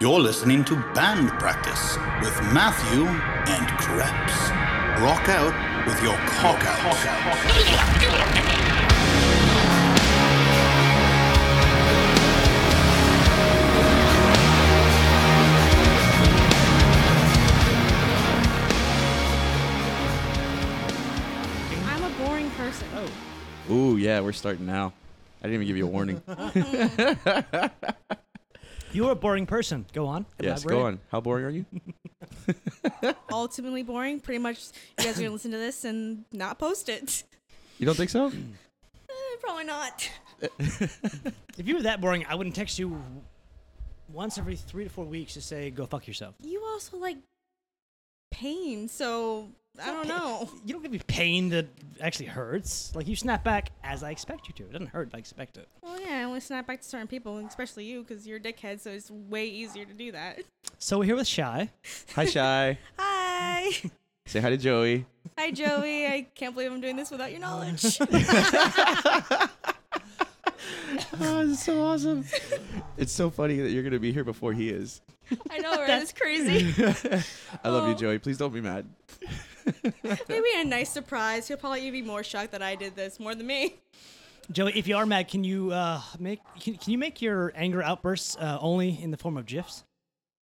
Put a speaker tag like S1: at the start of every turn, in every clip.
S1: You're listening to Band Practice with Matthew and Krebs. Rock out with your cock out.
S2: I'm a boring person.
S3: Ooh, yeah, we're starting now. I didn't even give you a warning.
S4: You're a boring person. Go on.
S3: yes,
S4: Elaborate.
S3: go on. How boring are you?
S2: Ultimately boring. Pretty much, you guys are gonna listen to this and not post it.
S3: You don't think so?
S2: Eh, probably not.
S4: If you were that boring, I wouldn't text you once every three to four weeks to say go fuck yourself.
S2: You also like pain, so I don't know.
S4: You don't give me pain that actually hurts. Like you snap back as I expect you to. It doesn't hurt. if I expect it.
S2: Well, yeah, I only snap back to certain people, and especially you, because you're a dickhead, so it's way easier to do that.
S4: So we're here with Shy.
S3: Hi, Shy.
S2: Hi,
S3: Say hi to Joey.
S2: hi, Joey. I can't believe I'm doing this without your knowledge.
S3: Oh, this is so awesome. it's so funny that you're going to be here before he is.
S2: I know, right? It's crazy.
S3: I love
S2: Oh.
S3: you, Joey. Please don't be mad.
S2: Maybe a nice surprise. He'll probably be more shocked that I did this more than me.
S4: Joey, if you are mad, can you uh, make can, can you make your anger outbursts uh, only in the form of gifs,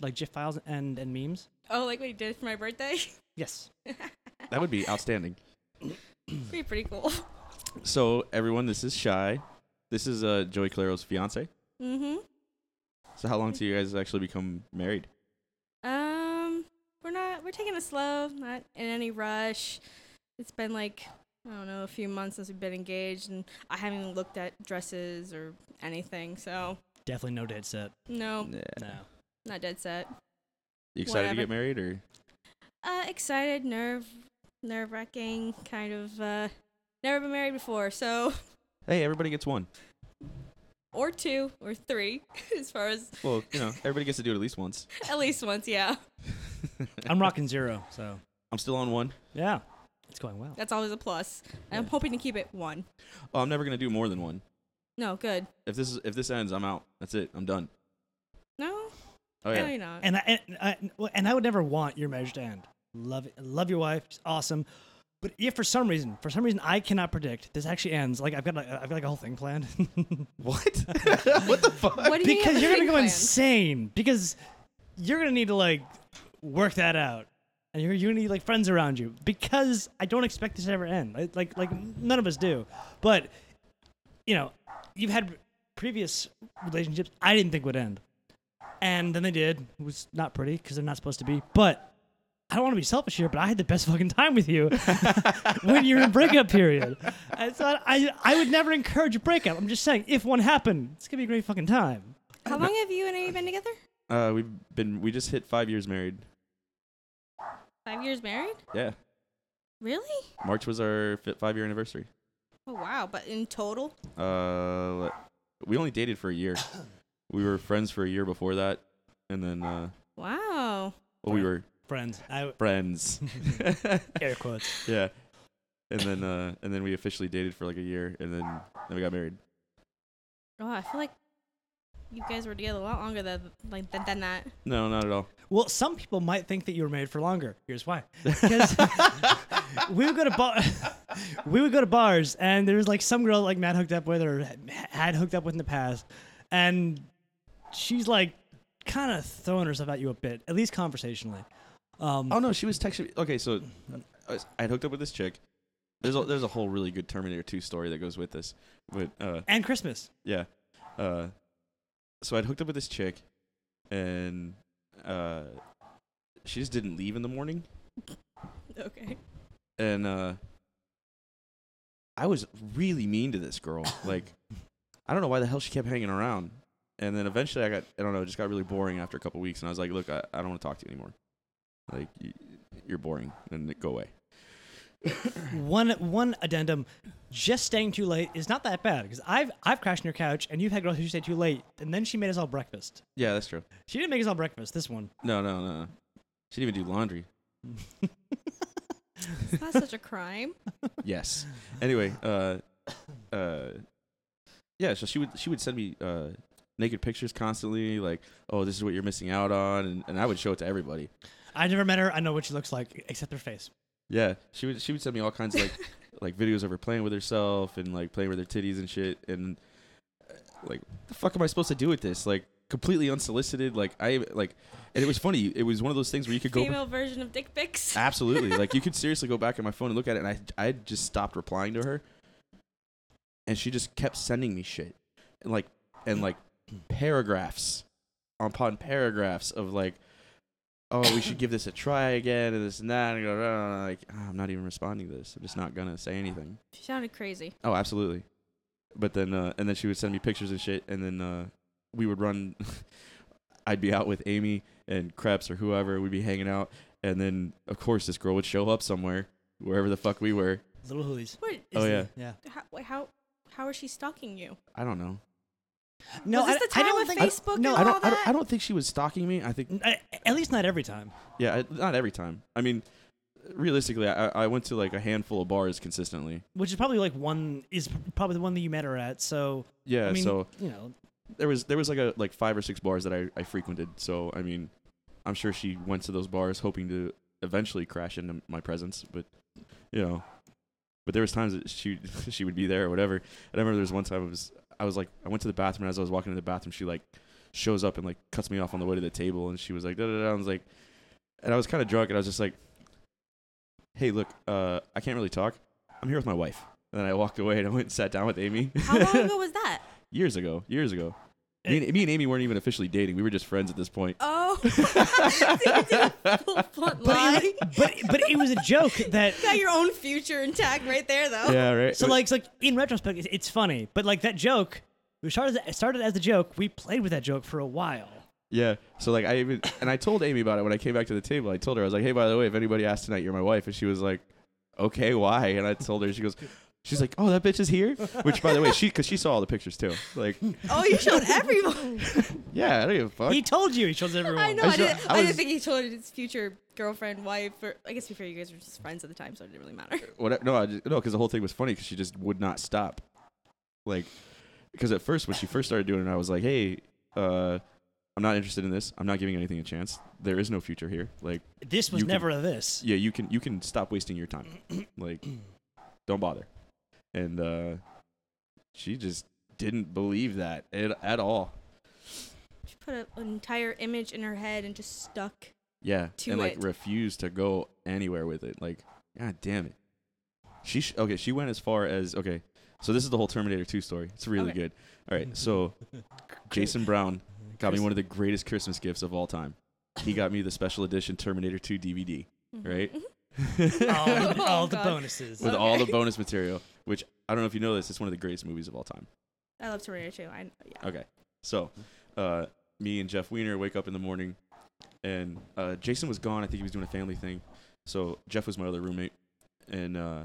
S4: like gif files and and memes?
S2: Oh, like what he did for my birthday.
S4: Yes.
S3: That would be outstanding.
S2: Be pretty cool.
S3: So, everyone, this is Shy. This is uh, Joey Claro's fiance.
S2: Mm-hmm.
S3: So, how long till you guys actually become married?
S2: Um, we're not. We're taking it slow. Not in any rush. It's been like I don't know a few months since we've been engaged, and I haven't even looked at dresses or anything. So
S4: Definitely no dead set.
S2: no,
S3: Yeah.
S4: No.
S2: not dead set.
S3: You excited
S2: Whatever.
S3: to get married or?
S2: Uh, excited, nerve, nerve wracking, kind of. Uh, never been married before, so
S3: Hey, everybody gets one.
S2: or two or three, as far as
S3: Well, you know, everybody gets to do it at least once.
S2: at least once. Yeah,
S4: I'm rocking zero. So
S3: I'm still on one.
S4: yeah, it's going well.
S2: that's always a plus. I'm hoping to keep it one.
S3: Oh, I'm never going to do more than one.
S2: No, good.
S3: If this is if this ends, I'm out. That's it. I'm done.
S2: No,
S3: Oh yeah.
S2: no, you're not.
S4: and I, and I well, and I would never want your marriage to end. Love it, love your wife, she's awesome. But if for some reason, for some reason, I cannot predict this actually ends. Like I've got, like, I've got like a whole thing planned
S3: What? what the fuck?
S2: what do you mean
S4: because
S2: have a
S4: you're gonna
S2: thing
S4: go
S2: planned?
S4: insane because you're gonna need to like work that out, and you're, you're gonna need like friends around you because I don't expect this to ever end. Like like, like none of us do. But you know, you've had previous relationships I didn't think would end. And then they did. It was not pretty because they're not supposed to be. But I don't want to be selfish here, but I had the best fucking time with you when you're in a breakup period. And so I, I would never encourage a breakup. I'm just saying, if one happened, it's going to be a great fucking time.
S2: How long have you and Amy been together?
S3: Uh, we've been we just hit five years married.
S2: Five years married?
S3: Yeah,
S2: Really?
S3: March was our fi- five year anniversary.
S2: Oh wow! But in total,
S3: Uh, le- we only dated for a year. We were friends for a year before that, and then uh,
S2: wow.
S3: well, we were
S4: Friends. I,
S3: friends.
S4: air quotes.
S3: yeah, and then uh, and then we officially dated for like a year, and then then we got married.
S2: Oh, I feel like you guys were together a lot longer than like than, than that.
S3: No, not at all.
S4: Well, some people might think that you were married for longer. Here's why. Because we would go to bar, we would go to bars, and there was like some girl like Matt hooked up with or had hooked up with in the past, and she's like kind of throwing herself at you a bit, at least conversationally. Um,
S3: Oh no, she was texting. me. Okay, so I was- I had hooked up with this chick. There's a, there's a whole really good Terminator 2 story that goes with this, but uh,
S4: and Christmas.
S3: Yeah. Uh, so I'd hooked up with this chick, and uh, she just didn't leave in the morning.
S2: Okay.
S3: And uh, I was really mean to this girl. Like, I don't know why the hell she kept hanging around. And then eventually I got, I don't know, it just got really boring after a couple weeks. And I was like, look, I, I don't want to talk to you anymore. Like, y- you're boring. And go away.
S4: One one addendum: just staying too late is not that bad because I've I've crashed on your couch, and you've had girls who stayed too late, and then she made us all breakfast.
S3: Yeah, that's true.
S4: She didn't make us all breakfast. This one.
S3: No, no, no. She didn't even do laundry.
S2: It's not such a crime.
S3: yes. Anyway, uh, uh, yeah. So she would she would send me uh, naked pictures constantly, like, oh, this is what you're missing out on, and, and I would show it to everybody.
S4: I never met her. I know what she looks like, except her face.
S3: Yeah, she would she would send me all kinds of like like videos of her playing with herself and like playing with her titties and shit and uh, like the fuck am I supposed to do with this? Like completely unsolicited. Like I like and it was funny. It was one of those things where you could go Ah.
S2: Female version of dick pics.
S3: absolutely like you could seriously go back in my phone and look at it and I I had just stopped replying to her and she just kept sending me shit and like and like paragraphs upon paragraphs of like oh we should give this a try again and this and that and I go, "Ah," like "Ah, i'm not even responding to this i'm just not gonna say anything
S2: She sounded crazy.
S3: oh absolutely but then uh, and then she would send me pictures and shit and then uh, we would run i'd be out with amy and Krebs or whoever we'd be hanging out and then of course this girl would show up somewhere wherever the fuck we were
S4: Little hoolies.
S2: What?
S3: oh yeah
S4: Yeah.
S2: How, wait, how? How is she stalking you?
S3: i don't know
S4: No,
S2: Was this
S4: I,
S2: the
S4: I
S2: time
S4: don't
S2: of
S4: think.
S2: Facebook
S4: no,
S2: and
S3: I
S2: all
S4: I
S3: don't, I don't
S2: that?
S3: i don't think she was stalking me i think
S4: don't. I, at least not every time.
S3: Yeah, I, not every time. I mean, realistically, I, I went to like a handful of bars consistently.
S4: Which is probably like one is probably the one that you met her at. So
S3: Yeah,
S4: I mean,
S3: so
S4: you know,
S3: there was there was like a like five or six bars that I, I frequented. So I mean, I'm sure she went to those bars hoping to eventually crash into my presence, but you know, but there was times that she she would be there or whatever. And I remember there was one time I was I was like I went to the bathroom and as I was walking to the bathroom, she like shows up and like cuts me off on the way to the table and she was like da da da. I was like, and I was kind of drunk and I was just like, hey, look, uh, I can't really talk. I'm here with my wife. And then I walked away and I went and sat down with Amy
S2: How long ago was that?
S3: years ago. Years ago. Me and, me and Amy weren't even officially dating. We were just friends at this point.
S2: Oh, so you did a full blunt
S4: but
S2: lie.
S4: it, but but it was a joke that.
S2: Got your own future intact right there, though.
S3: Yeah, right.
S4: Oh, So like, it's like in retrospect, it's, it's funny. But like that joke, we started it started as a joke. We played with that joke for a while.
S3: yeah. So like, I even and I told Amy about it when I came back to the table. I told her I was like, hey, by the way, if anybody asks tonight, you're my wife. And she was like, okay, why? And I told her. She goes, she's like, oh, that bitch is here. Which, by the way, she because she saw all the pictures too. Like,
S2: Oh, you showed everyone.
S3: yeah, I don't give a fuck.
S4: He told you. He told everyone.
S2: I know.
S3: I
S2: I,
S3: saw-
S2: didn't,
S3: I
S2: I,
S3: was-
S2: didn't think he told his future girlfriend, wife, or I guess before you guys were just friends at the time, so it didn't really matter.
S3: What? No, I just, no, because the whole thing was funny because she just would not stop. Like, because at first when she first started doing it, I was like, hey, uh, I'm not interested in this. I'm not giving anything a chance. There is no future here. Like.
S4: This was
S3: You can-
S4: never a this.
S3: yeah, you can you can stop wasting your time. like, don't bother. And uh, she just didn't believe that at, at all.
S2: She put a, an entire image in her head and just stuck.
S3: Yeah,
S2: To
S3: and like
S2: it.
S3: refused to go anywhere with it. Like, god damn it. She sh- okay. She went as far as okay. So this is the whole Terminator 2 story. It's really
S2: Okay.
S3: good. All right, so Jason Brown got me one of the greatest Christmas gifts of all time. He got me the special edition Terminator 2 DVD,
S2: Mm-hmm.
S3: right?
S4: all, the- all the
S2: Oh God.
S4: bonuses.
S3: With all the
S2: Okay.
S3: bonus material, which I don't know if you know this, it's one of the greatest movies of all time.
S2: I love Terminator too. I yeah.
S3: Okay. So, uh, me and Jeff Weiner wake up in the morning, and uh, Jason was gone. I think he was doing a family thing. So Jeff was my other roommate, and uh,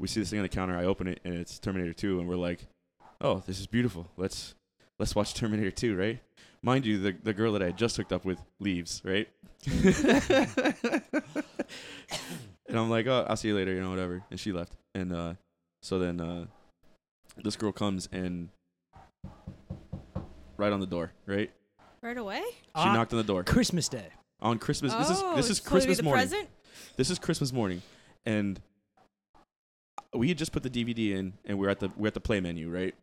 S3: we see this thing on the counter. I open it, and it's Terminator 2, and we're like, "Oh, this is beautiful. Let's let's watch Terminator 2, right?" Mind you, the the girl that I had just hooked up with leaves, right? and I'm like, "Oh, I'll see you later," you know, whatever. And she left, and uh, so then uh, this girl comes and right on the door, right?
S2: Right away.
S3: She
S4: Ah,
S3: knocked on the door
S4: Christmas Day.
S3: on Christmas.
S2: oh,
S3: this is this is
S2: it's supposed to be
S3: Christmas
S2: the
S3: morning.
S2: Present?
S3: This is Christmas morning, and we had just put the DVD in, and we're at the we're at the play menu, right?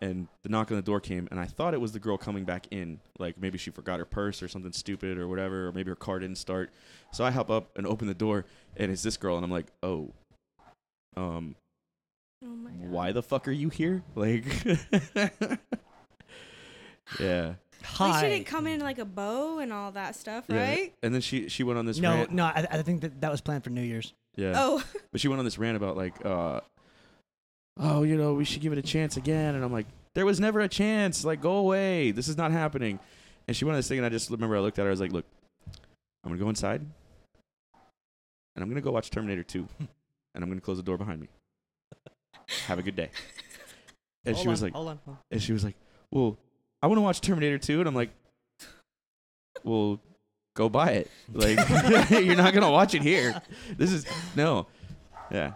S3: And the knock on the door came, and I thought it was the girl coming back in. Like maybe she forgot her purse or something stupid or whatever, or maybe her car didn't start. So I hop up and open the door, and it's this girl, and I'm like, oh, um,
S2: Oh my god.
S3: why the fuck are you here? Like,
S2: At
S3: yeah,
S2: least
S4: Hi.
S2: she didn't come in like a bow and all that stuff,
S3: yeah.
S2: right?
S3: And then she she went on this
S4: no,
S3: rant.
S4: no. I, I think that that was planned for New Year's.
S3: Yeah,
S2: Oh,
S3: but she went on this rant about like, uh, oh, you know, we should give it a chance again. And I'm like, there was never a chance. Like, go away. This is not happening. And she went on this thing, and I just remember I looked at her. I was like, look, I'm gonna go inside, and I'm gonna go watch Terminator 2, and I'm gonna close the door behind me. Have a good day. And she
S4: Hold
S3: was
S4: on,
S3: like,
S4: hold on, hold on.
S3: And she was like, "Well, I want to watch Terminator 2." And I'm like, "Well, go buy it. Like you're not going to watch it here. This is no." Yeah.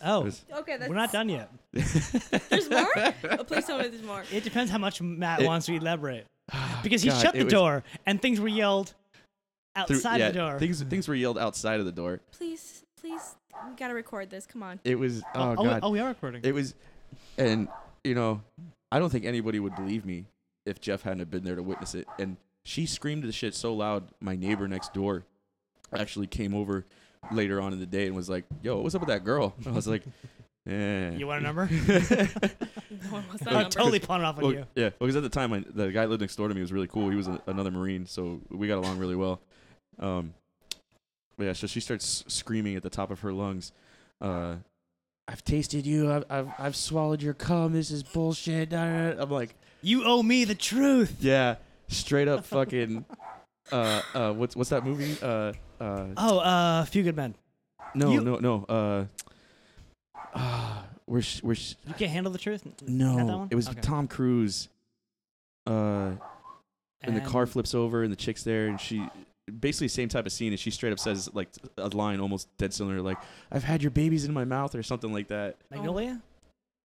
S4: Oh,
S3: was-
S2: Okay, that's,
S4: we're not done yet.
S2: There's more. Oh, please tell me there's more.
S4: It depends how much Matt
S3: It-
S4: wants to elaborate because he
S3: God,
S4: shut
S3: it
S4: the
S3: was-
S4: door and things were yelled
S3: through-
S4: outside
S3: yeah,
S4: the door.
S3: Things things were yelled outside of the door.
S2: Please, please, we gotta record this. Come on.
S3: It was oh,
S4: oh, we-
S3: god.
S4: oh, we are recording.
S3: It was, and you know, I don't think anybody would believe me if Jeff hadn't have been there to witness it. And she screamed the shit so loud, my neighbor next door actually came over later on in the day and was like, "Yo, what's up with that girl?" I was like, "Eh." "Yeah."
S4: you want a number?
S2: No one
S3: Uh,
S2: wants that
S4: I
S2: number.
S4: totally pawned off on
S3: Well,
S4: you.
S3: yeah, because at the time, I, the guy that lived next door to me was really cool. He was a, another Marine, so we got along really well. Um, but yeah, so she starts screaming at the top of her lungs, uh, "I've tasted you. I've, I've I've swallowed your cum. This is bullshit." da, da, da." I'm like,
S4: You owe me the truth.
S3: yeah, straight up fucking. Uh, uh, what's what's that movie? Uh, uh,
S4: Oh, uh, few good men.
S3: no,
S4: you-
S3: no, no. Uh, uh where sh- where sh-
S4: You can't handle the truth.
S3: no,
S4: that one?
S3: it was
S4: Okay.
S3: Tom Cruise. Uh. and the car
S4: And-
S3: flips over and the chick's there and she basically same type of scene and she straight up says like a line almost dead similar like i've had your babies in my mouth or something like that
S4: Magnolia?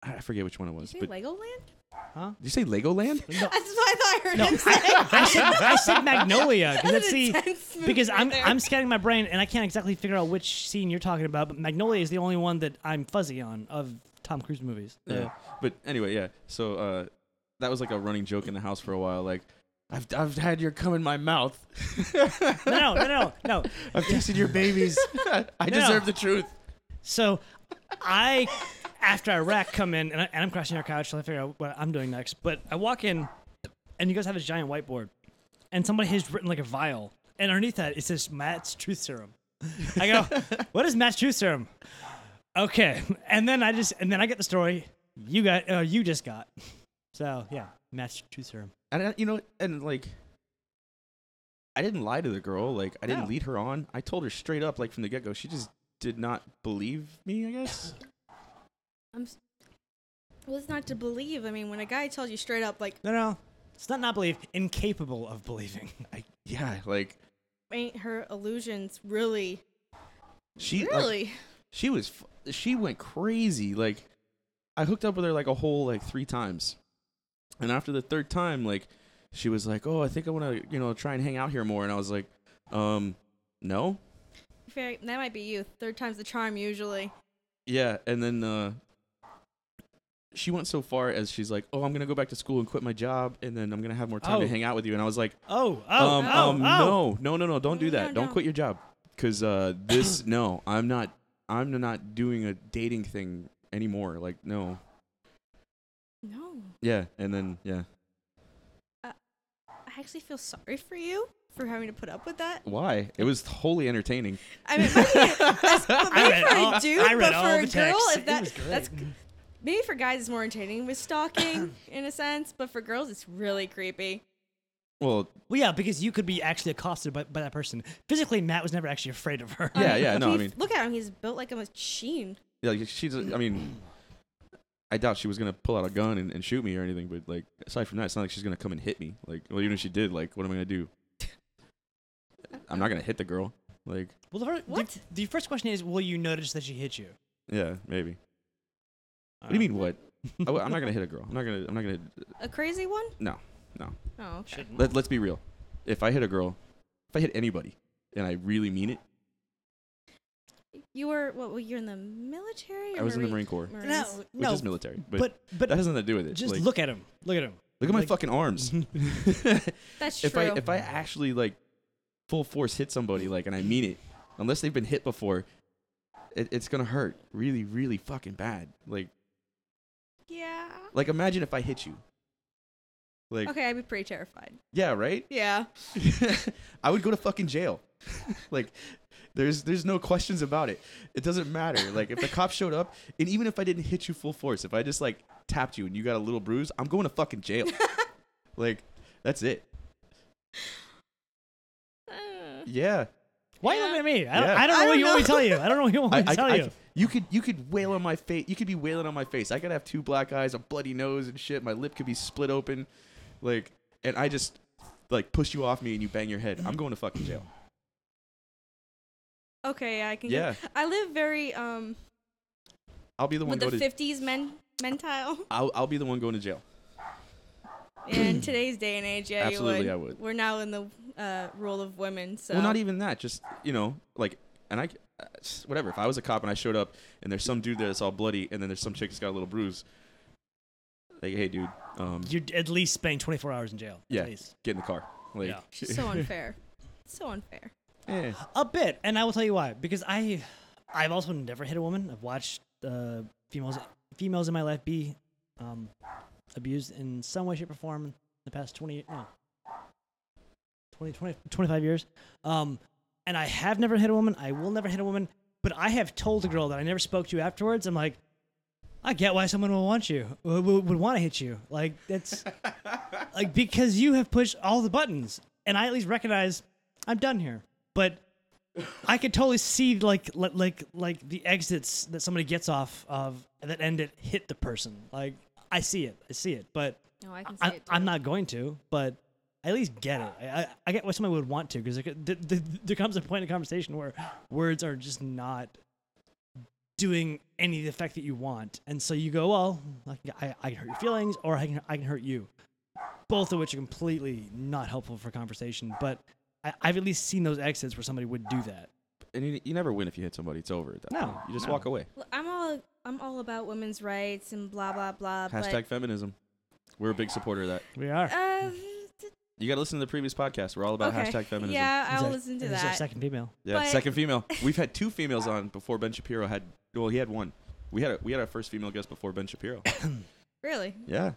S3: i I forget which one it
S2: Did you
S3: was
S2: say
S3: but
S2: Legoland?
S4: Huh?
S3: did you say legoland
S4: No,
S2: That's what I thought I heard
S4: no,
S2: him say.
S4: I, I said, I said Magnolia. 'cause
S2: That's
S4: Let's
S2: an
S4: see.
S2: intense move
S4: because
S2: right
S4: I'm
S2: there.
S4: I'm scanning my brain and I can't exactly figure out which scene you're talking about. But Magnolia is the only one that I'm fuzzy on of Tom Cruise movies.
S3: yeah. but anyway yeah so uh that was like a running joke in the house for a while like i've, I've had your cum in my mouth
S4: No, no, no, no.
S3: i've tasted your babies i deserve the truth
S4: So I, after Iraq, come in and, I, and I'm crashing our couch. So I figure out what I'm doing next. But I walk in, and you guys have this giant whiteboard, and somebody has written like a vial, and underneath that it says Matt's Truth Serum. I go, what is Matt's Truth Serum? Okay, and then I just and then I get the story you got uh, you just got. So yeah, Matt's Truth Serum.
S3: and I, you know and like i didn't lie to the girl like i didn't
S4: No.
S3: lead her on i told her straight up like from the get-go she just did not believe me i guess
S2: I'm s- well, it's not to believe. I mean, when a guy tells you straight up, like,
S4: No, no, it's not not believe, incapable of believing.
S3: I, yeah like
S2: ain't her illusions really,
S3: she like,
S2: really?
S3: she was f- she went crazy like i hooked up with her like a whole like three times and after the third time like she was like oh i think i want to you know try and hang out here more and i was like um no
S2: Fair- that might be you. Third time's the charm, usually.
S3: Yeah, and then uh, she went so far as she's like, "Oh, I'm gonna go back to school and quit my job, and then I'm gonna have more time to
S4: Oh.
S3: hang out with you." And I was like,
S4: Oh,
S3: "Um,
S4: oh, oh,
S3: um,
S4: oh.
S3: no, no, no, no, don't do
S2: No,
S3: that.
S2: no,
S3: don't
S2: no.
S3: quit your job, cause uh, this, no, I'm not, I'm not doing a dating thing anymore. Like, no,
S2: No.
S3: yeah." And then, yeah,
S2: I actually feel sorry for you for having to put up with that.
S3: why? It was wholly entertaining.
S2: I mean, maybe, that's, but
S4: I
S2: maybe
S4: read
S2: for
S4: all-
S2: a dude,
S4: I read
S2: but
S4: all
S2: for
S4: the
S2: a girl,
S4: texts.
S2: if
S4: It
S2: that,
S4: was great.
S2: that's maybe for guys it's more entertaining with stalking in a sense, but for girls it's really creepy.
S3: Well,
S4: Well, yeah, because you could be actually accosted by, by that person. Physically, Matt was never actually afraid of her.
S3: Yeah, yeah, no, I
S2: He-
S3: mean-
S2: look at him. Um, He's built like a machine.
S3: yeah, like, she's, I mean. I doubt she was gonna pull out a gun and, and shoot me or anything, but like aside from that, it's not like she's gonna come and hit me. Like, well, even if she did, like, what am I gonna do? I'm not gonna hit the girl. Like,
S4: Well, the first,
S2: What?
S4: The, the first question is, will you notice that she hit you?
S3: yeah, maybe. What do you mean? What?
S4: Uh,
S3: I, am not gonna hit a girl. I'm not gonna. I'm not gonna.
S2: A crazy one?
S3: No, no.
S2: Oh, okay.
S4: Shouldn't.
S3: Let, let's be real. If I hit a girl, if I hit anybody, and I really mean it,
S2: You were what? Were you in the military? Or
S3: I was in the Marine
S2: Marine-
S3: Corps,
S2: Marines?
S4: No,
S3: which
S4: no.
S3: is military. But,
S4: but but
S3: that has nothing to do with it.
S4: just
S3: Like,
S4: look at him. Look at him. Mhm.
S3: look at my
S4: like-
S3: fucking arms.
S2: That's true.
S3: if I if I actually like full force hit somebody like and I mean it, unless they've been hit before, it, it's gonna hurt really really fucking bad. Like
S2: yeah.
S3: like imagine if I hit you. Like
S2: Okay, I'd be pretty terrified.
S3: yeah right.
S2: Yeah.
S3: I would go to fucking jail. like there's there's no questions about it. It doesn't matter. Like if the cops showed up and even if I didn't hit you full force, if I just like tapped you and you got a little bruise, I'm going to fucking jail. like that's it.
S2: Uh,
S3: Yeah.
S4: Why
S2: Yeah.
S4: are you looking at me? I
S3: Yeah.
S4: don't, I don't know
S2: I
S4: what
S2: don't
S4: you want me to
S2: know.
S4: tell you. I don't know what you want me to tell you.
S3: could you could wail on my face. You could be wailing on my face. I could have two black eyes, a bloody nose, and shit. My lip could be split open, like, and I just like push you off me and you bang your head. I'm going to fucking jail.
S2: okay, I can.
S3: Yeah.
S2: Get, I live very um
S3: I'll be the one
S2: with the
S3: going to.
S2: fifties men mentile
S3: I'll, I'll be the one going to jail.
S2: in today's day and age. Yeah,
S3: Absolutely,
S2: you would.
S3: I would.
S2: We're now in the uh, role of women. So
S3: Well, not even that. Just you know, like, and I, uh, s- whatever. If I was a cop and I showed up and there's some dude there that's all bloody and then there's some chick that's got a little bruise, like, hey, dude, um,
S4: You'd at least spend 24 hours in jail.
S3: yeah,
S4: At least.
S3: get in the car. Like,
S4: Yeah.
S2: It's just so unfair. so unfair.
S3: eh.
S4: A bit, and I will tell you why. Because I, I've also never hit a woman. I've watched uh, females, females in my life be um, abused in some way, shape, or form in the past 20, no, 20, 20 25 years. Um, and I have never hit a woman. I will never hit a woman. But I have told a girl that I never spoke to afterwards. I'm like, I get why someone would want you, would, would- would want to hit you. Like that's like because you have pushed all the buttons, and I at least recognize I'm done here. But I could totally see like li- like like the exits that somebody gets off of that end it hit the person. Like I see it, I see it, but
S2: No, I can see
S4: I,
S2: it.
S4: I'm
S2: too.
S4: not going to. But I at least get it. I, I, I get why somebody would want to because there, could- th- th- there comes a point in conversation where words are just not doing any of the effect that you want, and so you go, well, I can, I, I can hurt your feelings, or I can I can hurt you. Both of which are completely not helpful for conversation, but. I- I've at least seen those exits where somebody would do that.
S3: and you, you never win if you hit somebody. It's over at that
S4: No,
S3: point. You just
S4: no.
S3: walk away.
S2: Well, I'm all I'm all about women's rights and blah blah blah.
S3: Hashtag feminism. We're a big supporter of that.
S4: We are.
S2: But, uh,
S3: You got to listen to the previous podcast. We're all about
S2: okay.
S3: hashtag feminism.
S2: Yeah, I'll
S4: Is our-
S2: listen to
S4: is our
S2: that.
S4: second female.
S3: Yeah,
S2: But-
S3: second female. We've had two females on before Ben Shapiro had. Well, he had one. We had a, we had our first female guest before Ben Shapiro.
S2: Really,
S3: yeah,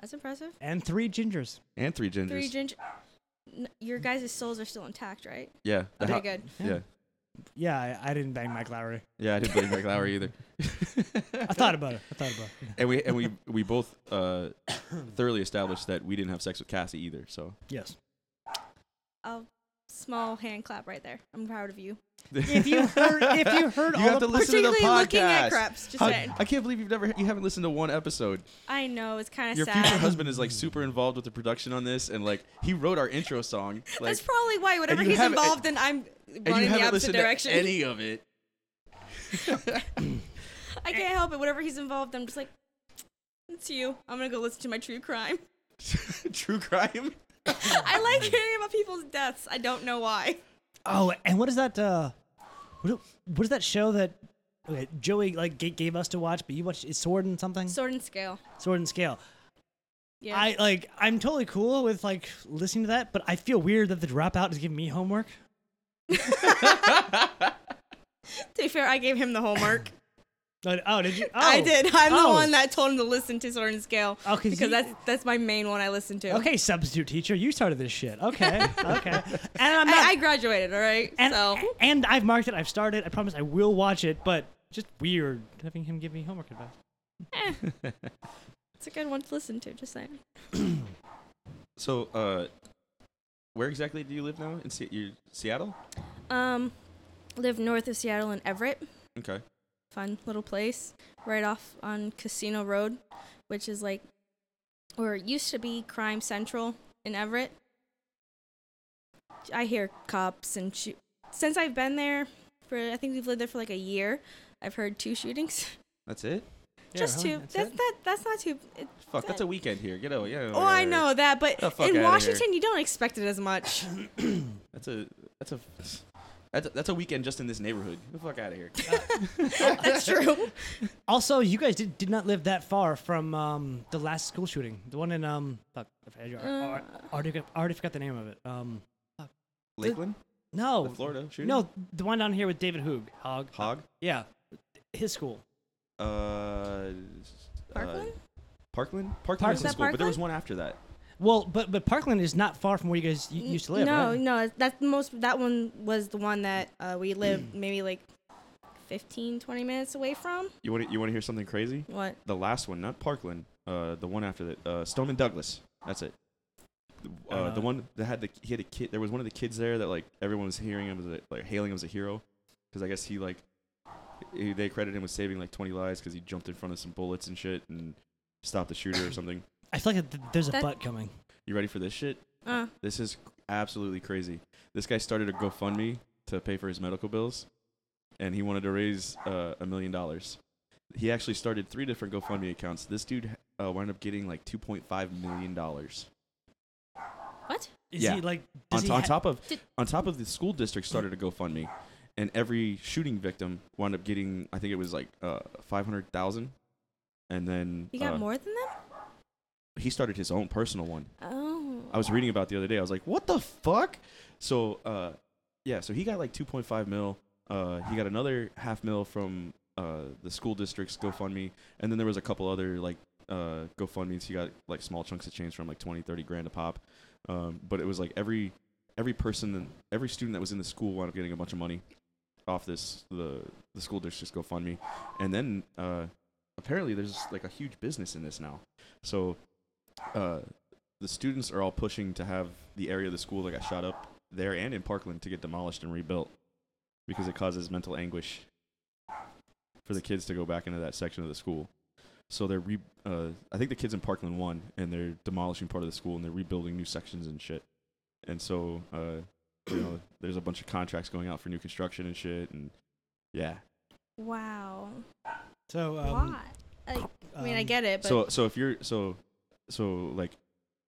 S2: that's impressive.
S4: And three gingers.
S3: and three gingers.
S2: Three ginger. N- your guys' souls are still intact, right?
S3: yeah. the
S2: Okay,
S3: ho-
S2: good.
S3: Yeah,
S4: Yeah, I, I didn't bang Mike Lowry.
S3: yeah. I didn't blame Mike Lowry either.
S4: I thought about it. I thought about it.
S3: And we and we we both uh, thoroughly established that we didn't have sex with Cassie either. So
S4: Yes.
S2: A small hand clap right there. I'm proud of you.
S4: If you heard, if you heard
S3: you
S4: all
S3: have
S4: the
S3: to listen to the
S2: Particularly
S3: podcast.
S2: looking at Krebs, just
S3: How-
S2: saying.
S3: I can't believe you've never you haven't listened to one episode.
S2: I know it's kind of
S3: Your
S2: sad.
S3: future husband is like super involved with the production on this, and like he wrote our intro song. Like,
S2: that's probably why. Whenever
S3: you
S2: he's
S3: haven't-
S2: involved, then I'm
S3: and you
S2: running the
S3: haven't
S2: opposite
S3: listened
S2: direction.
S3: to any of it.
S2: I can't help it. Whenever he's involved, I'm just like, it's you. I'm gonna go listen to my true crime.
S3: True crime.
S2: I like hearing about people's deaths. I don't know why.
S4: oh, and what is that? Uh, what, what is that show that okay, Joey like ga- gave us to watch? But you watched it's Sword and something.
S2: Sword and scale.
S4: Sword and Scale.
S2: Yeah.
S4: I like. I'm totally cool with like listening to that, but I feel weird that the dropout is giving me homework.
S2: to be fair, I gave him the homework.
S4: Like, oh, did you? Oh.
S2: I did. I'm the
S4: Oh.
S2: one that told him to listen to Sword and Scale.
S4: Oh, 'cause
S2: because
S4: you-
S2: that's that's my main one I listen to.
S4: Okay, substitute teacher, you started this shit. Okay, okay. And I'm not.
S2: I, I graduated, all right.
S4: and,
S2: so
S4: and I've marked it. I've started. I promise I will watch it, but just weird having him give me homework advice.
S2: it's a good one to listen to. Just saying.
S3: So, uh, where exactly do you live now? In Se- you Seattle?
S2: Um, live north of Seattle in Everett.
S3: Okay.
S2: Fun little place, right off on Casino Road, which is like, or it used to be Crime Central in Everett. I hear cops and shoot. Since I've been there, for I think we've lived there for like a year. I've heard two shootings.
S3: That's it?
S2: Just two. That's,
S4: That's,
S2: that. That's not too. It,
S3: Fuck, that's a weekend here. Get out. Yeah.
S2: Oh, I know that, but
S3: The fuck
S2: in
S3: outta
S2: Washington, you don't expect it as much.
S3: That's a that's a that's a, that's a weekend just in this neighborhood. Get the fuck out of here.
S2: That's true.
S4: also, you guys did, did not live that far from um, the last school shooting, the one in um. Fuck, I already,
S2: Uh.
S4: I already, I already forgot the name of it. Um,
S3: Lakeland,
S4: no,
S2: Oh.
S3: the Florida shooting.
S4: no, the one down here with David Hoog, Hog,
S3: Hog.
S4: yeah, his school.
S3: Uh, uh,
S4: Uh,
S2: Parkland?
S3: Parkland. Parkland.
S4: Parkland.
S3: Parkland's
S4: Is
S3: in
S2: that
S3: school, but there was
S2: Parkland?
S3: one after that.
S4: Well, but but Parkland is not far from where you guys y- used to live.
S2: No,
S4: right?
S2: no, that's the most. That one was the one that uh, we lived maybe like 15, 20 minutes away from.
S3: You want you want to hear something crazy?
S2: What?
S3: The last one, not Parkland. Uh, the one after that. Uh, Stoneman Douglas. That's it. The- Uh, the
S4: Uh,
S3: one that had the he had a kid. There was one of the kids there that like everyone was hearing him as a, like hailing him as a hero, because I guess he like he, they credited him with saving like 20 lives because he jumped in front of some bullets and shit and stopped the shooter or something.
S4: I feel like th- there's a
S2: That-
S4: butt coming.
S3: You ready for this shit?
S2: Uh,
S3: This is absolutely crazy. This guy started a GoFundMe to pay for his medical bills, and he wanted to raise uh, a million dollars. He actually started three different GoFundMe accounts. This dude uh, wound up getting like 2.5 million dollars.
S2: What?
S4: Is
S3: Yeah.
S4: he like
S3: On,
S4: does he
S3: on
S4: ha-
S3: top of
S2: Did-
S3: on top of the school district started a GoFundMe, and every shooting victim wound up getting I think it was like uh, 500,000, and then
S2: You got
S3: uh,
S2: more than them?
S3: he started his own personal one.
S4: uh,
S2: Oh.
S3: I was reading about the other day. I was like, what the fuck? So, uh, yeah, so he got like 2.5 mil. Uh, he got another half mil from uh, the school district's GoFundMe. And then there was a couple other like uh, GoFundMe's. He got like small chunks of change from like 20, 30 grand a pop. Um, but it was like every every person, every student that was in the school wound up getting a bunch of money off this the the school district's GoFundMe. And then uh, apparently there's like a huge business in this now. So uh, the students are all pushing to have the area of the school that got shot up there and in Parkland to get demolished and rebuilt because it causes mental anguish for the kids to go back into that section of the school. So they're re- uh, I think the kids in Parkland won and they're demolishing part of the school and they're rebuilding new sections and shit. And so uh, you know, there's a bunch of contracts going out for new construction and shit and yeah.
S2: Wow.
S4: So um,
S2: Why? Like, I mean, I
S4: um,
S2: get it, but
S3: so so if you're so so like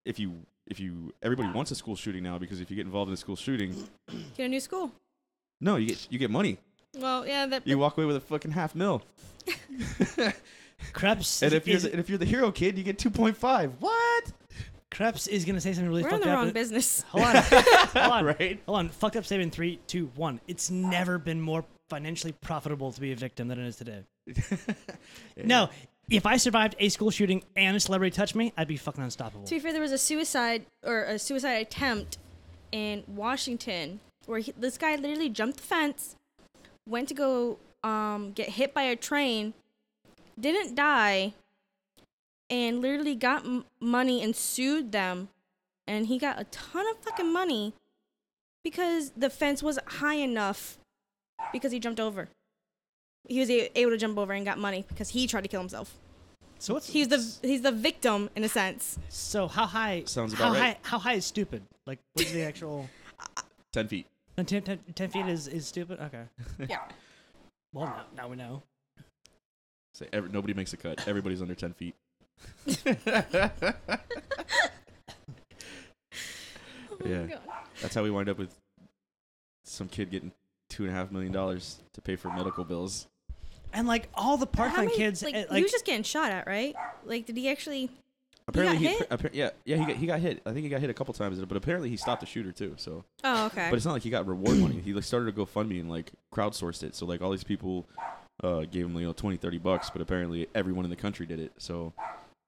S3: if you if you everybody wants a school shooting now because if you get involved in a school shooting
S2: get a new school.
S3: No, you get you get money.
S2: Well, yeah, that.
S3: You walk away with a fucking half mil.
S4: Krebs.
S3: And if you're
S4: is,
S3: the, and if you're the hero kid, you get two point five. What?
S4: Krebs is gonna say something really
S2: we're in
S4: fucked
S2: the
S4: up.
S2: wrong
S4: and-
S2: business.
S4: Hold on, hold on,
S3: Right?
S4: hold on. Fucked up statement. Three, two, one. It's never been more financially profitable to be a victim than it is today. No, if I survived a school shooting and a celebrity touched me, I'd be fucking unstoppable.
S2: To be fair, there was a suicide or a suicide attempt in Washington where he, this guy literally jumped the fence, went to go um, get hit by a train, didn't die, and literally got m- money and sued them, and he got a ton of fucking money because the fence wasn't high enough because he jumped over. He was a- able to jump over and got money because he tried to kill himself.
S4: So what's
S2: He's the he's the victim in a sense.
S4: so how high?
S3: Sounds
S4: how
S3: about
S4: high,
S3: right.
S4: How high is stupid? Like what's the actual?
S3: Ten feet.
S4: 10, 10 10 feet is, is stupid. Okay.
S2: Yeah.
S4: Well, now, now we know.
S3: Say every, nobody makes a cut. Everybody's under ten feet.
S2: Oh
S3: yeah, that's how we wind up with some kid getting two and a half million dollars to pay for medical bills.
S4: And like all the
S2: How
S4: Parkland
S2: many-
S4: kids,
S2: Like,
S4: eh,
S2: he was just getting shot at, right? Like, did he actually?
S3: Apparently,
S2: got hit?
S3: appar- yeah, yeah, he got, he got hit. I think he got hit a couple times, but apparently he stopped the shooter too. So
S2: Oh, okay.
S3: But it's not like he got reward money. He like started a GoFundMe and like crowdsourced it. So like all these people uh, gave him you know 20, 30 bucks, but apparently everyone in the country did it. So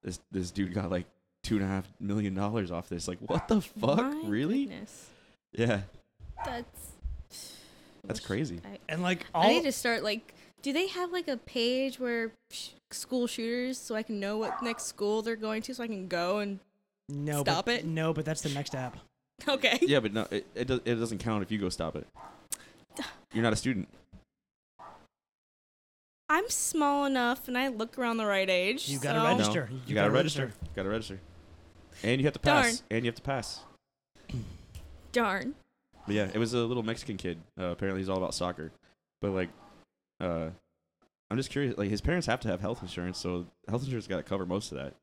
S3: this this dude got like two and a half million dollars off this. Like what the fuck?
S2: My
S3: really?
S2: goodness.
S3: Yeah,
S2: That's
S3: that's crazy.
S2: I,
S4: and like
S2: I
S4: all
S2: need to start like. Do they have like a page where sh- school shooters, so I can know what next school they're going to, so I can go and
S4: no,
S2: Stop
S4: but,
S2: it.
S4: No, but that's the next app.
S2: okay.
S3: Yeah, but no, it it, does, it doesn't count if you go stop it. You're not a student.
S2: I'm small enough and I look around the right age.
S4: You gotta
S2: so-
S3: No,
S4: register.
S3: you,
S4: You
S3: gotta,
S4: gotta
S3: register.
S4: register.
S3: Gotta register. And you have to
S2: Darn.
S3: pass. And you have to pass.
S2: Darn.
S3: But yeah, it was a little Mexican kid. Uh, apparently, he's all about soccer. But like, uh, I'm just curious. Like, his parents have to have health insurance, so health insurance got to cover most of that.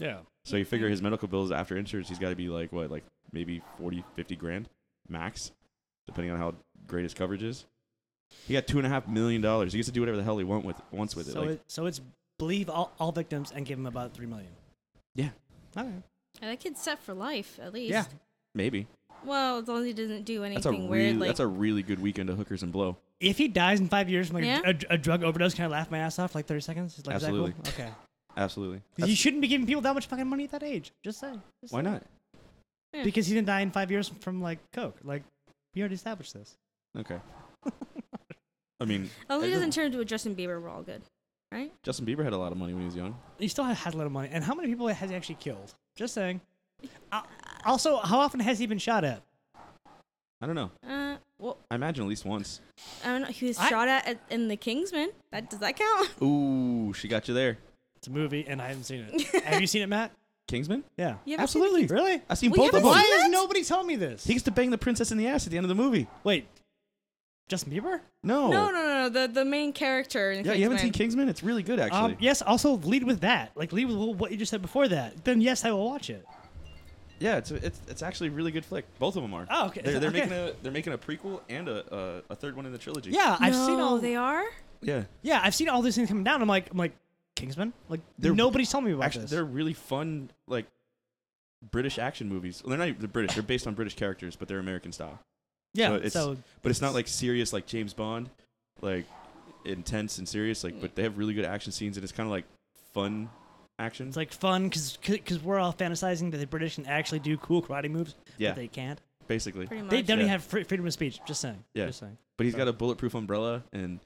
S4: Yeah.
S3: So you
S4: Mm-hmm.
S3: figure his medical bills after insurance, he's got to be like what, like maybe 40, 50 grand max, depending on how great his coverage is. He got two and a half million dollars. He gets to do whatever the hell he want with wants with it.
S4: so
S3: like,
S4: it, so it's believe all, all victims and give them about three million.
S3: Yeah.
S4: Okay.
S2: And that kid's set for life, at least.
S4: Yeah.
S3: maybe
S2: Well, as long as he doesn't do anything
S3: that's a
S2: weird.
S3: really
S2: like,
S3: that's a really good weekend of hookers and blow.
S4: If he dies in five years from like
S2: Yeah?
S4: a, a drug overdose, can I laugh my ass off like thirty seconds? Like, is that cool?
S3: Absolutely.
S4: Okay.
S3: Absolutely.
S4: you
S3: That's-
S4: shouldn't be giving people that much fucking money at that age. Just say. Just
S3: why
S4: say.
S3: not?
S2: Yeah.
S4: Because he didn't die in five years from like coke. Like we already established this.
S3: Okay. I mean,
S2: as long as
S3: it
S2: he doesn't
S3: doesn't-
S2: turn into a Justin Bieber, we're all good.
S3: Justin Bieber had a lot of money when he was young.
S4: He still had a lot of money. And how many people has he actually killed? Just saying. Uh, also, how often has he been shot at?
S3: I don't know.
S2: Uh, well,
S3: I imagine at least once.
S2: I don't know. He was
S4: I-
S2: shot at, at in the Kingsman. That does that count?
S3: Ooh, she got you there.
S4: It's a movie, and I haven't seen it. Have you seen it, Matt?
S3: Kingsman?
S4: Yeah.
S2: You haven't seen
S3: Absolutely.
S4: Really?
S3: I've seen
S2: We
S3: both of
S2: haven't
S3: them.
S4: Why
S2: seen
S4: has
S2: it?
S4: nobody told me this?
S3: He gets to bang the princess in the ass at the end of the movie.
S4: Wait, Justin Bieber?
S3: No.
S2: No, no, no, no. The the main character. In
S3: Oh. Yeah, you haven't
S2: Kingsman.
S3: seen Kingsman? It's really good, actually.
S4: Um, yes. Also, lead with that. Like, lead with what you just said before that. Then yes, I will watch it.
S3: Yeah, it's, it's it's actually a really good flick. Both of them are.
S4: Oh, okay.
S3: They're, they're
S4: Okay.
S3: making a they're making a prequel and a uh, a third one in the trilogy.
S4: Yeah, I've seen
S2: No,
S4: all.
S2: They are.
S3: yeah.
S4: yeah, I've seen all these things coming down. I'm like, I'm like, Kingsman. Like,
S3: They're-
S4: nobody's telling me about
S3: Actually,
S4: this.
S3: they're really fun like British action movies. They're not even- they're British. They're based on British characters, but they're American style.
S4: yeah.
S3: so it's-
S4: so
S3: But it's not like serious like James Bond, like intense and serious. Like, but they have really good action scenes, and it's kind of like fun action.
S4: It's like fun because because we're all fantasizing that the British can actually do cool karate moves,
S3: Yeah.
S4: but they can't.
S3: basically.
S2: Pretty much.
S4: They don't even
S3: Yeah.
S4: have free, freedom of speech. Just saying.
S3: Yeah.
S4: Just saying.
S3: But he's got a bulletproof umbrella, and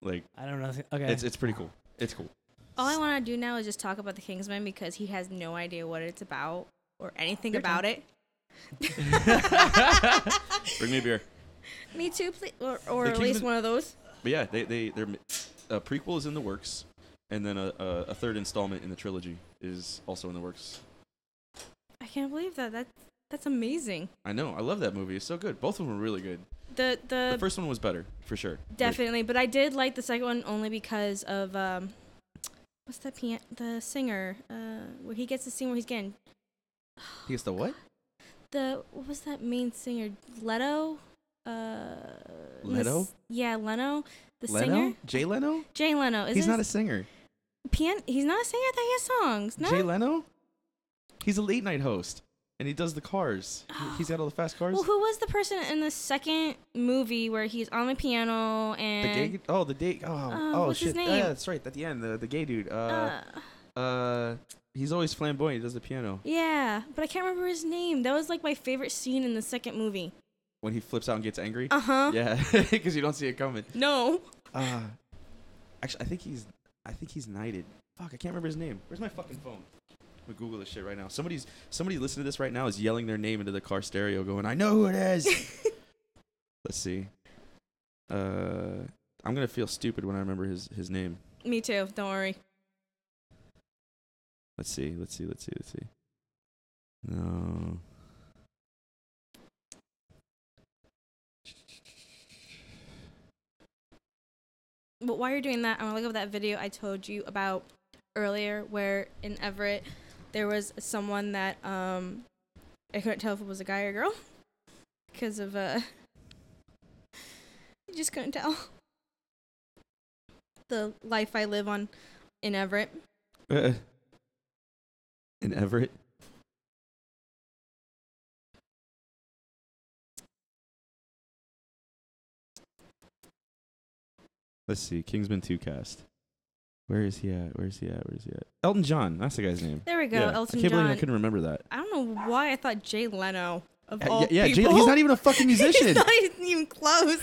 S3: like
S4: I don't know. Okay.
S3: it's it's pretty cool. It's cool.
S2: All I want to do now is just talk about the Kingsman because he has no idea what it's about or anything about it.
S3: Bring me a beer.
S2: Me too, please, or, or
S3: The
S2: at least
S3: Kingsman-
S2: one of those.
S3: But yeah, they they they're a prequel is in the works, and then a, a, a third installment in the trilogy is also in the works.
S2: I can't believe that. That that's amazing.
S3: I know, I love that movie. It's so good. Both of them are really good.
S2: The the,
S3: The first one was better for sure.
S2: definitely, but I did like the second one only because of um, what's that pian- the singer uh where he gets the scene where he's getting
S3: He gets the what?
S2: the what was that main singer Leto uh
S3: Leto?
S2: Miss- yeah Leno the
S3: Leno?
S2: singer
S3: Jay Leno?
S2: Jay Leno is
S3: He's not a singer.
S2: pian- he's not a singer I thought he has songs no
S3: Jay Leno? He's a late night host, and he does the cars. He- He's got all the fast cars.
S2: Well, who was the person in the second movie where he's on the piano
S3: the gay?
S2: and
S3: dude- Oh, the date. Oh, oh
S2: Uh, what's
S3: shit.
S2: his
S3: Yeah,
S2: name?
S3: that's right. At the end, the, the gay dude. Uh,
S2: uh,
S3: uh, he's always flamboyant. He does the piano
S2: yeah, but I can't remember his name. That was like my favorite scene in the second movie.
S3: when he flips out and gets angry.
S2: Uh huh.
S3: Yeah, because you don't see it coming.
S2: No.
S3: Uh, actually, I think he's, I think he's knighted. Fuck, I can't remember his name. Where's my fucking phone? I'm gonna Google this shit right now. Somebody's, somebody listening to this right now is yelling their name into the car stereo, going, "I know who it is." Let's see. Uh, I'm gonna feel stupid when I remember his his name.
S2: Me too. Don't worry.
S3: Let's see. Let's see. Let's see. Let's see. No.
S2: But while you're doing that, I'm gonna look up that video I told you about earlier, where in Everett there was someone that um I couldn't tell if it was a guy or girl because of uh you just couldn't tell the life I live on in Everett.
S3: Uh, in Everett. Let's see, Kingsman 2 cast. Where is he at? Where is he at? Where is he at? Elton John. That's the guy's name.
S2: There we go,
S3: yeah.
S2: Elton
S3: I can't
S2: John.
S3: believe I couldn't remember that.
S2: I don't know why I thought Jay Leno of all
S3: yeah, yeah Jay-
S2: people.
S3: he's not even a fucking
S2: he's
S3: musician.
S2: not even close.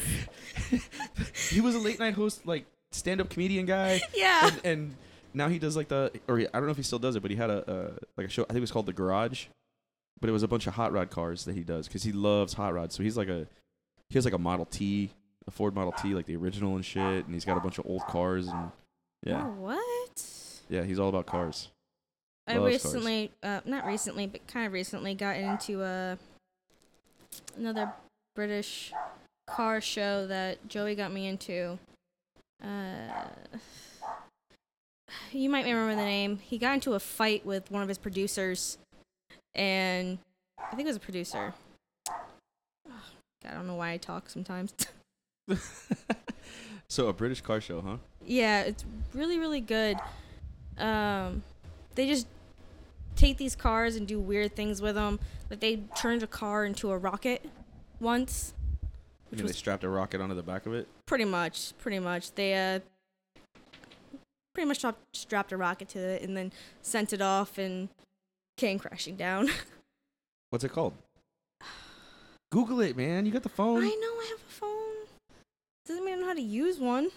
S3: he was a late night host, like stand-up comedian guy.
S2: Yeah.
S3: and, and now he does like the or he, I don't know if he still does it, but he had a uh, like a show. I think it was called the Garage, but it was a bunch of hot rod cars that he does because he loves hot rods. So he's like a he has like a Model T, a Ford Model T, like the original and shit, and he's got a bunch of old cars and yeah,
S2: Oh, what?
S3: yeah, he's all about cars.
S2: I
S3: Loves cars.
S2: recently, uh, not recently, but kind of recently, got into uh, another British car show that Joey got me into. Uh, you might remember the name. He got into a fight with one of his producers, and I think it was a producer. God, I don't know why I talk sometimes.
S3: So a British car show, huh?
S2: Yeah, it's really really good. Um, they just take these cars and do weird things with them. Like they turned a car into a rocket once,
S3: You know, they strapped a rocket onto the back of it.
S2: pretty much. Pretty much, they uh, pretty much strapped, strapped a rocket to it and then sent it off and came crashing down.
S3: What's it called? Google it, man. You got the phone.
S2: I know I have a phone. Doesn't mean I know how to use one.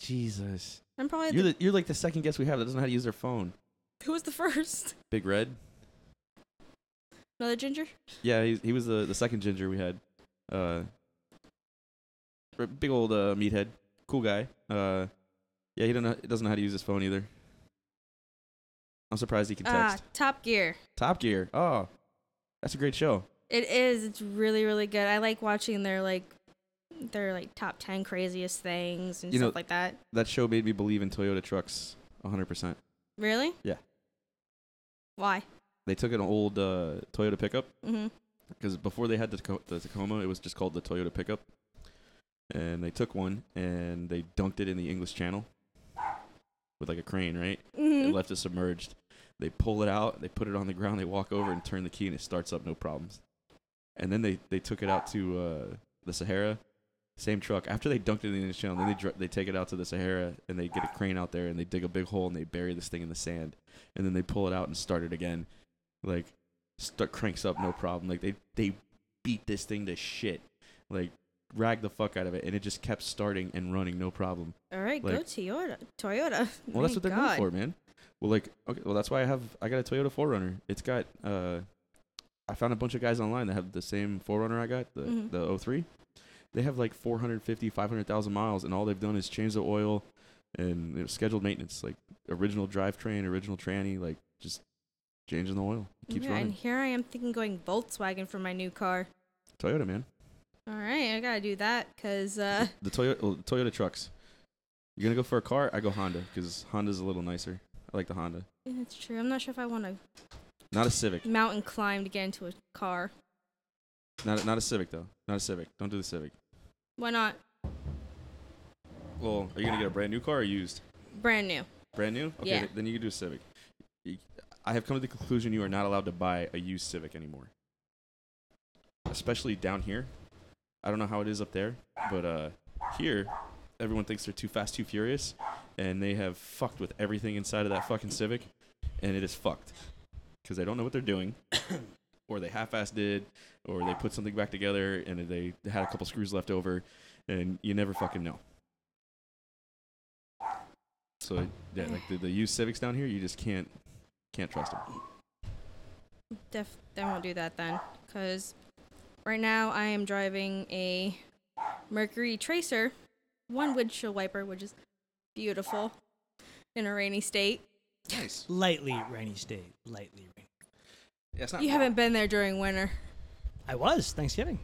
S3: Jesus,
S2: I'm probably
S3: you're
S2: the,
S3: the, you're like the second guest we have that doesn't know how to use their phone.
S2: who was the first?
S3: Big Red.
S2: Another ginger.
S3: Yeah, he, he was the, the second ginger we had. Uh, r- big old uh, meathead, cool guy. Uh, yeah, he don't know, doesn't know how to use his phone either. I'm surprised he can
S2: Ah,
S3: text.
S2: Top Gear.
S3: Top Gear. Oh, that's a great show.
S2: It is. It's really, really good. I like watching their like their like top ten craziest things and
S3: You know-
S2: stuff like that.
S3: That show made me believe in Toyota trucks 100%.
S2: Really?
S3: Yeah.
S2: Why?
S3: They took an old uh, Toyota pickup
S2: Mm-hmm.
S3: because before they had the, Taco- the Tacoma, it was just called the Toyota pickup. And they took one and they dunked it in the English Channel with like a crane, right?
S2: Mm-hmm.
S3: and left it submerged. They pull it out, they put it on the ground, they walk over and turn the key, and it starts up, no problems. And then they, they took it out to uh, the Sahara, same truck. After they dunked it in the English Channel, then they dr- they take it out to the Sahara and they get a crane out there and they dig a big hole and they bury this thing in the sand, and then they pull it out and start it again, like st- cranks up, no problem. Like they they beat this thing to shit, like rag the fuck out of it, and it just kept starting and running, no problem.
S2: All right, go
S3: like-
S2: Toyota. Toyota.
S3: Well, that's
S2: Thank
S3: what they're
S2: God.
S3: known for, man. Well, like, okay, well, that's why I have I got a Toyota 4Runner. It's got uh, I found a bunch of guys online that have the same 4Runner I got, the
S2: Mhm.
S3: the 03. They have like 450, 500,000 miles, and all they've done is change the oil and you know, scheduled maintenance, like original drivetrain, original tranny, like just changing the oil. It keeps
S2: yeah, and
S3: running.
S2: here I am thinking going Volkswagen for my new car.
S3: Toyota, man.
S2: All right, I gotta do that because uh,
S3: The Toyota, well, the Toyota trucks. You're gonna go for a car? I go Honda because Honda's a little nicer. I like the Honda.
S2: it's true. I'm not sure if I want to
S3: Not a Civic.
S2: mountain climb to get into a car.
S3: Not a, not a Civic though. Not a Civic. Don't do the Civic.
S2: Why not?
S3: Well, are you gonna get a brand new car or used?
S2: Brand new.
S3: Brand new? Okay,
S2: Yeah.
S3: th- then you can do a Civic. You- I have come to the conclusion you are not allowed to buy a used Civic anymore, especially down here. I don't know how it is up there, but uh, here, everyone thinks they're too fast, too furious, and they have fucked with everything inside of that fucking Civic, and it is fucked because they don't know what they're doing, or they half-assed did, or they put something back together and they had a couple screws left over, and you never fucking know. So yeah, like the, the used Civics down here, you just can't can't trust them.
S2: Def- I won't do that then because right now I am driving a Mercury Tracer, one windshield wiper, which is beautiful in a rainy state.
S3: Nice.
S4: Lightly rainy state. Lightly rainy.
S3: Yeah, it's not
S2: You haven't been there during winter.
S4: I was Thanksgiving.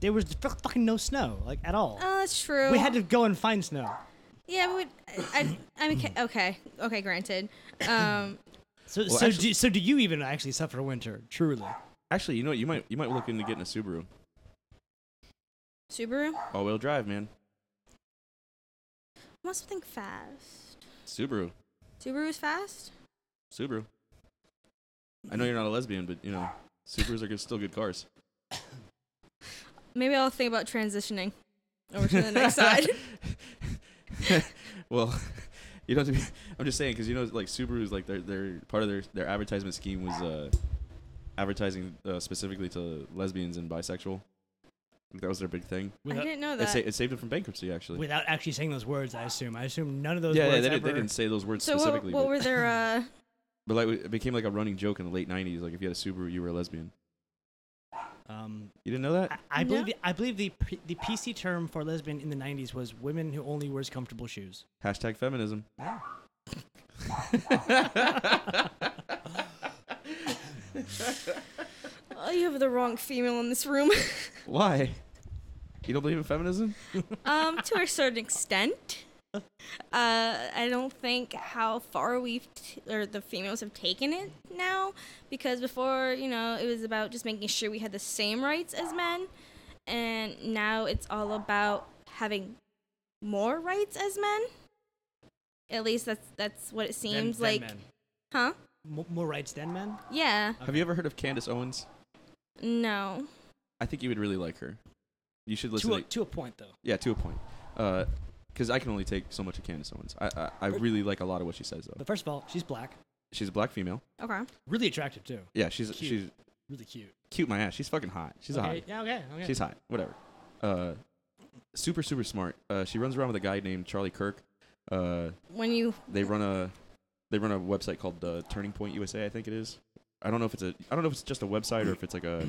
S4: There was fu- fucking no snow, like at all.
S2: Oh, that's true.
S4: we had to go and find snow.
S2: Yeah, but would- I, I, I'm okay. Okay, okay granted. Um,
S4: So,
S3: Well,
S4: so,
S3: actually-
S4: do, so do you even actually suffer winter? Truly,
S3: Actually, you know what? You might you might look into getting a Subaru
S2: Subaru
S3: all-wheel drive, man.
S2: want something fast.
S3: Subaru,
S2: Subaru's fast.
S3: Subaru. I know you're not a lesbian, but you know Subarus are good, still good cars.
S2: Maybe I'll think about transitioning over to the next side.
S3: well, you don't. Have to be, I'm just saying because you know, like Subarus, like their their part of their their advertisement scheme was uh, advertising uh, specifically to lesbians and bisexual. I think that was their big thing.
S2: I
S4: without,
S2: didn't know
S3: It,
S2: that.
S3: sa- it saved them from bankruptcy, actually.
S4: without actually saying those words, I assume. I assume none of those
S3: yeah,
S4: words
S3: yeah, they, did,
S4: ever.
S3: they didn't say those words
S2: so what,
S3: specifically.
S2: what
S3: but,
S2: were their uh,
S3: but like it became like a running joke in the late '90s. Like if you had a Subaru, you were a lesbian.
S4: Um,
S3: You didn't know that?
S4: I, I believe
S2: No.
S4: the, I believe the P- the PC term for lesbian in the '90s was women who only wears comfortable shoes.
S3: Hashtag feminism.
S2: oh, you have the wrong female in this room.
S3: Why? You don't believe in feminism?
S2: um, to a certain extent. Uh, I don't think how far we've t- or the females have taken it now, because before you know it was about just making sure we had the same rights as men, and now it's all about having more rights as men. At least that's that's what it seems
S4: Than-
S2: like,
S4: than men.
S2: huh?
S4: Mo- more rights than men.
S2: Yeah,
S3: Have you ever heard of Candace Owens?
S2: no.
S3: I think you would really like her. You should listen.
S4: To a,
S3: to,
S4: to a point though.
S3: yeah, to a point. Because I can only take so much of Candace Owens. I, I I really like a lot of what she says though.
S4: But first of all, she's black.
S3: She's a black female.
S2: Okay.
S4: Really attractive too.
S3: Yeah, she's
S4: Cute.
S3: she's
S4: Really cute.
S3: cute. My ass. She's fucking hot. She's a hot.
S4: okay. Yeah. Okay. Okay.
S3: She's hot. Whatever. Uh, super, super smart. Uh, she runs around with a guy named Charlie Kirk. Uh,
S2: When you
S3: they run a they run a website called uh, Turning Point USA. I think it is. I don't know if it's a I don't know if it's just a website or if it's like a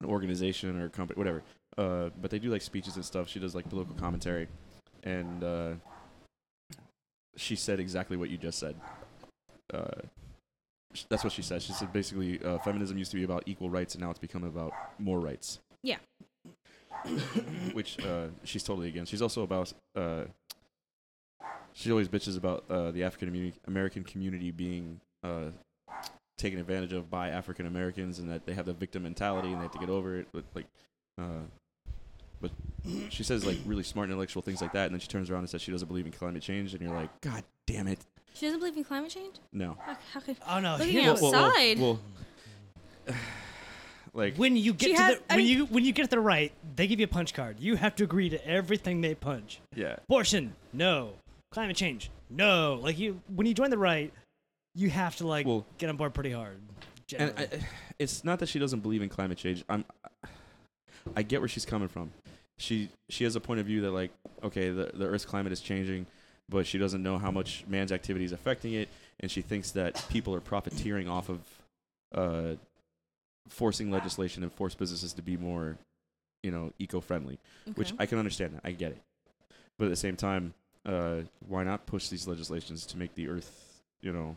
S3: an organization or a company, whatever. Uh, but they do like speeches and stuff. She does like political commentary, and uh, she said exactly what you just said. Uh, sh- that's what she said. She said basically, uh, feminism used to be about equal rights, and now it's become about more rights.
S2: Yeah.
S3: which uh, she's totally against. She's also about. Uh, she always bitches about uh, the African Ameri- American community being uh, taken advantage of by African Americans, and that they have the victim mentality, and they have to get over it. But like, uh, but she says like really smart intellectual things like that, and then she turns around and says she doesn't believe in climate change, and you're like, God damn it,
S2: She doesn't believe in climate change?
S3: no.
S2: How, how could
S4: Oh
S3: Uh,
S4: no!
S2: Look at
S4: here-
S2: him. Outside.
S3: Well, like
S4: When you get
S2: She
S4: to
S2: has-
S4: the
S2: I
S4: when
S2: mean-
S4: you when you get to the right, they give you a punch card. You have to agree to everything they punch.
S3: yeah,
S4: Abortion, no. Climate change, no. Like you, when you join the right, you have to like
S3: Well-
S4: get on board pretty hard.
S3: and
S4: generally.
S3: I, it's not that she doesn't believe in climate change. I'm, I get where she's coming from. She she has a point of view that like okay, the the Earth's climate is changing, but she doesn't know how much man's activity is affecting it, and she thinks that people are profiteering off of, uh, forcing legislation and force businesses to be more, you know, eco friendly. Which
S2: Okay.
S3: I can understand that. I get it. But at the same time, uh, why not push these legislations to make the Earth, you know,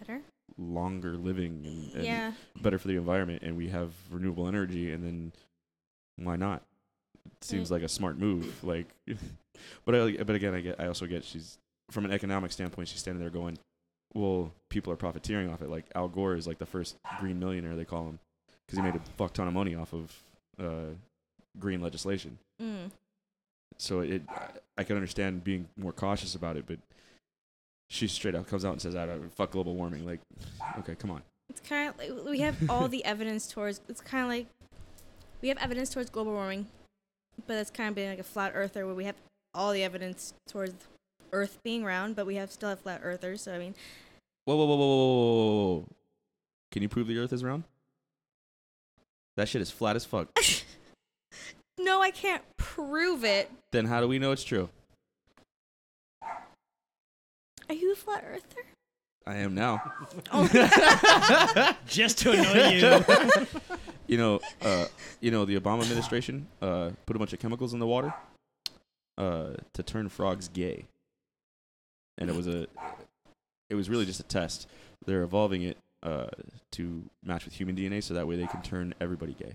S2: better?
S3: longer living and, and
S2: yeah.
S3: better for the environment and we have renewable energy and then why not it seems like a smart move like but I, but again I get I also get she's from an economic standpoint she's standing there going well people are profiteering off it like Al Gore is like the first green millionaire they call him cuz he made a fuck ton of money off of uh, green legislation
S2: Mm.
S3: so it I- I can understand being more cautious about it but she straight up comes out and says I don't fuck global warming like okay come on
S2: It's kind of like we have all the evidence towards. It's kind of like we have evidence towards global warming, but it's kind of being like a flat earther where we have all the evidence towards Earth being round, but we have still have flat earthers. So I mean,
S3: Whoa, whoa, whoa, whoa, whoa, whoa, whoa. Can you prove the Earth is round? That shit is flat as fuck.
S2: no, I can't prove it.
S3: then how do we know it's true?
S2: Are you a flat earther?
S3: I am now.
S4: Just to annoy you.
S3: You know, uh, you know, the Obama administration uh, put a bunch of chemicals in the water uh, to turn frogs gay, and it was a, it was really just a test. They're evolving it uh, to match with human DNA, so that way they can turn everybody gay.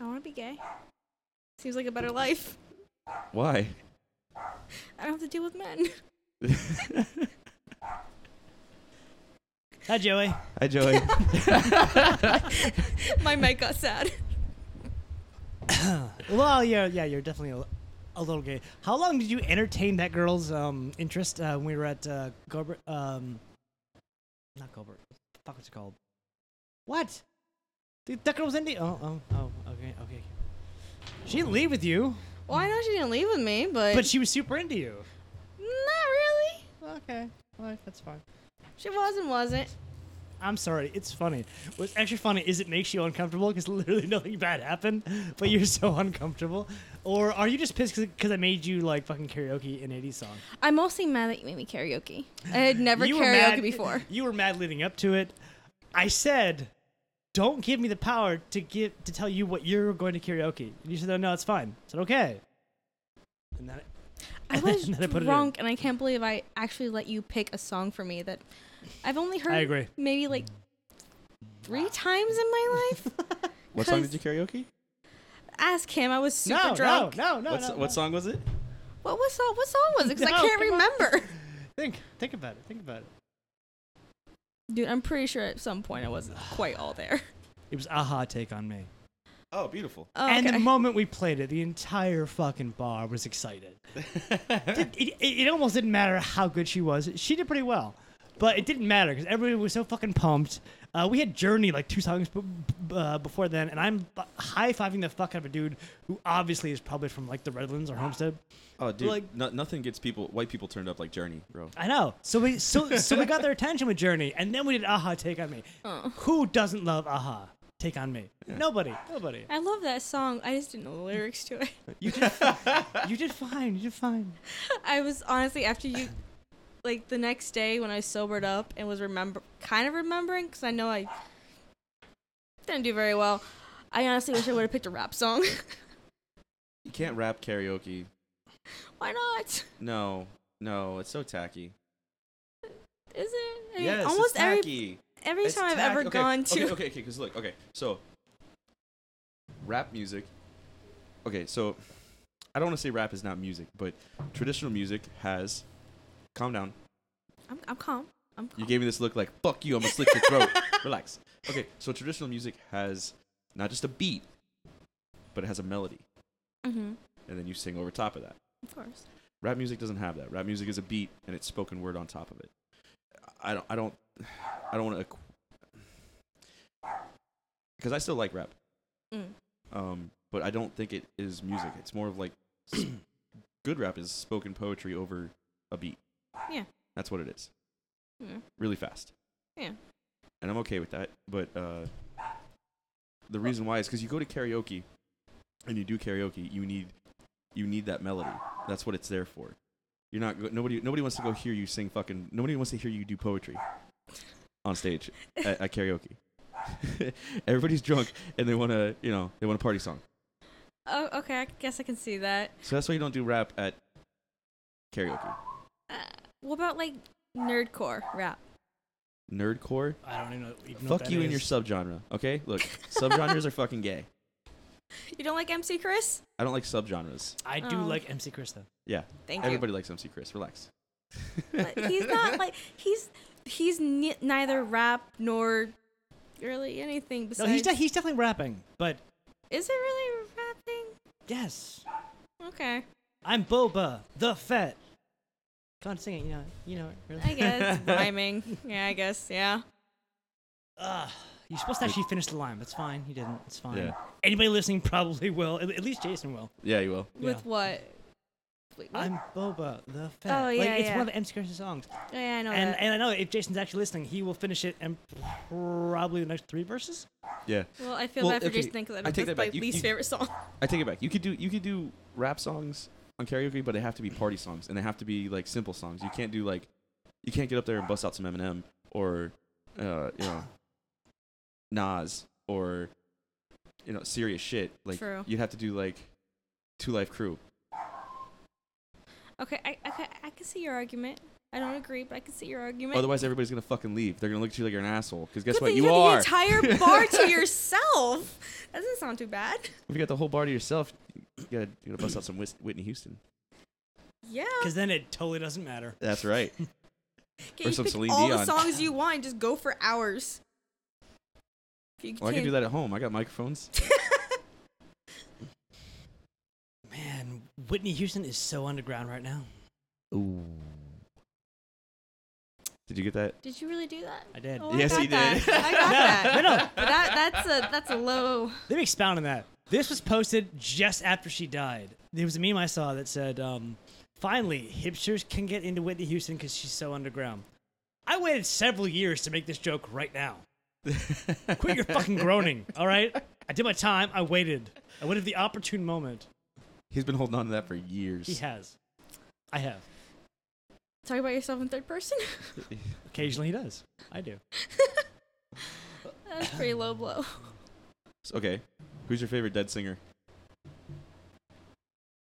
S2: I want to be gay. Seems like a better life.
S3: Why?
S2: I don't have to deal with men.
S4: Hi, Joey.
S3: Hi, Joey.
S2: My mic got sad.
S4: Well, yeah, yeah, you're definitely a, l- a little gay. How long did you entertain that girl's um, interest uh, when we were at uh, Gilbert? Um, not Gilbert. What the fuck was it called? What? Dude, that girl was Indian. Oh, oh, oh. Okay, okay. She didn't leave with you,
S2: Well, I know she didn't leave with me, but,
S4: but she was super into you.
S2: not really.
S4: Okay, well, that's fine.
S2: She was and wasn't.
S4: I'm sorry. It's funny. What's actually funny is it makes you uncomfortable because literally nothing bad happened, but you're so uncomfortable. Or are you just pissed because I made you like fucking karaoke an 80s song?
S2: I'm mostly mad that you made me karaoke. I had never
S4: you were
S2: karaoke
S4: mad-
S2: before.
S4: You were mad leading up to it. I said, "Don't give me the power to give to tell you what you're going to karaoke." And you said, "No, no, it's fine." I said, "Okay." And then
S2: I was
S4: And then I put it in.
S2: drunk, and I can't believe I actually let you pick a song for me that I've only heard
S4: agree.
S2: maybe like three times in my life.
S3: what song
S2: 'Cause-
S3: did you karaoke?
S2: Ask him. I was super
S4: no,
S2: drunk.
S4: no, no, no,
S3: what,
S4: no,
S3: what song was it?
S2: What was song? What song was it? Because
S4: No,
S2: I can't
S4: come on.
S2: remember.
S4: Think, think about it. Think about it.
S2: Dude, I'm pretty sure at some point I wasn't quite all there.
S4: It was aha take on me.
S3: Oh, beautiful.
S2: Oh, okay.
S4: And the moment we played it, the entire fucking bar was excited. it, it, it almost didn't matter how good she was. She did pretty well, but it didn't matter because everybody was so fucking pumped. Uh, we had Journey like two songs b- b- uh, before then, and I'm high fiving the fuck out of a dude who obviously is probably from like the Redlands or Homestead.
S3: Oh, dude,
S4: Like-
S3: no, nothing gets people white people turned up like Journey, bro.
S4: I know. So we so so we got their attention with Journey, and then we did Aha Take on Me.
S2: Oh.
S4: Who doesn't love Aha Take on Me? Nobody. Nobody.
S2: I love that song. I just didn't know the lyrics to it.
S4: You did fine. You did fine.
S2: I was honestly after you, like the next day when I sobered up and was remember kind of remembering because I know I didn't do very well. I honestly wish I would have picked a rap song.
S3: You can't rap karaoke.
S2: Why not?
S3: No, no, it's so tacky.
S2: Is it? I mean,
S3: Yes,
S2: almost
S3: it's
S2: every
S3: tacky.
S2: every
S3: It's
S2: time I've
S3: tacky.
S2: ever
S3: okay,
S2: gone to
S3: Okay, okay, because look, okay, so rap music. Okay, so I don't want to say rap is not music, but traditional music has. Calm down.
S2: I'm, I'm calm. I'm calm.
S3: You gave me this look like "fuck you." I'm gonna slit your throat. Relax. Okay, so traditional music has not just a beat, but it has a melody,
S2: mm-hmm.
S3: and then you sing over top of that.
S2: Of course.
S3: Rap music doesn't have that. Rap music is a beat and it's spoken word on top of it. I don't. I don't. I don't want to. Because I still like rap,
S2: Mm.
S3: um, but I don't think it is music. It's more of like s- good rap is spoken poetry over a beat.
S2: Yeah.
S3: That's what it is.
S2: Mm.
S3: Really fast.
S2: Yeah.
S3: And I'm okay with that, but uh, the reason why is because you go to karaoke, and you do karaoke, you need you need that melody. That's what it's there for. You're not go- nobody nobody wants to go hear you sing fucking nobody wants to hear you do poetry on stage at, at karaoke. Everybody's drunk and they want to you know they want a party song.
S2: Oh, okay. I guess I can see that.
S3: So that's why you don't do rap at karaoke.
S2: Uh, what about like nerdcore rap?
S3: Nerdcore.
S4: I don't even know. Even know what
S3: Fuck
S4: that
S3: you and
S4: is.
S3: your subgenre. Okay, look, subgenres are fucking gay.
S2: You don't like MC Chris?
S3: I don't like subgenres.
S4: I do
S2: Oh.
S4: like MC Chris though.
S3: Yeah,
S2: Thank
S3: everybody likes MC Chris. Relax.
S2: you. But he's not like he's he's ni- neither rap nor really anything
S4: No,
S2: besides.
S4: he's de- he's definitely rapping, but
S2: Is it really rapping?
S4: yes,
S2: Okay,
S4: I'm Boba the Fett. Come on, sing it. You know, you know it. Really.
S2: I guess rhyming. Yeah, I guess. Yeah.
S4: Ugh. You're supposed to actually finish the line. That's fine. You didn't. It's fine.
S3: Yeah.
S4: Anybody listening probably will. At, at least Jason will.
S3: Yeah, you will.
S2: With
S4: Yeah.
S2: what? Wait, what?
S4: I'm Boba the Fett.
S2: Oh,
S4: like,
S2: yeah,
S4: It's
S2: yeah.
S4: one of the MC Chris's songs.
S2: Oh, yeah, I know
S4: and
S2: that.
S4: and I know if Jason's actually listening, he will finish it in probably the next three verses.
S3: Yeah.
S2: well, I feel
S3: Well,
S2: bad for
S3: okay,
S2: Jason because I
S3: I
S2: know
S3: take
S2: that's
S3: that
S2: my
S3: back. You-
S2: least
S3: you-
S2: favorite song.
S3: I take it back. You could do you could do rap songs on karaoke, but they have to be party songs and they have to be like simple songs. You can't do like you can't get up there and bust out some Eminem or uh, you know Nas or you know serious shit. Like
S2: True.
S3: you'd have to do like Two Life Crew.
S2: Okay, I, I, ca- I can see your argument. I don't agree, but I can see your argument.
S3: Otherwise, everybody's gonna fucking leave. They're gonna look at you like you're an asshole. Because guess
S2: Good
S3: what?
S2: thing
S3: You,
S2: got
S3: are.
S2: the entire bar to yourself. That doesn't sound too bad.
S3: if you got the whole bar to yourself, you gotta, you gotta bust out some Whis- Whitney Houston.
S2: Yeah.
S4: Because then it totally doesn't matter.
S3: That's right.
S2: Okay,
S3: or
S2: you
S3: some
S2: pick
S3: Celine
S2: all
S3: Dion.
S2: the songs you want and just go for hours. If you
S3: Well, I can do that at home. I got microphones.
S4: Man, Whitney Houston is so underground right now.
S3: Ooh. Did you get that?
S2: Did you really do that?
S4: I did.
S2: Oh, I
S3: Yes,
S2: got
S3: he
S2: that.
S3: did.
S2: I got that.
S4: No, no.
S2: But that, that's a that's a low.
S4: Let me expound on that. This was posted just after she died. There was a meme I saw that said, um, "Finally, hipsters can get into Whitney Houston because she's so underground." I waited several years to make this joke right now. Quit your fucking groaning, all right? I did my time. I waited. I waited the opportune moment.
S3: He's been holding on to that for years.
S4: He has. I have.
S2: Talk about yourself in third person.
S4: Occasionally he does. I do.
S2: that's pretty low blow.
S3: okay. Who's your favorite dead singer?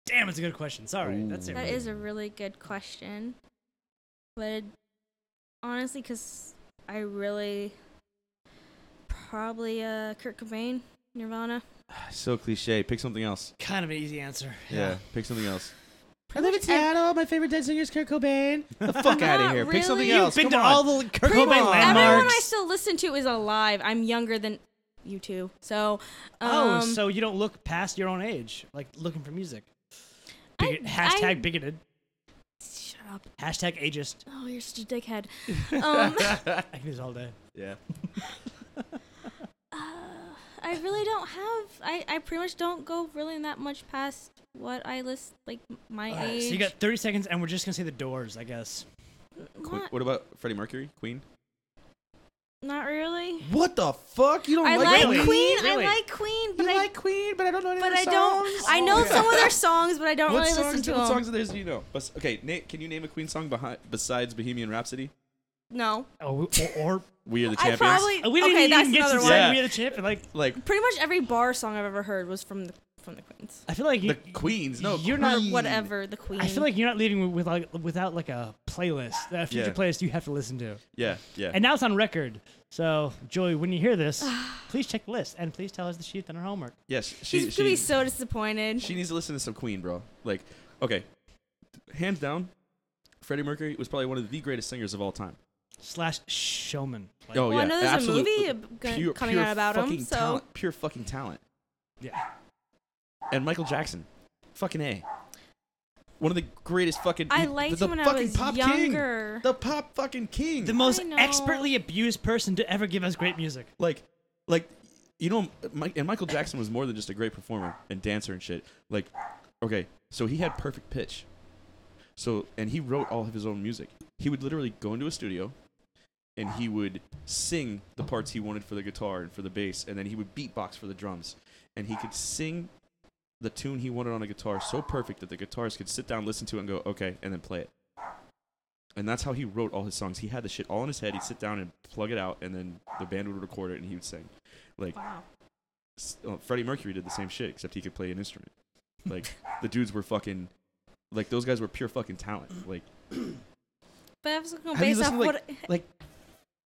S4: Damn, it's a good question. Sorry, that's it.
S2: That is a really good question. But it- honestly, because I really probably uh, Kurt Cobain, Nirvana.
S3: So cliche. Pick something else.
S4: Kind of an easy answer.
S3: Pick something else.
S2: I live in Seattle.
S4: My favorite dead singer is Kurt Cobain.
S3: the fuck out of
S2: Not
S3: here. Pick something
S2: really.
S3: else.
S4: Been
S3: Come
S4: to
S3: on.
S4: all the Kurt
S2: Pretty
S4: Cobain
S2: much Everyone I
S4: landmarks.
S2: still listen to is alive. I'm younger than you two, so um,
S4: oh, so you don't look past your own age, like looking for music.
S2: I-
S4: Bigot- hashtag
S2: I-
S4: bigoted.
S2: shut up.
S4: Hashtag ageist.
S2: Oh, you're such a dickhead. Um,
S4: I can do this all day.
S3: yeah.
S2: Uh, I really don't have. I, I pretty much don't go really that much past what I list like m- my
S4: All right,
S2: age.
S4: so you got 30 seconds, and we're just gonna say the Doors, I guess.
S3: Qu-
S2: not,
S3: What about Freddie Mercury? Queen?
S2: not really.
S3: What the fuck? You don't
S2: I like
S4: Really?
S2: Queen.
S4: Really?
S2: I like Queen, but I
S3: Queen, but I don't know any
S2: but I don't. I know some of their songs, but I don't
S3: Oh, what
S2: really
S3: songs,
S2: listen to
S3: what
S2: them.
S3: songs of theirs do you know? Bes- okay, na- can you name a Queen song behind, besides Bohemian Rhapsody?
S2: No,
S4: Oh, or,
S3: We Are the
S2: I
S3: Champions.
S2: probably.
S4: or we didn't
S2: okay,
S4: even
S2: that's
S4: get
S2: another
S4: to
S2: one.
S4: say
S3: Yeah.
S4: we had a chip. and, Like,
S3: Like,
S2: Pretty much every bar song I've ever heard was from the from the Queens
S4: I feel like you,
S3: the Queens. No,
S4: You're
S2: or
S4: not-
S3: Queen.
S2: whatever the Queen.
S4: I feel like you're not leaving with like without like a playlist, a future
S3: Yeah.
S4: playlist you have to listen to.
S3: Yeah, yeah.
S4: And now it's on record, So, Joy, when you hear this, please check the list and please tell us that she's done her homework.
S3: Yes, she,
S2: She's gonna
S3: she-
S2: be so disappointed.
S3: She needs to listen to some Queen, bro. Like, okay, hands down, Freddie Mercury was probably one of the greatest singers of all time.
S4: Slash showman. Like,
S3: Oh
S2: well,
S3: yeah,
S2: I know there's
S3: absolute-
S2: a movie uh, g-
S3: pure-
S2: coming
S3: pure
S2: out about him.
S3: fucking
S2: So
S3: talent, pure fucking talent.
S4: Yeah.
S3: And Michael Jackson, fucking a, one of the greatest fucking.
S2: I
S3: he-
S2: liked
S3: the
S2: him when I
S3: fucking
S2: was
S3: pop
S2: younger.
S3: King, the pop fucking king.
S4: The most
S2: I know.
S4: expertly abused person to ever give us great music.
S3: like, like, you know, Mike, and Michael Jackson was more than just a great performer and dancer and shit. Like, okay, so he had perfect pitch. So, and he wrote all of his own music. He would literally go into a studio and he would sing the parts he wanted for the guitar and for the bass, and then he would beatbox for the drums. And he could sing the tune he wanted on a guitar so perfect that the guitarist could sit down, listen to it, and go, okay, and then play it. And that's how he wrote all his songs. He had the shit all in his head. He'd sit down and plug it out, and then the band would record it, and he would sing. Like,
S2: wow.
S3: s- uh, Freddie Mercury did the same shit, except he could play an instrument. Like, the dudes were fucking, like, those guys were pure fucking talent. Like,
S2: But I was gonna
S3: Have you
S2: base off
S3: listened to,
S2: what.
S3: like,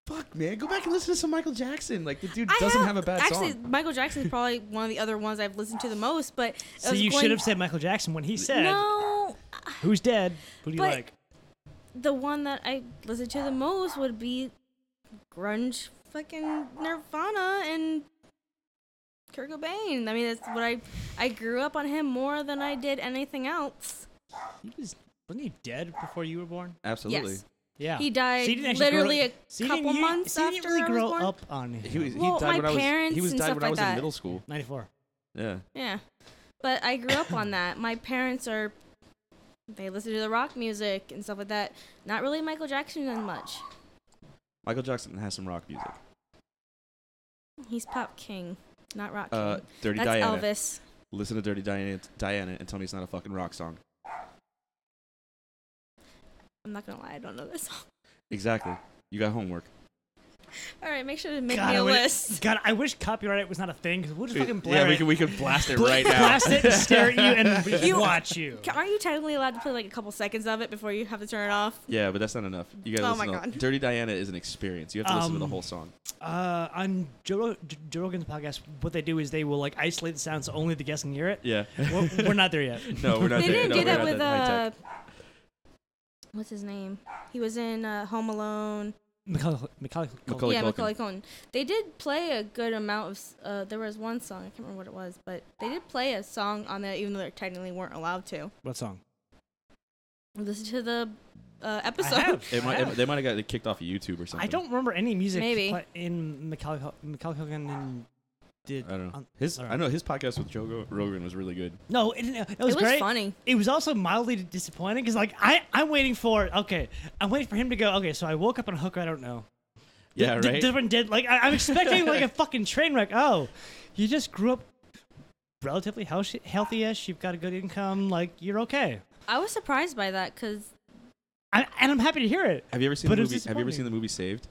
S3: fuck, man, go back and listen to some Michael Jackson. Like, the dude
S2: I
S3: doesn't have, a bad
S2: actually,
S3: song.
S2: Michael Jackson is probably one of the other ones I've listened to the most. But I
S4: So
S2: was
S4: you
S2: going-
S4: should have said Michael Jackson when he said,
S2: No,
S4: "Who's dead? Who do you
S2: But-
S4: like?"
S2: the one that I listened to the most would be grunge, fucking Nirvana and Kurt Cobain. I mean, that's what I I grew up on him more than I did anything else.
S4: He was wasn't he dead before you were born?
S3: Absolutely.
S2: Yes.
S4: Yeah.
S2: He died
S4: you didn't actually grow-
S2: literally a
S4: you didn't-
S2: couple
S4: you-
S2: months
S4: so you didn't
S2: after
S4: really
S2: I was
S4: grow
S2: born?
S4: up on him.
S3: He was, he
S2: Well,
S3: died
S2: my
S3: when I was,
S2: parents
S3: he was
S2: and
S3: died
S2: stuff
S3: when I
S2: like
S3: was in
S2: that.
S3: middle school.
S4: 94.
S3: Yeah.
S2: Yeah. But I grew up on that. My parents are they listen to the rock music and stuff like that. Not really Michael Jackson that much.
S3: Michael Jackson has some rock music.
S2: He's pop king, not rock king.
S3: Uh, Dirty
S2: That's
S3: Diana.
S2: Elvis.
S3: Listen to Dirty Diana, Diana and tell me it's not a fucking rock song.
S2: I'm not gonna lie, I don't know this song.
S3: Exactly. You got homework.
S2: All right, make sure to make
S4: God,
S2: me
S4: I
S2: a
S4: would-
S2: list.
S4: God, I wish copyright was not a thing because we'll just fucking blare
S3: yeah, we
S4: it.
S3: could we could blast it
S4: Bla-
S3: right now.
S4: Blast it and stare at you and we
S2: You-
S4: watch you.
S2: Ca- Aren't you technically allowed to play like a couple seconds of it before you have to turn it off?
S3: Yeah, but that's not enough. You gotta
S2: Oh
S3: listen
S2: my
S3: to
S2: God.
S3: Dirty Diana is an experience. You have to listen to the
S4: Um,
S3: whole song.
S4: Uh, on Joe, Ro- Joe Rogan's podcast, what they do is they will like isolate the sound so only the guest can hear it.
S3: Yeah.
S4: We're, we're not there yet.
S3: no, we're not
S2: they
S3: there.
S2: didn't
S3: no,
S2: do
S3: we're
S2: that
S3: not
S2: with
S3: high
S2: uh,
S3: tech.
S2: what's his name? He was in uh, Home Alone.
S4: Macaulay, Macaulay,
S3: Macaulay-
S2: yeah,
S3: Culkin.
S2: Macaulay Culkin. They did play a good amount of. s- Uh, there was one song I can't remember what it was, but they did play a song on that, even though they technically weren't allowed to.
S4: What song?
S2: Listen to the uh, episode.
S4: I, have,
S3: It
S4: I
S3: might,
S4: have.
S3: it- they might have got it kicked off of YouTube or something.
S4: I don't remember any music
S2: Maybe.
S4: pla- in Macaulay, Cul- Macaulay Culkin and did.
S3: I don't know.
S4: on-
S3: His
S4: all
S3: I
S4: right.
S3: know his podcast with Joe Go- Rogan was really good.
S4: No, it, it was,
S2: it was
S4: great.
S2: funny.
S4: It was also mildly disappointing because, like, I I'm waiting for okay, I'm waiting for him to go. Okay, so I woke up on a hooker I don't know.
S3: Yeah,
S4: D-
S3: right.
S4: different dead. Like I, I'm expecting like a fucking train wreck. Oh, you just grew up relatively healthy, healthy-ish. You've got a good income. Like you're okay.
S2: I was surprised by that because
S4: I, and I'm happy to hear it.
S3: Have you ever seen
S4: But
S3: the
S4: it was
S3: movie? Have you ever
S4: disappointing.
S3: seen the movie Saved?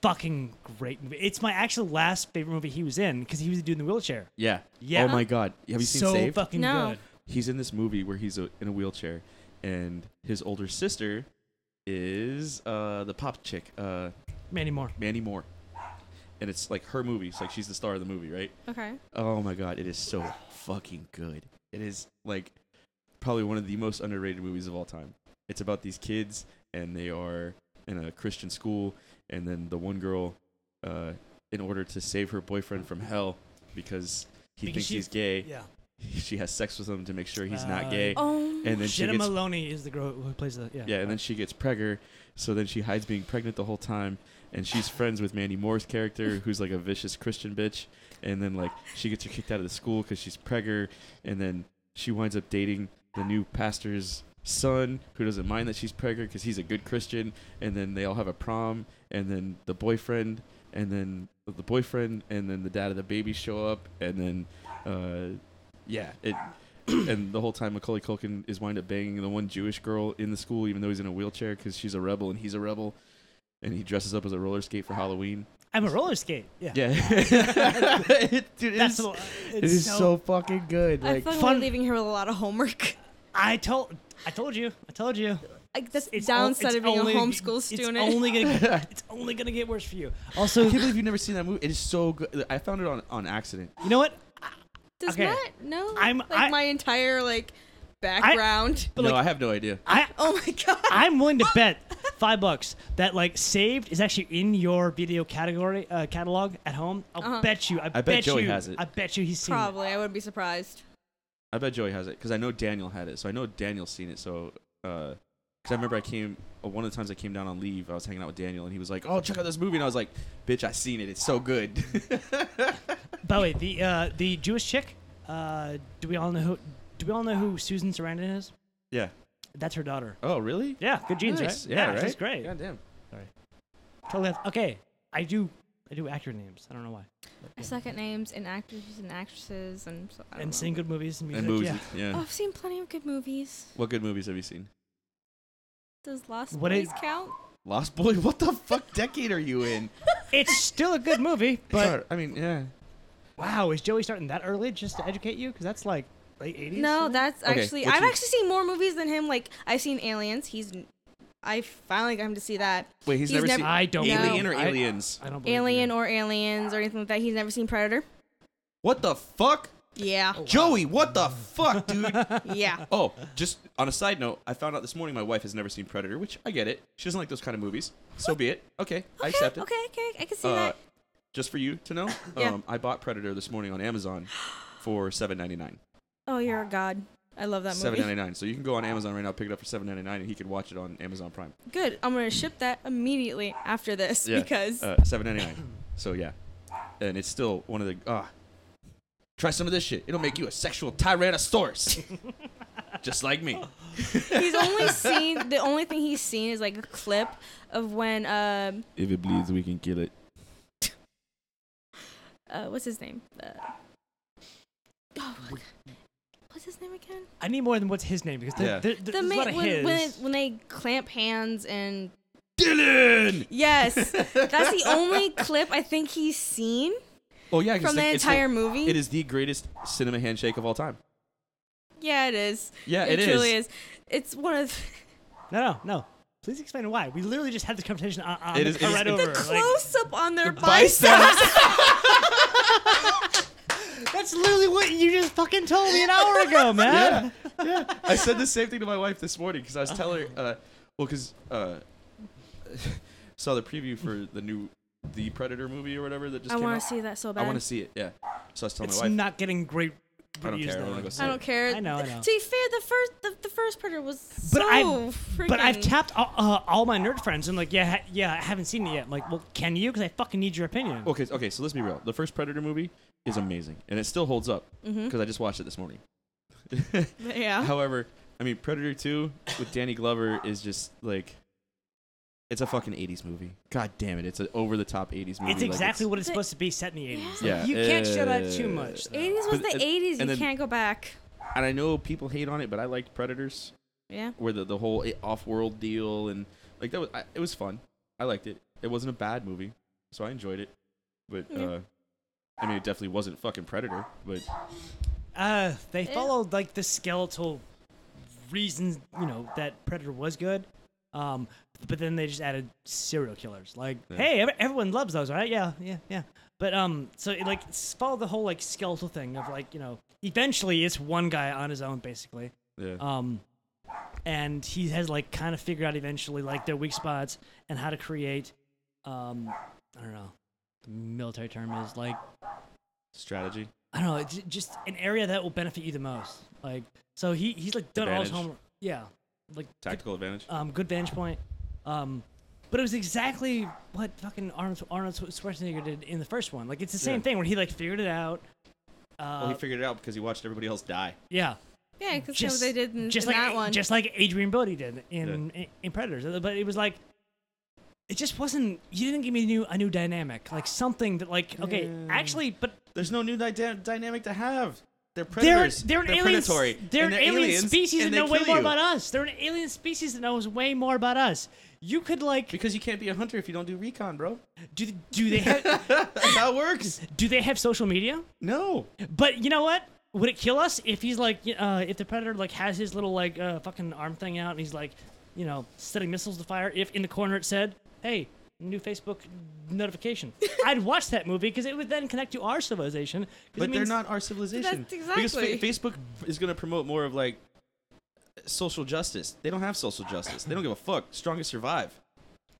S4: Fucking great movie. It's my actual last favorite movie he was in because he was the dude in the wheelchair.
S3: Yeah.
S4: Yeah.
S3: Oh my God. Have you seen
S4: so
S3: Saved?
S4: fucking
S2: No.
S4: good.
S3: he's in this movie where he's a, in a wheelchair and his older sister is uh, the pop chick uh,
S4: Mandy Moore.
S3: mandy moore and it's like her movie it's like she's the star of the movie right
S2: okay,
S3: oh my god it is so fucking good it is like probably one of the most underrated movies of all time it's about these kids and they are in a christian school and then the one girl uh, in order to save her boyfriend from hell because he
S4: Because
S3: thinks
S4: she-
S3: he's gay
S4: Yeah.
S3: she has sex with him to make sure he's not
S4: Uh,
S3: gay
S2: oh,
S3: and then she
S4: Jenna
S3: gets
S4: Maloney is the girl who plays the yeah.
S3: yeah, and then she gets pregger, so then she hides being pregnant the whole time, and she's friends with Mandy Moore's character, who's like a vicious Christian bitch, and then like she gets her kicked out of the school because she's pregger, and then she winds up dating the new pastor's son, who doesn't mind that she's pregger because he's a good Christian, and then they all have a prom, and then the boyfriend, and then the boyfriend, and then the dad of the baby show up, and then uh, yeah, it and the whole time Macaulay Culkin is wind up banging the one Jewish girl in the school, even though he's in a wheelchair because she's a rebel and he's a rebel, and he dresses up as a roller skate for Halloween.
S4: I'm a roller skate. Yeah.
S3: Yeah, It- dude, it
S4: That's
S3: is-
S4: the-
S3: it
S4: it's
S3: is
S4: so-
S3: so, fucking good.
S2: I
S3: Like,
S2: feel like
S4: fun-
S2: we're leaving here with a lot of homework.
S4: I told I told you. I told you.
S2: like that's the
S4: It's all-
S2: downside
S4: it's
S2: of being a
S4: only-
S2: homeschool student.
S4: It's only gonna, it's only gonna get worse for you. Also,
S3: I can't
S4: you
S3: believe you've never seen that movie. It is so good. I found it on, on accident.
S4: know what?
S2: Does
S4: okay.
S2: not know
S4: I'm-
S2: like
S4: I-
S2: my entire like background.
S3: no,
S4: like-
S3: I have no idea.
S4: I
S2: oh my god.
S4: I'm willing to bet five bucks that like saved is actually in your video category uh, catalog at home. I'll bet you. I,
S3: bet Joey
S4: you,
S3: has it.
S4: I bet you he's seen it.
S2: Uh-huh. Probably. I wouldn't be surprised.
S3: I bet Joey has it because I know Daniel had it. So I know Daniel's seen it. So because I remember I came uh, one of the times I came down on leave, I was hanging out with Daniel and he was like, "Oh, check out this movie," and I was like, "Bitch, I seen it. It's so good."
S4: By the way, the uh, the Jewish chick. Uh, do we all know who? Do we all know who Susan Sarandon is?
S3: yeah.
S4: That's her daughter.
S3: Oh, really?
S4: Yeah, good genes,
S3: Nice.
S4: right?
S3: Yeah, right.
S4: she's great.
S3: God damn.
S4: Totally. have- Okay, I do. I do actor names. I don't know why.
S2: I suck at names and actors and actresses and so, I don't
S4: And
S2: know.
S4: sing good movies and music.
S3: And movies.
S4: Yeah.
S3: Yeah.
S2: Oh, I've seen plenty of good movies.
S3: What good movies have you seen?
S2: Does Lost
S4: What
S2: Boys
S4: it-
S2: count?
S3: Lost Boy. What the fuck decade are you in?
S4: It's still a good movie, but
S3: Sorry, I mean, yeah.
S4: wow, is Joey starting that early just to educate you? Because that's like late eighties.
S2: No, that's
S3: Okay,
S2: actually
S3: what's
S2: I've
S3: your-
S2: actually seen more movies than him. Like I've seen Aliens. He's I finally got him to see that.
S3: Wait, he's,
S2: He's
S3: never,
S2: never-
S3: seen
S4: I don't.
S2: No.
S3: Alien
S4: know.
S3: or
S4: I-
S3: Aliens.
S4: I don't believe
S2: Alien
S4: you.
S2: or Aliens or anything like that. He's never seen Predator.
S3: What the fuck?
S2: Yeah,
S4: Oh,
S3: Joey, what the fuck, dude?
S2: yeah.
S3: Oh, just on a side note, I found out this morning my wife has never seen Predator, which I get it. She doesn't like those kind of movies. So be it. Okay, I
S2: Okay,
S3: accept
S2: okay,
S3: it.
S2: okay. I can see
S3: Uh,
S2: that.
S3: just for you to know,
S2: Yeah.
S3: um, I bought Predator this morning on Amazon for seven ninety nine.
S2: Oh, you're a god. I love that
S3: Seven ninety
S2: movie.
S3: nine. So you can go on Amazon right now, pick it up for seven ninety nine, and he can watch it on Amazon Prime.
S2: Good. I'm gonna ship that immediately after this
S3: Yeah.
S2: because
S3: Uh, seven ninety nine. so yeah, and it's still one of the ah. try some of this shit. It'll make you a sexual tyrannosaurus, just like me.
S2: he's only seen the only thing he's seen is like a clip of when um
S3: If it bleeds, we can kill it.
S2: uh what's his name? Uh, oh, my God. what's his name again?
S4: I need more than what's his name because there,
S3: Yeah.
S4: there, there,
S2: The
S4: there's a lot
S2: man
S4: of
S2: when,
S4: his.
S2: when when they clamp hands and
S3: Dylan.
S2: yes, that's the only clip I think he's seen
S3: Oh yeah, 'cause
S2: from the
S3: it's the-
S2: entire movie.
S3: It is the greatest cinema handshake of all time.
S2: Yeah, it is.
S3: Yeah,
S2: it
S3: it
S2: truly
S3: is.
S2: is. It's one of the-
S4: no, no, no. Please explain why. We literally just had this conversation on, on
S3: It
S4: the
S3: is- it
S4: car
S3: is-
S4: ride
S3: it-
S4: over.
S2: the
S4: like,
S2: close up on their biceps.
S3: Biceps.
S4: that's literally what you just fucking told me an hour ago, man.
S3: yeah, Oh, yeah. I said the same thing to my wife this morning because I was telling her, uh, well, because uh, saw the preview for the new the Predator movie or whatever that just
S2: I
S3: came
S2: want
S3: out.
S2: to see that so
S3: I
S2: bad.
S3: want to see it. Yeah. So I was telling
S4: It's
S3: my wife,
S4: not getting great
S3: I don't
S4: reviews.
S3: care. I
S4: though.
S3: want to go see
S2: I
S3: it.
S2: don't care.
S4: I know, I know.
S2: To be fair, the first the, the first Predator was
S4: But
S2: so
S4: I've-
S2: freaking.
S4: But I've tapped all, uh, all my nerd friends and like, yeah, ha- yeah, I haven't seen it yet. I'm like, well, can you? Because I fucking need your opinion.
S3: Okay, okay. So let's be real. The first Predator movie is amazing, and it still holds up because
S4: Mm.
S3: I just watched it this morning.
S4: Oh.
S2: Yeah.
S3: However, I mean, Predator Two with Danny Glover is just like. It's a fucking 80s movie. God damn it. It's an over the top 80s movie.
S4: it's exactly
S3: like
S4: what it's
S2: But-
S4: supposed to be set in the 80s.
S3: Yeah.
S4: you can't show that too
S3: Uh,
S4: much. though.
S2: Eighties was
S3: But-
S2: the
S3: and-
S2: eighties. You
S3: and then-
S2: can't go back.
S3: what And I know people hate on it, but I like Predators
S2: Yeah.
S3: where the, the whole off world deal and like that was I, it was fun. I liked it. It wasn't a bad movie, so I enjoyed it. But
S2: Yeah.
S3: uh, I mean, it definitely wasn't fucking Predator. But
S4: Uh, they
S2: Yeah.
S4: followed like the skeletal reasons, you know, that Predator was good. Um, but then they just added serial killers. Like,
S3: Yeah.
S4: hey, ev- everyone loves those, right? Yeah, yeah, yeah. But um, so it like s- followed the whole like skeletal thing of like you know, eventually it's one guy on his own basically.
S3: yeah,
S4: Um, and he has like kind of figured out eventually like their weak spots and how to create. Um, I don't know. The military term is like
S3: strategy.
S4: I don't know, j- just an area that will benefit you the most. Like, so he he's like done all his
S3: Advantage.
S4: homework. Yeah, like
S3: Tactical advantage.
S4: um, good vantage point. Um, but it was exactly what fucking Arnold Arnold Schwarzenegger did in the first one. Like, it's the same
S3: Yeah.
S4: thing where he like figured it out. Uh,
S3: well, he figured it out because he watched everybody else die.
S4: yeah,
S2: Yeah, because what they did in,
S4: just
S2: in
S4: like
S2: that one.
S4: just like Adrian Brody did in, in Predators. Uh, But it was like. It just wasn't. You didn't give me a new a new dynamic, like something that, like, okay,
S2: Mm.
S4: actually, but
S3: There's no new dy- dynamic to have. They're
S4: They're,
S3: predators.
S4: they're an alien.
S3: predatory.
S4: They're an
S3: and
S4: alien
S3: aliens,
S4: species
S3: and
S4: that
S3: they
S4: know way
S3: kill
S4: more
S3: you.
S4: about us. They're an alien species that knows way more about us. You could like
S3: Because you can't be a hunter if you don't do recon, bro.
S4: do do they have
S3: That's how it works.
S4: do they have social media?
S3: No.
S4: But you know what? Would it kill us if he's like y- uh, if the predator like has his little like uh, fucking arm thing out and he's like you know, setting missiles to fire if in the corner it said, hey, new Facebook notification. I'd watch that movie because it would then connect to our civilization. 'cause it
S3: But they're
S4: means-
S3: not our civilization. Because fa-
S2: exactly-
S3: Facebook is going to promote more of like social justice. They don't have social justice. They don't give a fuck. Strongest survive.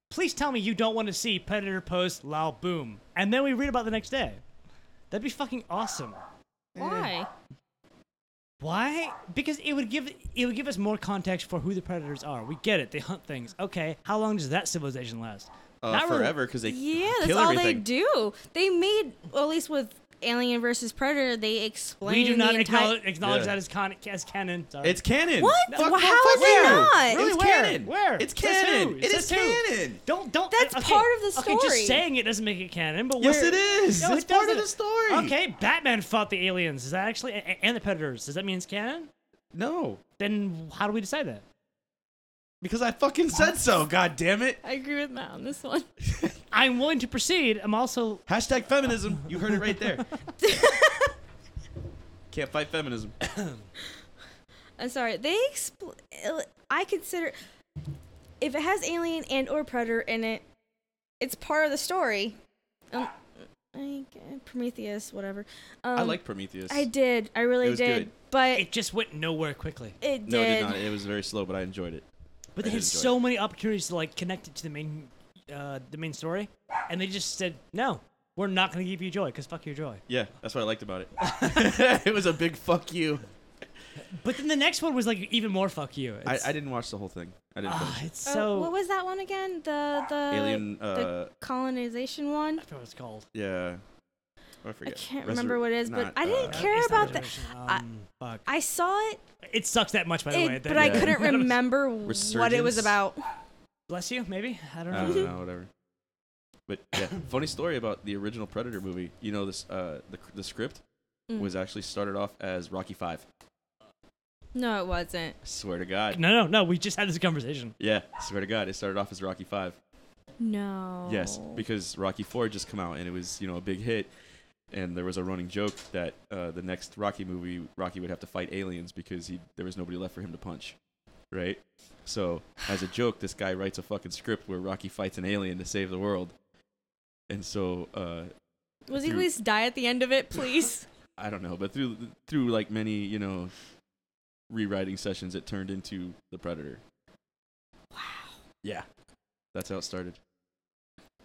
S4: Please tell me you don't want to see Predator Post Lao Boom. And then we read about it the next day. That'd be fucking awesome.
S2: Why?
S4: Why? Because it would give it would give us more context for who the predators are. We get it. They hunt things. Okay. How long does that civilization last?
S3: Uh,
S4: Not really-
S3: forever because they
S2: Yeah, that's
S3: kill
S2: all
S3: everything.
S2: they do. They made well, at least with Alien versus Predator, they explain.
S4: we do not
S2: the
S4: acknowledge,
S2: entire.
S4: acknowledge
S3: Yeah.
S4: that as, con- as canon. Sorry.
S3: It's canon.
S2: What?
S3: Fuck,
S2: Well,
S3: fuck,
S2: how
S3: fuck
S2: is it
S3: you.
S2: not?
S4: Really?
S3: It's
S4: Where?
S3: canon.
S4: Where?
S3: It's
S4: It says
S3: canon.
S4: who?
S3: It is
S4: says who?
S3: canon.
S4: Don't don't.
S2: That's
S4: okay.
S2: part of the
S4: Okay,
S2: story.
S4: just saying it doesn't make it canon, but
S3: Yes,
S4: we're-
S3: it is.
S4: No,
S3: It's
S4: it
S3: part of
S4: doesn't.
S3: the story.
S4: Okay, Batman fought the aliens. Is that actually a- a- and the predators? Does that mean it's canon?
S3: No,
S4: Then how do we decide that?
S3: because I fucking said so. God damn it.
S2: I agree with Matt on this one.
S4: I'm willing to proceed. I'm also
S3: Hashtag feminism. You heard it right there. Can't fight feminism.
S2: I'm sorry. They expl- I consider if it has alien and or predator in it, it's part of the story. Um, I, Prometheus, whatever. Um,
S3: I like Prometheus.
S2: I did. I really
S3: It was
S2: did.
S3: good.
S2: But it,
S4: it just went nowhere quickly.
S2: did.
S3: no, it did not. It was very slow, but I enjoyed it.
S4: But they
S3: I
S4: had
S3: did enjoy
S4: so many opportunities to like connect it to the main, uh, the main story, and they just said, "No, we're not going to give you joy because fuck your joy."
S3: Yeah, that's what I liked about it. it was a big fuck you.
S4: But then the next one was like even more fuck you.
S3: I,
S4: It's,
S3: I didn't watch the whole thing. I didn't
S4: ah,
S3: finish.
S4: it's
S2: Oh,
S4: so.
S2: what was that one again? The the
S3: Alien. Uh,
S2: the colonization one.
S4: I forgot what it's called.
S3: yeah. Oh, I forget.
S2: can't
S3: Resur-
S2: remember what it is, but
S3: not,
S2: I didn't
S3: uh,
S2: care
S4: It's not
S2: about that.
S4: Resurrection,
S2: I-
S4: Um, fuck.
S2: I saw it,
S4: it sucks that much, by the
S2: it-
S4: way. that-
S2: but I
S3: Yeah.
S2: couldn't remember what it
S3: Resurgence?
S2: was about.
S4: Bless you, maybe. I don't
S3: I
S4: know.
S3: don't know, whatever. But yeah, funny story about the original Predator movie. You know, this uh, the the script
S2: Mm.
S3: was actually started off as Rocky Five.
S2: No, it wasn't.
S3: I swear to God.
S4: No, no, no. We just had this conversation.
S3: Yeah, I swear to God, it started off as Rocky Five.
S2: No.
S3: Yes, because Rocky Four had just come out and it was you know a big hit, and there was a running joke that uh, the next Rocky movie, Rocky would have to fight aliens because he there was nobody left for him to punch, right? So as a joke, this guy writes a fucking script where Rocky fights an alien to save the world, and so uh,
S2: Was he at
S3: through-
S2: least die at the end of it, please?
S3: I don't know, but through through like many you know rewriting sessions, it turned into the Predator.
S2: wow.
S3: Yeah, that's how it started.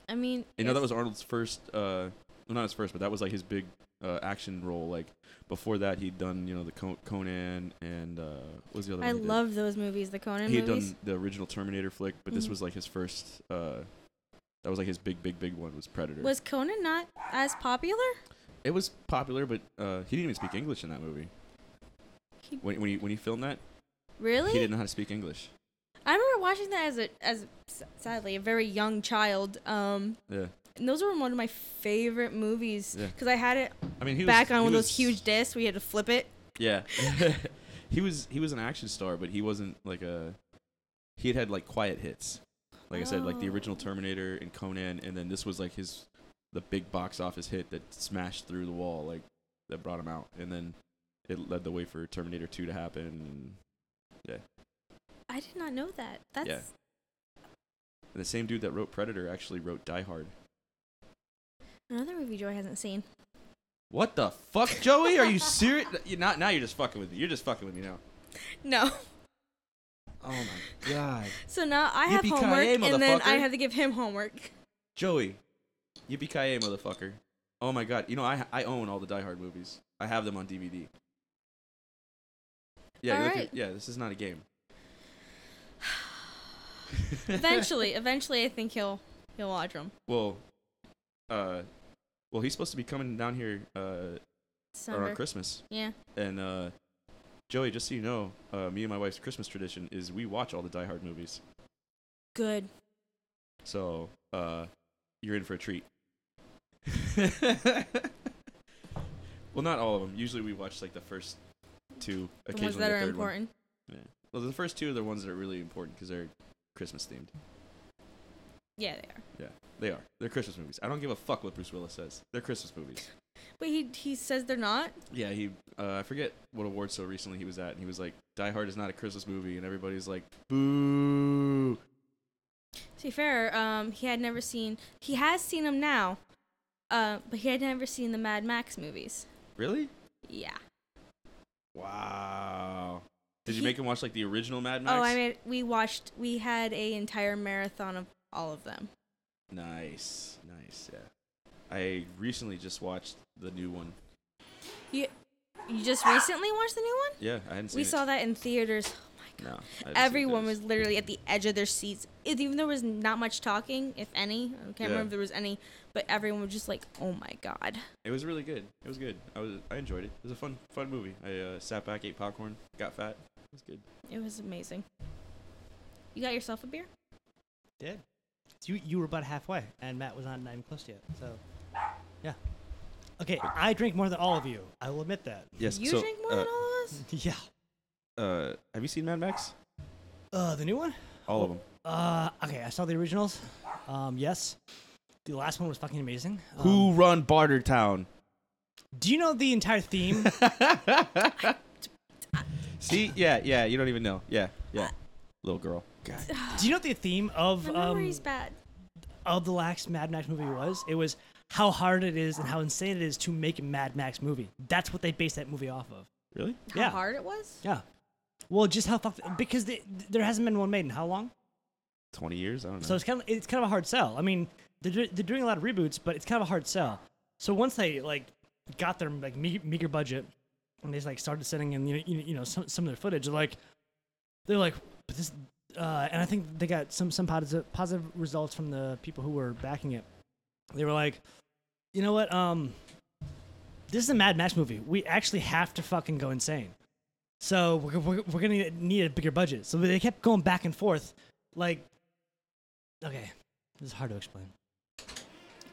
S2: I mean,
S3: You know, that
S2: it's-
S3: was Arnold's first, uh, well, not his first, but that was like his big uh, action role. Like before that, he'd done, you know, the Co- Conan and uh, what was the other
S2: I
S3: one? he did?
S2: love those movies, the Conan
S3: He had
S2: movies.
S3: done the original Terminator flick, but this
S2: Mhm.
S3: was like his first. Uh, that was like his big, big, big one was Predator.
S2: Was Conan not as popular?
S3: it was popular, but uh, he didn't even speak English in that movie.
S2: He-
S3: When when he when he filmed that, he
S2: Really?
S3: didn't know how to speak English.
S2: I remember watching that as a as s- sadly a very young child. Um,
S3: Yeah,
S2: and those were one of my favorite movies
S3: Yeah.
S2: because I had it
S3: I mean, he was
S2: back on
S3: he
S2: one of
S3: was-
S2: those huge discs. We had to flip it.
S3: Yeah. he was he was an action star, but he wasn't like a he had had like quiet hits. Like I said, like the original
S2: Oh.
S3: Terminator and Conan and then this was like his the big box office hit that smashed through the wall like that brought him out and then it led the way for Terminator 2 to happen and
S2: I did not know that. That's
S3: the same dude that wrote Predator actually wrote Die Hard.
S2: another movie Joy hasn't seen.
S3: What the fuck, Joey? Are you serious? You're not now you're just fucking with me. You're just fucking with me now.
S2: No.
S3: Oh my god.
S2: So now I have homework,
S3: Yippee-ki-yay,
S2: and then I
S3: motherfucker.
S2: have to give him homework.
S3: Joey, yippee ki motherfucker! Oh my god, you know I I own all the Die Hard movies. I have them on DVD. Yeah,
S2: All
S3: look
S2: right.
S3: at, yeah. This is not a game.
S2: Eventually, eventually, I think he'll he'll watch them.
S3: well, uh, well, he's supposed to be coming down here uh around Christmas,
S2: Yeah.
S3: and uh, Joey, just so you know, uh, me and my wife's Christmas tradition is we watch all the Die Hard movies.
S2: Good.
S3: So, uh, you're in for a treat. well, not all of them. Usually, we watch like the first two.
S2: The
S3: occasionally
S2: ones that
S3: the
S2: are
S3: third one.
S2: important.
S3: Well, the first two are the ones that are really important because they're Christmas themed.
S2: Yeah, they are.
S3: They are. They're Christmas movies. I don't give a fuck what Bruce Willis says. They're Christmas movies.
S2: Wait, he he says they're not.
S3: Yeah, he. Uh, I forget what award show recently he was at, and he was like, "Die Hard is not a Christmas movie," and everybody's like, "Boo!"
S2: To be fair, um, he had never seen. He has seen them now, uh, but he had never seen the Mad Max movies.
S3: Really?
S2: Yeah.
S3: Wow. Did you
S2: He-
S3: make him watch like the original Mad Max?
S2: Oh, I mean, we watched. We had a entire marathon of all of them.
S3: nice, nice. Yeah. I recently just watched the new one.
S2: You, you just recently watched the new one?
S3: Yeah, I hadn't seen
S2: We
S3: it.
S2: saw that in theaters. Oh my god.
S3: No. I hadn't seen it.
S2: Everyone
S3: It
S2: was literally at the edge of their seats. If- Even though there was not much talking, if any. I can't
S3: Yeah.
S2: remember if there was any, but everyone was just like, "Oh my god."
S3: It was really good. It was good. I was. I enjoyed it. It was a fun, fun movie. I uh, sat back, ate popcorn, got fat. It was good.
S2: It was amazing. You got yourself a beer?
S4: Did. You you were about halfway, and Matt was not not even close to it. So, yeah. Okay, I drink more than all of you. I will admit that.
S3: Yes.
S2: you drink more than all of us?
S4: yeah.
S3: uh, have you seen Mad Max?
S4: Uh, the new one.
S3: All of them.
S4: Uh, okay, I saw the originals. Um, yes. The last one was fucking amazing.
S2: Oh.
S4: Um,
S3: Who run Barter Town?
S4: Do you know the entire theme?
S3: See, yeah, yeah. You don't even know. Yeah, yeah. Little girl. God.
S2: Uh,
S4: Do you know what the theme of
S2: My
S4: um,
S2: memory's bad.
S4: of the last Mad Max movie was? It was how hard it is and how insane it is to make a Mad Max movie. That's what they based that movie off of.
S3: Really?
S2: How
S4: yeah.
S2: hard it was?
S4: Yeah. Well, just how fucked because they, there hasn't been one made in how long?
S3: Twenty years? I don't know.
S4: So it's kind of it's kind of a hard sell. I mean, they're do- they're doing a lot of reboots, but it's kind of a hard sell. So once they like got their like me- meager budget and they like started sending in you know, you you know some some of their footage, they're like they're like but this uh, and I think they got some some positive positive results from the people who were backing it. They were like, you know what, um, this is a Mad Max movie. We actually have to fucking go insane. So we're, we're, we're gonna need- need a bigger budget. So they kept going back and forth, like Okay, this is hard to explain.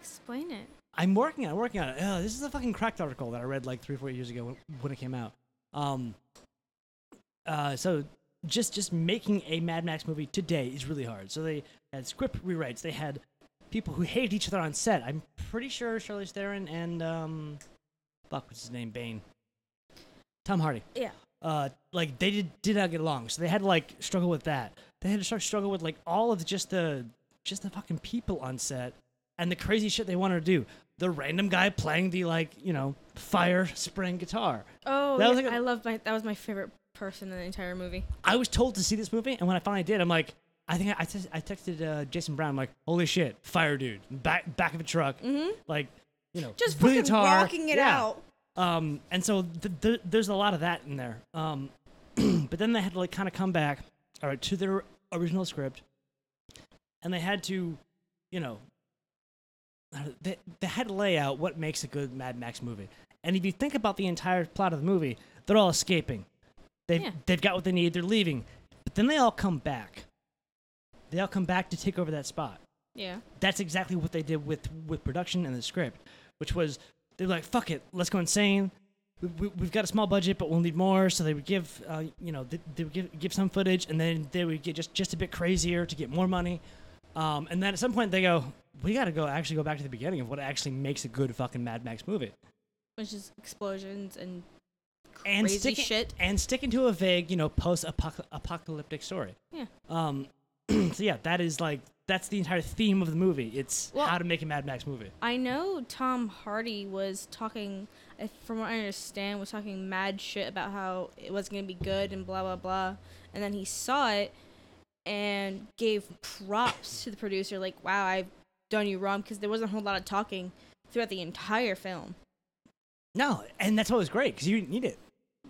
S2: Explain it.
S4: I'm working on. it, I'm working on it. Ugh, this is a fucking cracked article that I read like three, four years ago when, when it came out. Um. Uh, so just just making a Mad Max movie today is really hard. So they had script rewrites. They had people who hated each other on set. I'm pretty sure Charlize Theron and um, fuck, what's his name, Bane, Tom Hardy
S2: Yeah.
S4: uh, like they did, did not get along, so they had to like struggle with that. They had to start struggle with like all of just the just the fucking people on set and the crazy shit they wanted to do. The random guy playing the like you know fire spring guitar.
S2: Oh,
S4: That
S2: yeah,
S4: was
S2: I
S4: like a-
S2: love my. That was my favorite person in the entire movie.
S4: I was told to see this movie, and when I finally did, I'm like, I think I, I, text- I texted uh, Jason Brown, I'm like, holy shit, fire dude, back back of a truck, mm-hmm. like you know,
S2: Just
S4: really
S2: fucking
S4: tar.
S2: rocking it
S4: Yeah.
S2: out.
S4: Um, and so th- th- there's a lot of that in there. Um, but then they had to like kind of come back, all right, to their original script, and they had to, you know, how do- they they had to lay out what makes a good Mad Max movie. And if you think about the entire plot of the movie, they're all escaping. They've
S2: Yeah.
S4: they've got what they need. They're leaving, but then they all come back. They all come back to take over that spot
S2: Yeah.
S4: that's exactly what they did with with production and the script, which was they were like, "Fuck it, let's go insane." We, we, we've got a small budget, but we'll need more. So they would give, uh, you know, they, they would give, give some footage, and then they would get just just a bit crazier to get more money. Um, and then at some point they go, "We got to go actually go back to the beginning of what actually makes a good fucking Mad Max movie."
S2: Which is explosions and
S4: and
S2: crazy
S4: sticking,
S2: shit.
S4: and sticking to a vague, you know, post-apocalyptic story.
S2: Yeah.
S4: Um, so yeah, that is like that's the entire theme of the movie. It's
S2: Well-
S4: how to make a Mad Max movie.
S2: I know Tom Hardy was talking, I- from what I understand, was talking mad shit about how it wasn't going to be good and blah, blah, blah. And then he saw it and gave props to the producer, like, wow, I've done you wrong, because there wasn't a whole lot of talking throughout the entire film.
S4: No, and that's what was great because you didn't need it.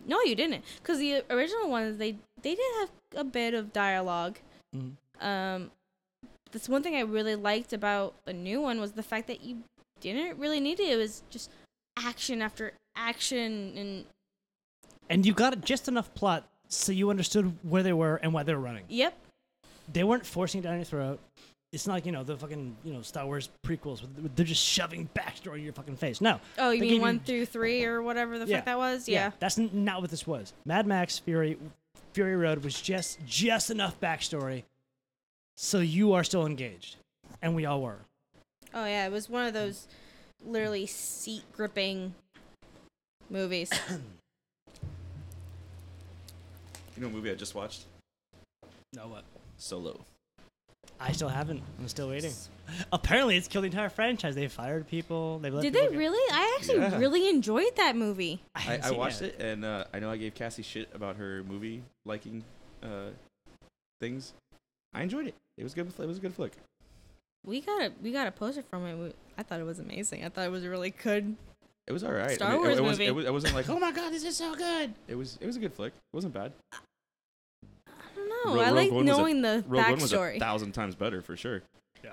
S2: No, you didn't, because the original ones, they, they did have a bit of dialogue.
S4: Mhm.
S2: Um, that's one thing I really liked about the new one was the fact that you didn't really need it. It was just action after action, and
S4: And you got just enough plot so you understood where they were and why they were running.
S2: yep,
S4: They weren't forcing it down your throat. It's not like you know the fucking you know Star Wars prequels. Where they're just shoving backstory in your fucking face. No.
S2: Oh, you
S4: They
S2: mean
S4: gave
S2: one through three or whatever the
S4: Yeah.
S2: fuck that was? Yeah.
S4: That's n- not what this was. Mad Max Fury Fury Road was just just enough backstory, so you are still engaged, and we all were.
S2: Oh yeah, it was one of those literally seat gripping movies.
S3: You know, a movie I just watched
S4: No, what?
S3: Solo.
S4: I still haven't. I'm still waiting. Apparently, it's killed the entire franchise. They fired people. They let
S2: Did they
S4: people get-
S2: really? I actually
S3: Yeah.
S2: really enjoyed that movie.
S3: I,
S4: haven't
S3: I
S4: seen
S3: watched it, and uh, I know I gave Cassie shit about her movie liking uh, things. I enjoyed it. It was good. It was a good flick.
S2: We got a we got a poster from it. We- I thought it was amazing. I thought it was really good.
S3: It was all right.
S2: Star
S3: I mean, it-
S2: Wars
S3: it, was,
S2: movie.
S3: It, was, it wasn't like, oh my god, this is so good. It was. It was a good flick. It wasn't bad.
S2: I don't know.
S3: Ro-
S2: I
S3: Rogue
S2: like
S3: One was a-
S2: knowing the
S3: Rogue One was a
S2: backstory.
S3: thousand times better for sure.
S4: Yeah.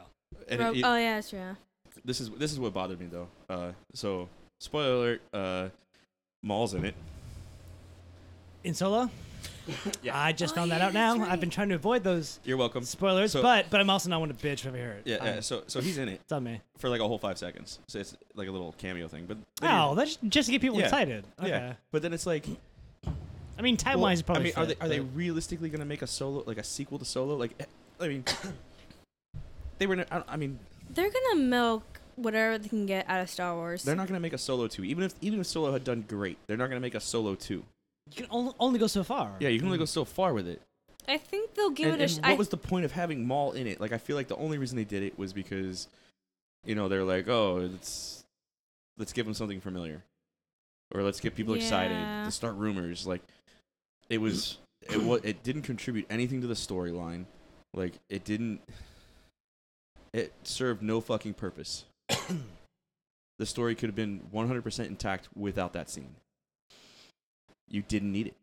S3: And
S2: Rogue-
S3: it,
S2: oh yeah, that's yeah.
S3: this is this is what bothered me though. Uh, so spoiler alert. Uh, Maul's in it.
S4: In Solo?
S3: Yeah.
S4: I just
S2: Oh,
S4: found that
S2: yeah,
S4: out now.
S2: that's
S4: I've been
S2: right.
S4: trying to avoid those
S3: You're welcome.
S4: spoilers,
S3: So-
S4: but but I'm also not one to bitch if I hear it.
S3: Yeah.
S4: I-
S3: yeah so so he's in it
S4: it's on me.
S3: for like a whole five seconds. So it's like a little cameo thing. But then
S4: Oh, that's just to get people
S3: Yeah.
S4: excited. Okay.
S3: Yeah. But then it's like,
S4: I mean, time
S3: well,
S4: wise,
S3: I
S4: probably.
S3: mean, are they
S4: fit,
S3: are they
S4: but-
S3: realistically gonna make a solo like a sequel to Solo? Like, eh, I mean, they were. ne- I, don't- I mean,
S2: They're gonna milk whatever they can get out of Star Wars.
S3: they're not gonna make a Solo two. Even if even if Solo had done great, they're not gonna make a Solo two.
S4: You can only, only go so far.
S3: Yeah, you can only go so far with it.
S2: I think they'll give
S3: And,
S2: it a.
S3: and
S2: Sh-
S3: what
S2: I,
S3: was the point of having Maul in it? Like, I feel like the only reason they did it was because, you know, they're like, oh, let's let's give them something familiar, or let's get people excited
S2: Yeah.
S3: to start rumors. Like, it was it wa it didn't contribute anything to the storyline. Like, it didn't. It served no fucking purpose. the story could have been 100% intact without that scene. You didn't need it.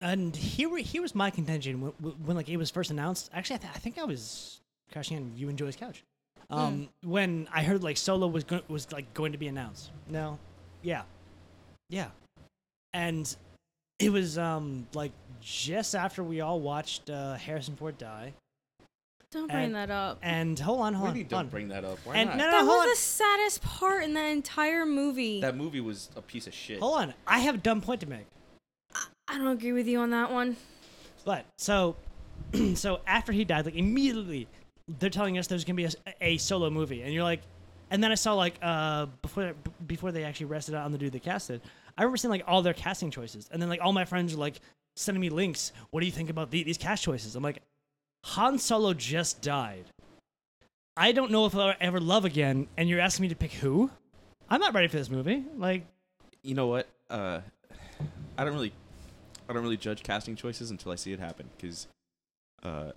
S4: And here, were- here was my contention when, when like it was first announced. Actually, I, th- I think I was crashing on you and Joy's couch. Um, when I heard like Solo was go- was like going to be announced. No, yeah, yeah, and it was um like just after we all watched uh, Harrison Ford die.
S2: don't bring
S4: and-
S2: that up.
S4: And hold on, hold
S3: What
S4: on,
S3: do you mean
S4: hold on.
S3: don't bring that up? Why
S4: and
S3: not?
S4: no, no,
S2: that
S4: no, hold on.
S2: was the saddest part in that entire movie.
S3: That movie was a piece of shit.
S4: Hold on, I have a dumb point to make.
S2: I don't agree with you on that one.
S4: But so, so after he died, like immediately, they're telling us there's gonna be a, a solo movie, and you're like, and then I saw like uh before b- before they actually rested on the dude they casted, I remember seeing like all their casting choices, and then like all my friends were like sending me links. What do you think about the, these cast choices? I'm like, Han Solo just died. I don't know if I'll ever love again, and you're asking me to pick who? I'm not ready for this movie. Like,
S3: You know what? Uh, I don't really, I don't really judge casting choices until I see it happen. Because, uh,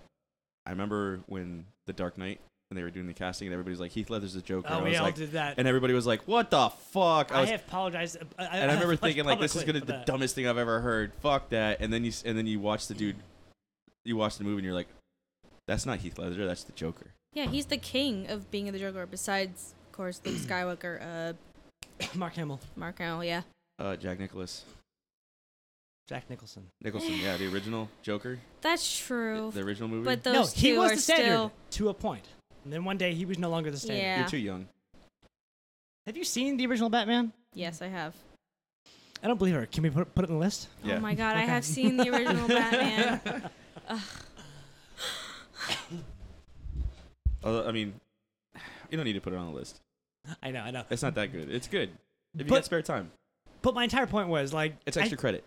S3: I remember when The Dark Knight and they were doing the casting, and everybody's like, Heath Ledger's a Joker.
S4: oh,
S3: I
S4: we
S3: was
S4: all
S3: like,
S4: did that.
S3: and everybody was like, What the fuck?
S4: I,
S3: was,
S4: have apologized. uh, I,
S3: and I
S4: have
S3: remember
S4: apologized
S3: thinking like, This is gonna
S4: publicly for
S3: be the
S4: that.
S3: dumbest thing I've ever heard. Fuck that. And then you s- and then you watch the dude, you watch the movie, and you're like, That's not Heath Ledger. That's the Joker.
S2: Yeah, he's the king of being the Joker. Besides, of course, Luke Skywalker, uh,
S4: Mark Hamill,
S2: Mark Hamill. Yeah,
S3: Uh, Jack Nicholas
S4: Jack Nicholson.
S3: Nicholson. Yeah, the original Joker,
S2: that's
S3: the
S2: true.
S3: the original movie.
S2: but those
S4: no,
S2: two
S4: he was
S2: are
S4: the standard
S2: still.
S4: to a point, and then one day he was no longer the standard.
S2: Yeah.
S3: You're too young.
S4: Have you seen the original Batman?
S2: Yes, I have.
S4: I don't believe her. Can we put, put it in the list?
S3: Yeah.
S2: Oh my god, I
S4: Okay.
S2: have seen the original Batman.
S3: Although, I mean, you don't need to put it on the list.
S4: I know, I know.
S3: It's not that good. It's good. If you
S4: But-
S3: got spare time,
S4: But my entire point was like,
S3: it's extra
S4: I-
S3: credit.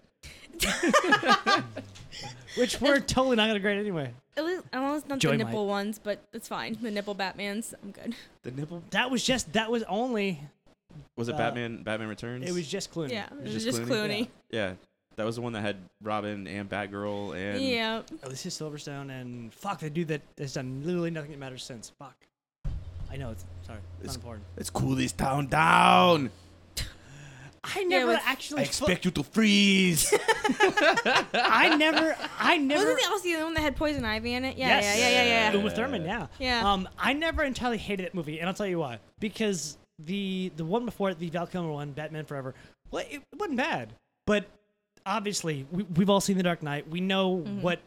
S4: which we're totally not gonna grade anyway.
S2: At least, as long as not
S4: Joy
S2: the
S4: might.
S2: nipple ones, but it's fine. The nipple Batmans, I'm good.
S3: The nipple
S4: That was just that was only
S3: was it
S4: Uh,
S3: Batman? Batman Returns.
S4: it was just Clooney.
S2: Yeah, it was
S3: Just
S2: just,
S3: Clooney?
S2: Clooney.
S3: yeah. That was the one that had Robin and Batgirl and
S2: Yeah.
S4: Alicia Oh, Silverstone and fuck the dude that has done literally nothing that matters since. Fuck. I know it's sorry, it's,
S3: It's-
S4: not important.
S3: Let's cool this town down.
S4: I never
S2: with-
S4: actually. fu-
S3: you to freeze.
S4: I never. I never.
S2: Wasn't the also the other one that had poison ivy in it? Yeah,
S4: Yes.
S2: yeah, yeah, yeah, yeah.
S4: Uma Thurman, yeah.
S2: Yeah.
S4: Um, I never entirely hated that movie, and I'll tell you why. Because the the one before it, the Val Kilmer one, Batman Forever, well, it wasn't bad. But obviously, we, we've all seen The Dark Knight. We know
S2: Mm-hmm.
S4: what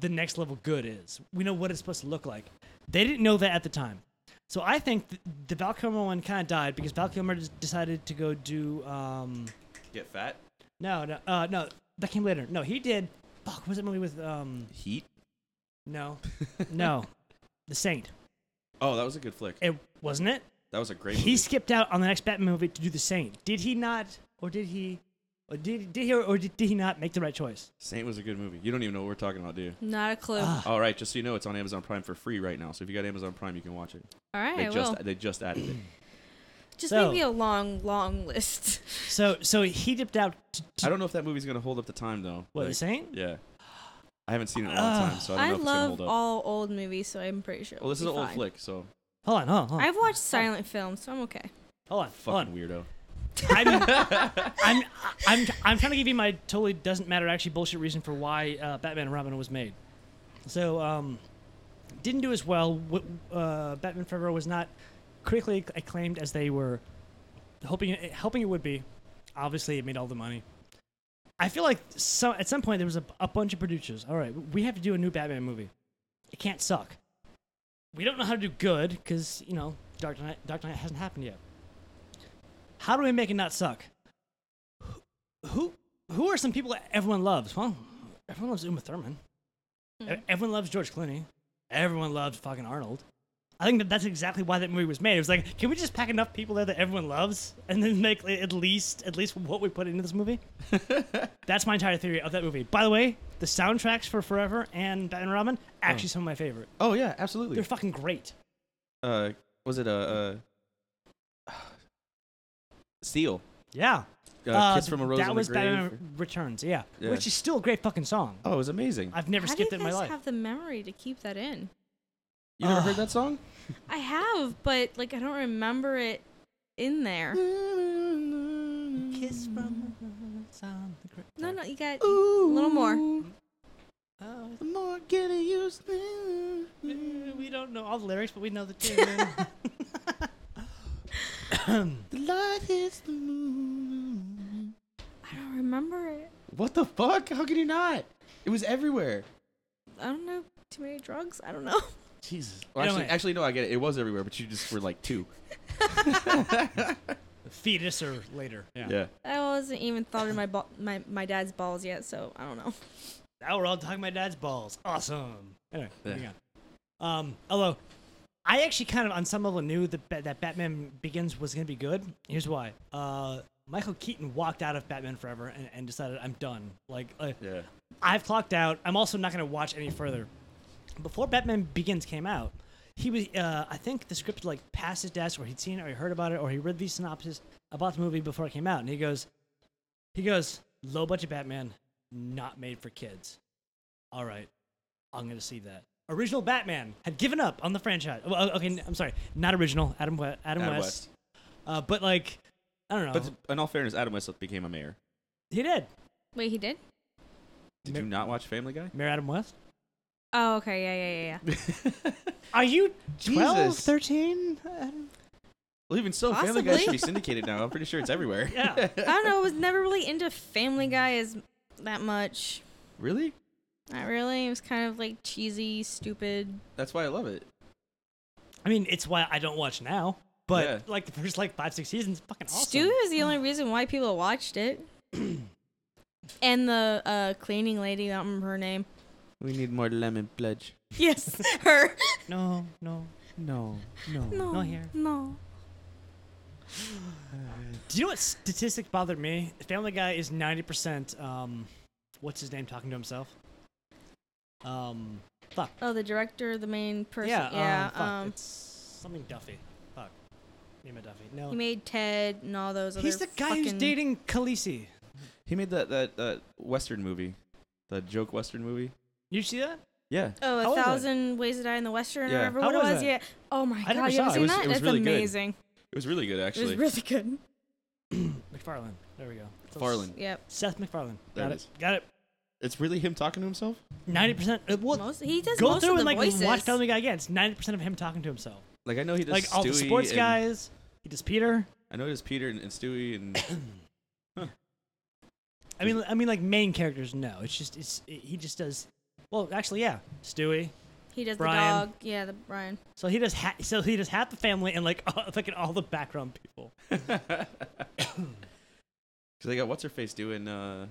S4: the next level good is. We know what it's supposed to look like. They didn't know that at the time. So I think th- the Val Kilmer one kind of died because Val Kilmer des- decided to go do um,
S3: Get fat.
S4: no no uh, no that came later. No, he did. Fuck, what was that movie with um
S3: Heat.
S4: no no the Saint.
S3: Oh, that was a good flick.
S4: It wasn't it.
S3: That was a great.
S4: He
S3: movie.
S4: skipped out on the next Batman movie to do the same. Did he not, or did he, or did did he, or did, did he not make the right choice?
S3: Saint was a good movie. You don't even know what we're talking about, do you?
S2: Not a clue.
S3: All right, just so you know, it's on Amazon Prime for free right now. So if you got Amazon Prime, you can watch it.
S2: All right,
S3: They
S2: I
S3: just
S2: will.
S3: they just added it.
S2: Just
S4: So-
S2: make me a long, long list.
S4: So so he dipped out. To, to,
S3: I don't know if that movie's gonna hold up the time though.
S4: what
S3: Like,
S4: the Saint?
S3: Yeah, I haven't seen it in a long time, so I
S2: I,
S3: don't know if it's
S2: love
S3: gonna hold up.
S2: all old movies, so I'm pretty sure.
S3: Well, this is an
S2: it'll be
S3: old
S2: fine.
S3: flick, so
S4: Hold on, hold on, hold on,
S2: I've watched silent films, so I'm okay.
S4: hold on, hold
S3: fucking
S4: on.
S3: weirdo.
S4: I'm, I'm I'm I'm trying to give you my totally doesn't matter actually bullshit reason for why uh, Batman and Robin was made. So um, didn't do as well. W- Uh, Batman Forever was not critically acc- acclaimed as they were hoping it, hoping it would be. Obviously, it made all the money. I feel like some, at some point there was a, a bunch of producers. All right, we have to do a new Batman movie. It can't suck. We don't know how to do good because you know Dark Knight Dark Knight hasn't happened yet. How do we make it not suck? Who who are some people that everyone loves? Well, everyone loves Uma Thurman. E-
S3: Hmm.
S4: Everyone loves George Clooney. Everyone loves fucking Arnold. I think that that's exactly why that movie was made. It was like, can we just pack enough people there that everyone loves, and then make like, at least at least what we put into this movie? that's my entire theory of that movie. By the way, the soundtracks for Forever and Batman and Robin actually some of my favorite.
S3: Oh yeah, absolutely.
S4: They're fucking great.
S3: uh, was it a uh, Steel?
S4: Yeah.
S3: Uh, Kiss from a Rose
S4: That
S3: on the
S4: was
S3: Grave?
S4: Batman Returns. Yeah.
S3: Yeah.
S4: which is still a great fucking song.
S3: Oh, it was amazing.
S4: I've never
S2: How do you
S4: skipped it
S2: guys
S4: in my life.
S2: have the memory to keep that in?
S3: You never
S4: Ugh.
S3: heard that song?
S2: I have, but like I don't remember it in there.
S4: Kiss from the on the grave.
S2: No, no, you got a little more.
S4: Oh,
S3: The more getting used
S4: it's- we don't know all the lyrics, but we know the tune.
S3: The light hits the moon.
S2: I don't remember it.
S3: What the fuck? How can you not? It was everywhere.
S2: I don't know too many drugs. I don't know.
S3: Jesus. Well, actually,
S4: Anyway.
S3: actually, no, I get it. It was everywhere, but you just were like two.
S4: Fetus or later. Yeah.
S3: Yeah.
S2: I wasn't even thought in my ba- my my dad's balls yet, so I don't know.
S4: Now we're all talking about dad's balls. Awesome. Anyway,
S3: Yeah.
S4: moving on. Um, although, I actually kind of, on some level, knew that, Ba- that Batman Begins was going to be good. Here's why. Uh, Michael Keaton walked out of Batman Forever and, and decided, I'm done. Like, uh,
S3: Yeah.
S4: I've clocked out. I'm also not going to watch any further. Before Batman Begins came out, he was, uh, I think the script like passed his desk, or he'd seen it, or he heard about it, or he read these synopsis about the movie before it came out, and he goes, he goes, low budget Batman, not made for kids. All right, I'm going to see that. Original Batman had given up on the franchise. Well, okay, n- I'm sorry, not original. Adam, we- Adam,
S3: Adam
S4: West.
S3: West. Um,
S4: Uh, but like, I don't know.
S3: But in all fairness, Adam West became a mayor.
S4: he did.
S2: Wait, he did?
S3: Did
S4: Ma-
S3: you not watch Family Guy?
S4: Mayor Adam West.
S2: Oh, okay. Yeah, yeah, yeah, yeah.
S4: Are you 12,
S3: Jesus.
S4: 13? I
S3: Well, even so, Family Guy should
S2: Possibly.
S3: be syndicated now. I'm pretty sure it's everywhere.
S4: Yeah.
S2: I don't know. I was never really into Family Guy as that much.
S3: Really?
S2: Not really. It was kind of like cheesy, stupid.
S3: That's why I love it.
S4: I mean, it's why I don't watch now. But
S3: Yeah.
S4: like the first like five, six seasons, fucking awesome.
S2: Stupid is the only reason why people watched it. and the uh, cleaning lady, I don't remember her name.
S3: We need more lemon pledge.
S2: Yes, her.
S4: No, no.
S3: No,
S2: No,
S4: Not here.
S2: no.
S4: Do you know what statistic bothered me? Family Guy is ninety percent. Um, what's his name talking to himself? Um, fuck.
S2: Oh, the director, the main person.
S4: yeah.
S2: Yeah.
S4: um, fuck.
S2: um,
S4: it's something Duffy. Fuck. Name of Duffy.
S2: he
S4: No.
S2: made Ted and all those other.
S4: He's the guy who's
S2: fucking-
S4: dating Khaleesi.
S3: He made that, that that western movie, the joke western movie.
S4: You see that?
S3: Yeah.
S2: Oh, a
S4: How was it?
S2: thousand ways to die in the western.
S3: Yeah.
S2: I remember
S4: How
S2: what
S4: was
S2: it was.
S4: it?
S2: Yeah. Oh my
S4: I never
S2: god, you
S4: saw
S2: haven't
S4: it.
S2: seen
S3: It was-
S2: that?
S3: it was
S2: That's
S3: really good,
S2: amazing.
S3: It was really good,
S2: It was
S3: actually.
S2: really good.
S4: McFarlane. There we go. So
S3: Farland.
S2: Yep.
S4: Seth McFarlane.
S3: There it
S4: Got it.
S3: is.
S4: Got it.
S3: It's really him talking to himself.
S4: Ninety percent. uh, Well,
S2: Most, he does
S4: go
S2: most
S4: through
S2: of
S4: and
S2: the
S4: like
S2: voices.
S4: watch Family Guy again. It's ninety percent of him talking to himself.
S3: Like I know Oh, he does
S4: like all the
S3: Stewie
S4: sports
S3: and-
S4: guys. He does Peter.
S3: I know he does Peter and, and Stewie and
S4: I mean, I mean, like main characters. No, it's just it's he just does. Well, actually, yeah, Stewie.
S2: He does
S4: Brian.
S2: the dog. Yeah, the Brian.
S4: So he does. Ha- so he does half the family and like all, fucking all the background people.
S3: Cause they got what's her face doing uh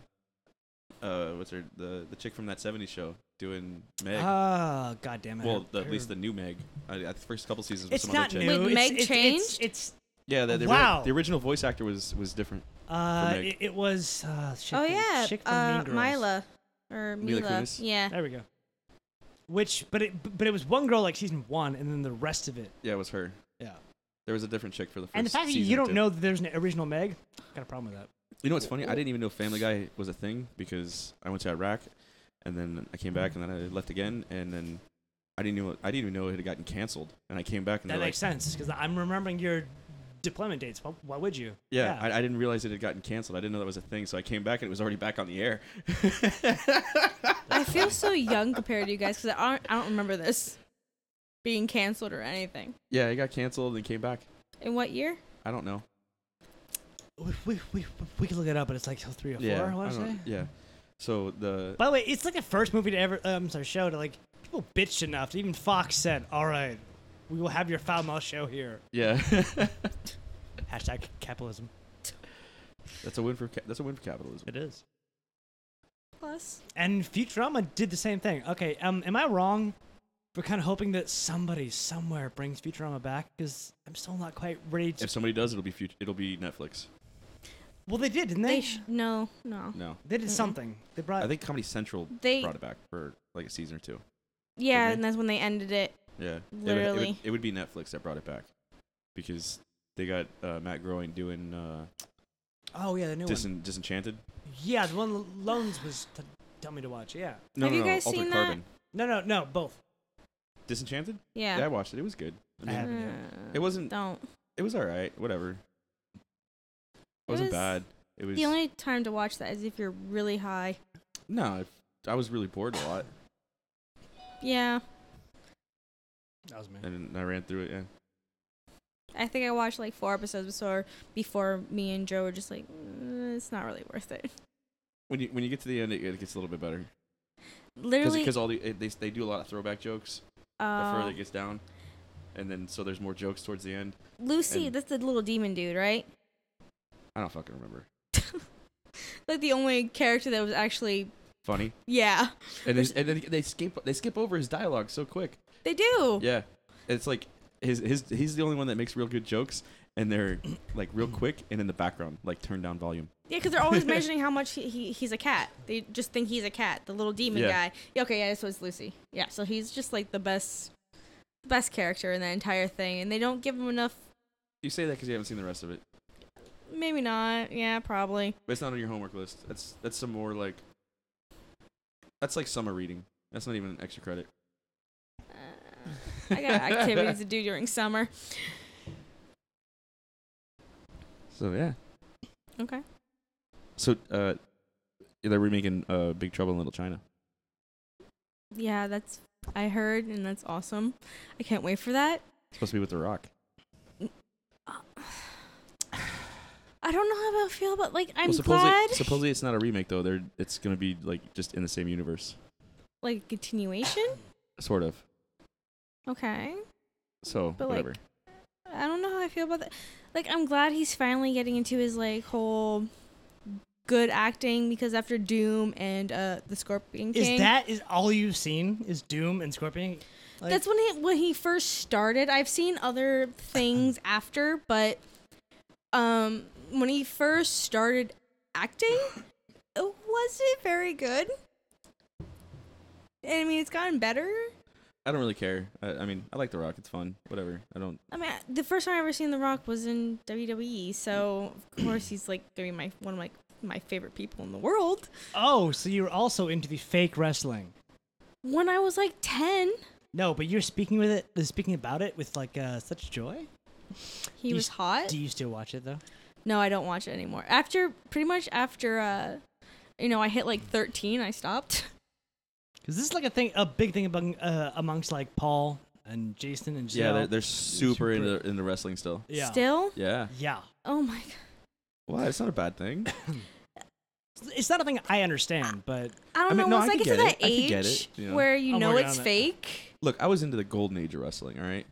S3: uh, what's her the the chick from that '70s show doing Meg.
S4: Ah, god damn it.
S3: well, the, at least the new Meg. I, I, the first couple seasons. with
S4: It's
S3: some
S4: not
S3: other
S4: new.
S3: chick.
S2: Wait,
S4: it's-
S2: Meg
S4: it's-
S2: changed?
S4: It's, it's
S3: Yeah, the, the, ori-
S4: Wow.
S3: the original voice actor was was different.
S4: uh,
S3: Meg.
S4: it, it was uh, shit,
S2: oh
S4: the
S2: yeah,
S4: chick from
S2: uh,
S4: Mean Girls.
S2: Mila or
S3: Mila
S2: Mila.
S3: Kunis?
S2: Yeah,
S4: There we go. Which, but it, but it was one girl like season one, and then the rest of it.
S3: Yeah, it was her.
S4: Yeah.
S3: There was a different chick for the first.
S4: And the fact that
S3: season
S4: you
S3: or
S4: don't
S3: two.
S4: know that there's an original Meg, got a problem with that.
S3: You know what's funny? I didn't even know Family Guy was a thing because I went to Iraq, and then I came back, and then I left again, and then I didn't know I didn't even know it had gotten canceled, and I came back, and
S4: That
S3: they're like,
S4: makes sense because I'm remembering your deployment dates. Why, why would you?
S3: yeah, I, I didn't realize it had gotten canceled. I didn't know that was a thing, so I came back, and it was already back on the air.
S2: I feel so young compared to you guys because I don't, I don't remember this being canceled or anything.
S3: yeah, it got canceled and came back.
S2: In what year?
S3: I don't know.
S4: we, we, we, we could look it up, but it's like three or four.
S3: yeah,
S4: I want to
S3: don't-
S4: say.
S3: yeah. So the
S4: By the way, it's like the first movie to ever. Uh, I'm sorry, show to like people bitched enough. That even Fox said, "All right, we will have your foul mouth show here."
S3: yeah,
S4: Hashtag capitalism.
S3: that's a win for ca- that's a win for capitalism.
S4: It is.
S2: Plus,
S4: And Futurama did the same thing. Okay, um, am I wrong? We're kind of hoping that somebody somewhere brings Futurama back because I'm still not quite ready to.
S3: If somebody does, it'll be fut- it'll be Netflix.
S4: well, they did, didn't they?
S2: they sh- no, no.
S3: No,
S4: they did
S2: Mm-mm.
S4: something. They brought.
S3: I think Comedy Central
S2: They
S3: brought it back for like a season or two.
S2: yeah,
S3: they?
S2: and that's when they ended it.
S3: Yeah, It would, it, would,
S2: Literally.
S3: it would be Netflix that brought it back because they got uh, Matt Groening doing uh,
S4: oh yeah, the new one.
S3: Disen- Disenchanted.
S4: Yeah, the one Loans was to tell me to watch. Yeah.
S3: No,
S2: Have
S3: no,
S2: you
S3: no,
S2: guys
S3: Altered
S2: seen that?
S3: Carbon.
S4: No, no, no, both.
S3: Disenchanted.
S2: Yeah.
S3: I watched it. It was good. I
S4: I
S3: mean,
S4: haven't yet.
S2: Uh,
S3: it wasn't.
S2: Don't.
S3: It was all right. Whatever. It wasn't
S2: was-
S3: bad. It was
S2: The only time to watch that is if you're really high.
S3: no. I, I was really bored a lot,
S2: Yeah.
S4: That was me.
S3: and I ran through it. Yeah.
S2: I think I watched like four episodes before before me and Joe were just like, "Mm, it's not really worth it.
S3: When you when you get to the end, it, it gets a little bit better
S2: Literally.
S3: because all the it, they they do a lot of throwback jokes the
S2: uh,
S3: further it gets down, and then so there's more jokes towards the end.
S2: Lucy,
S3: and-
S2: that's the little demon dude, right?
S3: I don't fucking remember.
S2: Like the only character that was actually,
S3: Funny,
S2: yeah,
S3: and, there's- and then they skip they skip over his dialogue so quick.
S2: they do.
S3: Yeah, it's like his his he's the only one that makes real good jokes, and they're like real quick and in the background, like turn down volume.
S2: Yeah, because they're always mentioning how much he, he he's a cat. They just think he's a cat, the little demon
S3: Yeah.
S2: guy. Yeah, okay, yeah, this was Lucy. Yeah, so he's just like the best, best character in the entire thing, and they don't give him enough.
S3: You say that because you haven't seen the rest of it.
S2: Maybe not. Yeah, probably.
S3: But it's not on your homework list. That's that's some more like that's like summer reading. That's not even extra credit.
S2: Uh, I got activities to do during summer.
S3: So yeah.
S2: Okay.
S3: So uh, they're remaking uh, Big Trouble in Little China.
S2: Yeah, that's I heard, and that's awesome. I can't wait for that.
S3: It's supposed to be with The Rock.
S2: I don't know how I feel about like I'm
S3: well, supposedly,
S2: glad
S3: supposedly it's not a remake though. They're it's gonna be like just in the same universe,
S2: like a continuation.
S3: sort of.
S2: Okay.
S3: So
S2: But, like,
S3: whatever.
S2: I don't know how I feel about that. Like I'm glad he's finally getting into his like whole good acting because after Doom and uh the Scorpion King
S4: Is that is all you've seen is Doom and Scorpion? Like,
S2: That's when he when he first started. I've seen other things after, but um when he first started acting, it wasn't very good. I mean, it's gotten better.
S3: I don't really care. I, I mean, I like The Rock. It's fun. Whatever. I don't.
S2: I mean, the first time I ever seen The Rock was in WWE, so of course he's like gonna be my one of my my favorite people in the world.
S4: oh, so you're also into the fake wrestling.
S2: When I was like ten,
S4: No, but you're speaking with it, uh, speaking about it with like uh, such joy.
S2: he
S4: You
S2: was
S4: s-
S2: hot.
S4: Do you still watch it though?
S2: No, I don't watch it anymore. After pretty much after uh you know, I hit like 13, I stopped.
S4: Because this is like a thing, a big thing among uh, amongst like Paul and Jason and Jill.
S3: Yeah, they're, they're super,
S4: super-
S3: into into wrestling still.
S4: yeah,
S2: Still?
S3: Yeah.
S4: yeah.
S2: Oh my god.
S3: Well, it's not a bad thing.
S4: It's not a thing I understand, but
S2: I don't
S3: I mean,
S2: know.
S3: no,
S2: Once
S3: I
S2: I,
S3: can
S2: get,
S3: get
S2: to that
S3: it. I can
S2: age
S3: get it, you know.
S2: where you
S4: I'm
S2: know
S4: working
S2: it's
S4: on it.
S2: fake,
S3: Look, I was into the golden age of wrestling. All right,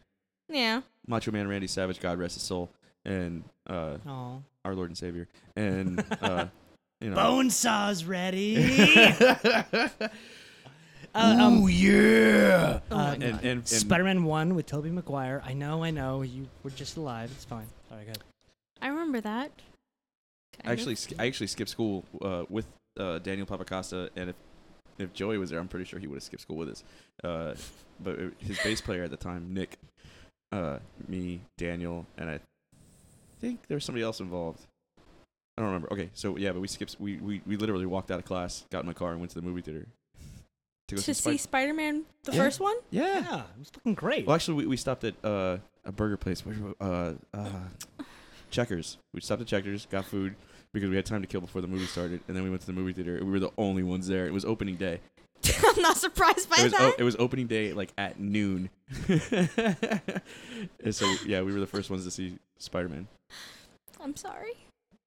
S2: yeah.
S3: Macho Man Randy Savage, God rest his soul, and uh,
S4: oh,
S3: our Lord and Savior, and uh, You know.
S4: Bone saws ready. Uh, um,
S1: Ooh, yeah.
S4: uh,
S3: and, and, and
S4: Spider-Man One with Tobey Maguire. I know, I know. You were just alive. It's fine. Sorry, go ahead.
S2: I remember that. Kind of.
S3: actually, sk- I actually skipped school uh, with uh, Daniel Papacosta, and if if Joey was there, I'm pretty sure he would have skipped school with us. Uh, but it- his bass player at the time, Nick, uh, me, Daniel, and I think there was somebody else involved. I don't remember. Okay, so yeah, but we skipped. We, we, we literally walked out of class, got in my car, and went to the movie theater go
S2: to
S3: Spy-
S2: see Spider Man, the
S3: Yeah.
S2: first one?
S3: yeah.
S4: Yeah, it was fucking great.
S3: Well, actually, we, we stopped at uh, a burger place. Where, uh, uh, Checkers. We stopped at Checkers, got food because we had time to kill before the movie started, and then we went to the movie theater. We were the only ones there. It was opening day.
S2: I'm not surprised by
S3: it was
S2: that.
S3: o- it was opening day like at noon. and so yeah, we were the first ones to see Spider Man. oh.
S2: I'm sorry.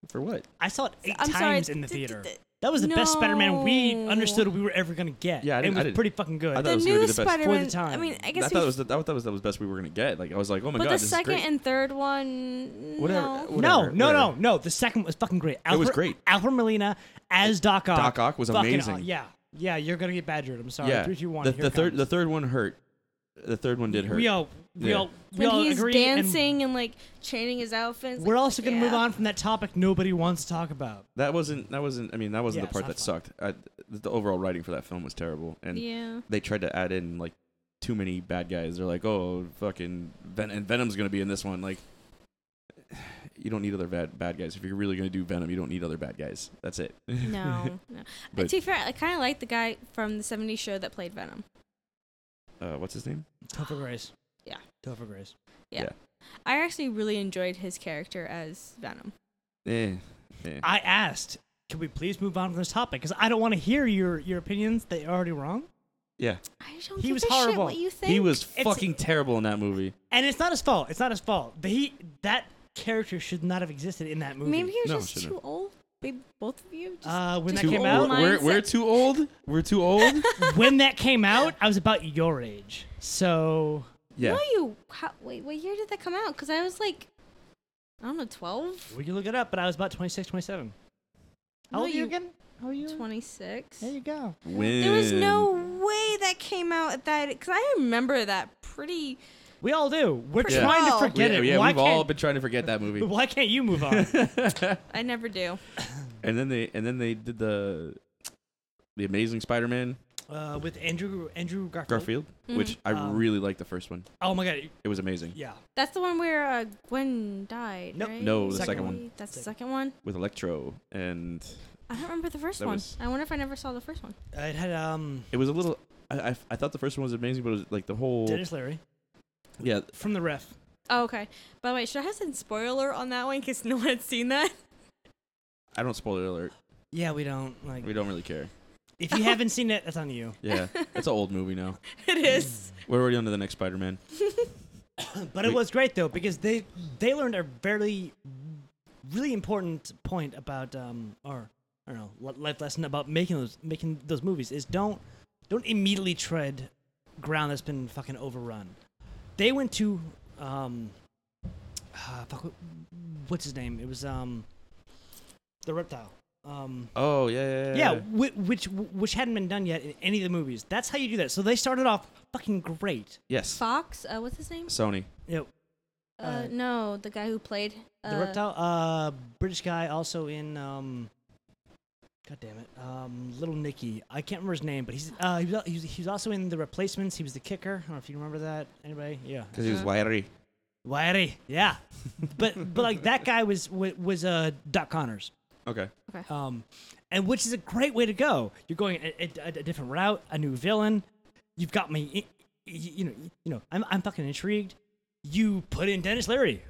S3: For what?
S4: I saw it 8
S2: I'm
S4: times
S2: sorry.
S4: in the
S2: D- d-
S4: theater.
S2: d-
S4: That was the best Spider-Man we
S2: No.
S4: understood we were ever gonna get.
S3: Yeah, I didn't-
S4: it
S3: I
S4: was
S3: didn't-
S4: pretty fucking good.
S3: I thought it
S2: The
S3: was gonna be
S2: new
S3: the best. For the
S2: Spider Man. I
S4: time.
S2: mean, I
S3: I
S2: guess
S3: thought, it
S2: we.
S3: was the, I thought that was the best we were gonna get. Like I was like, oh my
S2: But
S3: god,
S2: the
S3: this is
S2: second
S3: great.
S2: and third one.
S3: Whatever,
S2: No.
S3: whatever,
S4: no, no, no,
S3: whatever.
S4: no. The second was fucking great. Alfred,
S3: was great.
S4: Alfred Molina as Doc Ock.
S3: Doc Ock was
S4: Fucking-
S3: amazing.
S4: yeah, yeah. You're gonna get badgered. I'm sorry.
S3: yeah,
S4: Three, two, one.
S3: the,
S4: here
S3: the
S4: it
S3: third
S4: comes.
S3: the third one hurt. The third one did hurt.
S4: We all, we
S3: Yeah.
S4: all, we
S2: When
S4: all
S2: he's
S4: agree. and
S2: dancing and like changing his outfits.
S4: we're also gonna move
S2: yeah.
S4: on from that topic nobody wants to talk about.
S3: That wasn't. That wasn't. I mean, that wasn't
S4: Yeah,
S3: the part that
S4: it's not
S3: sucked. I, the, the overall writing for that film was terrible, and
S2: Yeah.
S3: they tried to add in like too many bad guys. They're like, oh, fucking Ven- and Venom's gonna be in this one. Like, you don't need other bad bad guys. If you're really gonna do Venom, you don't need other bad guys. That's it.
S2: No. no.
S3: But-
S2: to be fair, I kind of like the guy from the 70s show that played Venom.
S3: uh, what's his name?
S4: Topher Grace.
S2: Yeah.
S4: Topher Grace.
S2: I actually really enjoyed his character as Venom.
S3: Eh. eh.
S4: I asked, can we please move on from this topic? Because I don't want to hear your your opinions. They are already wrong.
S3: yeah.
S2: I just don't
S4: He
S2: give
S4: was
S2: a shit
S4: horrible.
S2: what you think.
S3: He was
S4: It's-
S3: fucking terrible in that movie.
S4: And it's not his fault. It's not his fault. The- He that character should not have existed in that movie.
S2: Maybe he was
S3: No,
S2: just
S3: shouldn't.
S2: too old. Maybe both of you. Just,
S4: Uh, when
S2: just
S4: that
S3: Too-
S4: came
S2: old
S4: out?
S3: We're, we're, we're
S2: mindset.
S3: too old. We're too old.
S4: when that came out, I was about your age. So
S3: yeah.
S2: No, you. How, wait, what year did that come out? Because I was like, I don't know, 12,
S4: we can look it up, but I was about 26, 27. How
S2: No,
S4: old are you
S2: you-
S4: again? How are you?
S2: 26.
S4: There you go.
S3: When
S2: There was no way that came out at that. Because I remember that pretty.
S4: We all do. We're
S2: Yeah.
S4: trying to
S2: Wow.
S4: forget
S3: yeah,
S4: it.
S3: yeah,
S4: why,
S3: we've
S4: can't,
S3: all been trying to forget that movie.
S4: why can't you move on?
S2: I never do.
S3: And then they and then they did the the Amazing Spider-Man
S4: uh, with Andrew Andrew Garfield.
S3: Garfield,
S2: Mm-hmm.
S3: which I
S4: Um,
S3: really liked the first one.
S4: Oh my god.
S3: It was amazing
S4: Yeah.
S2: That's the one where uh, Gwen died.
S4: Nope.
S2: right?
S3: No,
S4: the Second second one.
S3: one.
S2: That's the second one.
S3: with Electro, and
S2: I don't remember the first
S3: That
S2: one.
S3: was-
S2: I wonder if I never saw the first one.
S4: Uh, It had um
S3: it was a little. I, I, I thought the first one was amazing, but it was like the whole
S4: Dennis Leary
S3: yeah.
S4: from the ref.
S2: Oh, okay. By the way, should I have said spoiler on that one in case no one had seen that?
S3: I don't spoiler alert.
S4: Yeah, we don't like.
S3: We don't really care.
S4: If you haven't seen it, that's on you.
S3: Yeah, it's an old movie now.
S2: It is.
S3: We're already on to the next Spider-Man.
S4: But it
S3: We-
S4: was great though because they they learned a very really important point about um or I don't know li- life lesson about making those making those movies is don't don't immediately tread ground that's been fucking overrun. They went to um ah, fuck, wh- what's his name? It was um the reptile. Um
S3: Oh yeah, yeah,
S4: yeah, whi- which which hadn't been done yet in any of the movies. That's how you do that. So they started off fucking great.
S3: Yes,
S2: Fox. Uh, what's his name?
S3: Sony.
S4: You know,
S2: Uh,
S4: Uh,
S2: no, the guy who played uh,
S4: The reptile, uh, British guy, also in um, God damn it, um, Little Nicky. I can't remember his name, but he's uh, he was, al- he was he was also in The Replacements. He was the kicker. I don't know if you remember that. Anybody? Yeah.
S3: Because he was wiry.
S4: Wiry. Yeah. but but like that guy was was, was uh Doc Connors.
S3: Okay.
S4: Um, and which is a great way to go. You're going a, a, a different route, a new villain. You've got me, y- y- you know, you know. I'm I'm fucking intrigued. You put in Dennis Leary.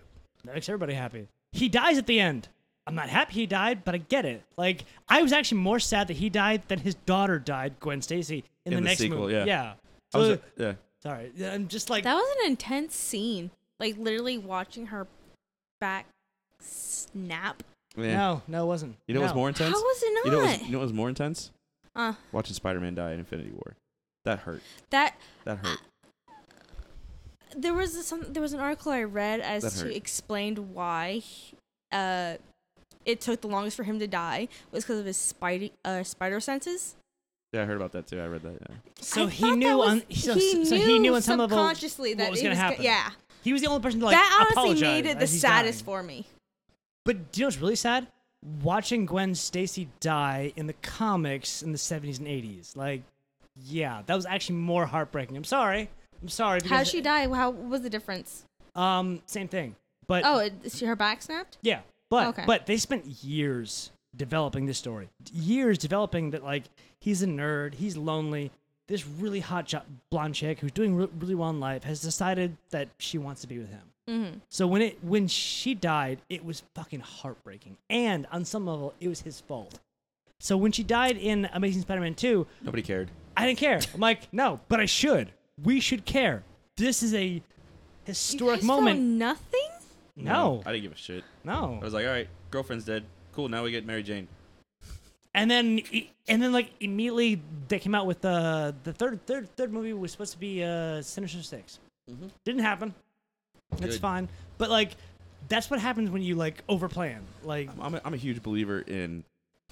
S4: That makes everybody happy. He dies at the end. I'm not happy he died, but I get it. Like I was actually more sad that he died than his daughter died, Gwen Stacy,
S3: In
S4: in, the
S3: the
S4: next
S3: sequel,
S4: movie.
S3: yeah.
S4: yeah.
S3: I was,
S4: So-
S3: uh, yeah.
S4: sorry, I'm just like
S2: That was an intense scene. Like literally watching her back snap.
S3: yeah.
S4: no, no, it wasn't.
S3: You know what's
S4: No.
S3: more intense?
S2: How was it
S3: You know,
S2: not?
S3: what's, you know what's more intense?
S2: uh,
S3: Watching Spider-Man die in Infinity War. That hurt.
S2: that
S3: That hurt.
S2: there was a, some there was an article I read
S3: That
S2: as to
S3: hurt.
S2: explained why uh it took the longest for him to die was because of his spidey, uh, spider senses.
S3: Yeah, I heard about that too. I read that. Yeah.
S4: So
S2: I
S4: he
S2: thought
S4: knew
S2: that was-
S4: on so, so he knew on some level
S2: subconsciously that
S4: what was
S2: it
S4: gonna
S2: was go-
S4: happen.
S2: yeah,
S4: He was the only person to like
S2: that honestly
S4: apologize
S2: made it the
S4: as he's
S2: saddest
S4: dying.
S2: for me.
S4: But do you know what's really sad? Watching Gwen Stacy die in the comics in the 70s and 80s. Like, yeah, that was actually more heartbreaking. I'm sorry. I'm sorry.
S2: How
S4: because-
S2: she die? How what was the difference?
S4: Um, same thing. But
S2: Oh, it, she, her back snapped.
S4: yeah, but
S2: Okay.
S4: but they spent years developing this story. Years developing that like he's a nerd, he's lonely. This really hot jo- blonde chick who's doing re- really well in life has decided that she wants to be with him.
S2: Mm-hmm.
S4: So when it when she died, it was fucking heartbreaking. And on some level, it was his fault. So when she died in Amazing Spider-Man 2,
S3: Nobody cared.
S4: I didn't care. I'm like, no, but I should. We should care. This is a historic moment.
S2: nothing.
S4: No,
S3: I didn't give a shit.
S4: no.
S3: I was like, all right, girlfriend's dead. Cool. Now we get Mary Jane.
S4: And then e- and then like immediately they came out with the the third third third movie was supposed to be uh Sinister 6
S3: Mhm.
S4: Didn't happen. That's
S3: Good.
S4: fine. But like, that's what happens when you like overplan. Like,
S3: I'm a, I'm a huge believer in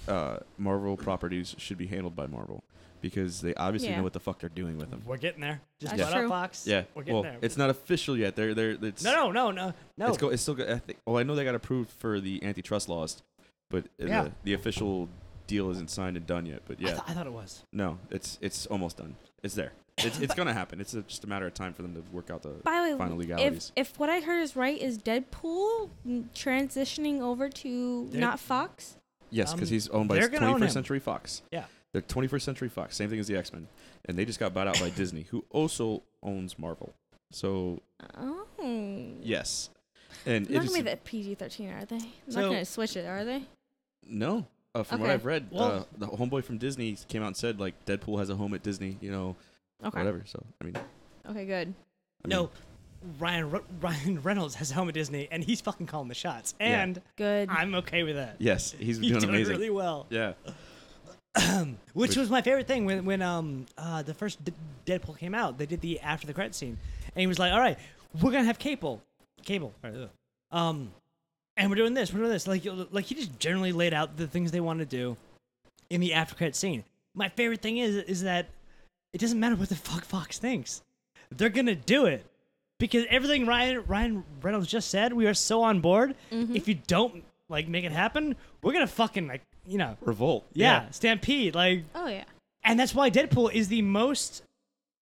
S3: uh, Marvel properties should be handled by Marvel because they obviously
S2: Yeah.
S3: know what the fuck they're doing with them.
S4: we're getting there. Just
S2: That's
S4: let up,
S2: true.
S4: Fox.
S3: Yeah.
S4: we're getting
S3: well,
S4: there.
S3: it's not official yet. They're they're it's
S4: No, no, no, no, no.
S3: It's, go, it's still go, I think, well, I know they got approved for the antitrust laws, but uh,
S4: Yeah.
S3: the, the official deal isn't signed and done yet. But
S4: I,
S3: yeah,
S4: th- I thought it was.
S3: no, it's it's almost done. It's there. It's, it's gonna happen. It's uh just a matter of time for them to work out the
S2: By the way,
S3: final
S2: if
S3: legalities.
S2: if what I heard is right, is Deadpool mm, transitioning over to
S4: They're-
S2: not Fox?
S3: yes, because
S4: um,
S3: he's owned by
S4: they're gonna own
S3: 21st
S4: him.
S3: Century Fox.
S4: Yeah.
S3: They're 21st Century Fox, same thing as the X Men, and they just got bought out by Disney, who also owns Marvel. So
S2: Oh,
S3: yes, and
S2: They're not
S3: it
S2: gonna
S3: is
S2: be the PG thirteen, are they? They're
S4: So-
S2: not gonna switch it, are they?
S3: No. Uh, from what
S2: Okay.
S3: I've read, uh,
S4: Well-
S3: the homeboy from Disney came out and said like Deadpool has a home at Disney, you know,
S2: Okay.
S3: whatever. So I mean,
S2: Okay, good.
S3: I mean,
S4: No, Ryan Re- Ryan Reynolds has Helmet Disney, and he's fucking calling the shots,
S3: Yeah.
S4: and
S2: Good.
S4: I'm okay with that.
S3: yes, he's,
S4: He's
S3: doing,
S4: doing,
S3: amazing.
S4: really well,
S3: yeah,
S4: which,
S3: Which-
S4: was my favorite thing when when um uh, the first D- Deadpool came out. They did the after the credit scene, and he was like, "All right, we're gonna have cable, cable, all right, ugh. um, and we're doing this, we're doing this." Like like he just generally laid out the things they wanted to do in the after credit scene. My favorite thing is is that it doesn't matter what the fuck Fox thinks. They're gonna do it because everything Ryan Ryan Reynolds just said, we are so on board. If you don't like make it happen, we're gonna fucking like you know,
S3: revolt.
S4: yeah, stampede. Like,
S2: oh yeah.
S4: and that's why Deadpool is the most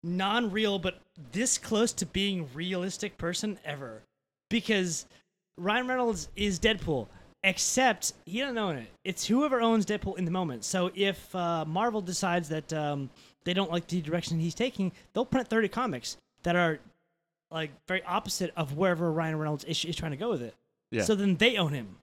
S4: non-real, but this close to being realistic person ever, because Ryan Reynolds is Deadpool. Except he doesn't own it. It's whoever owns Deadpool in the moment. So if uh, Marvel decides that um, they don't like the direction he's taking, they'll print 30 comics that are like very opposite of wherever Ryan Reynolds is, is trying to go with it.
S3: Yeah.
S4: So then they own him.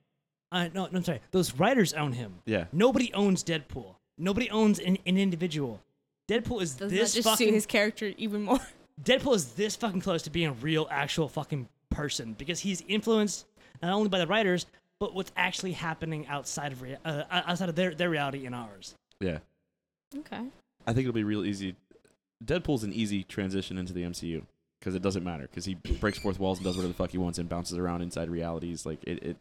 S4: Uh, no, no, I'm sorry. Those writers own him.
S3: Yeah.
S4: Nobody owns Deadpool. Nobody owns an, an individual. Deadpool is
S2: Does
S4: this
S2: that just
S4: fucking
S2: suit his character even more?
S4: Deadpool is this fucking close to being a real, actual fucking person because he's influenced not only by the writers but what's actually happening outside of rea- uh, outside of their, their reality and ours.
S3: yeah.
S2: Okay.
S3: I think it'll be real easy. Deadpool's an easy transition into the MCU because it doesn't matter because he breaks fourth walls and does whatever the fuck he wants and bounces around inside realities. Like it, it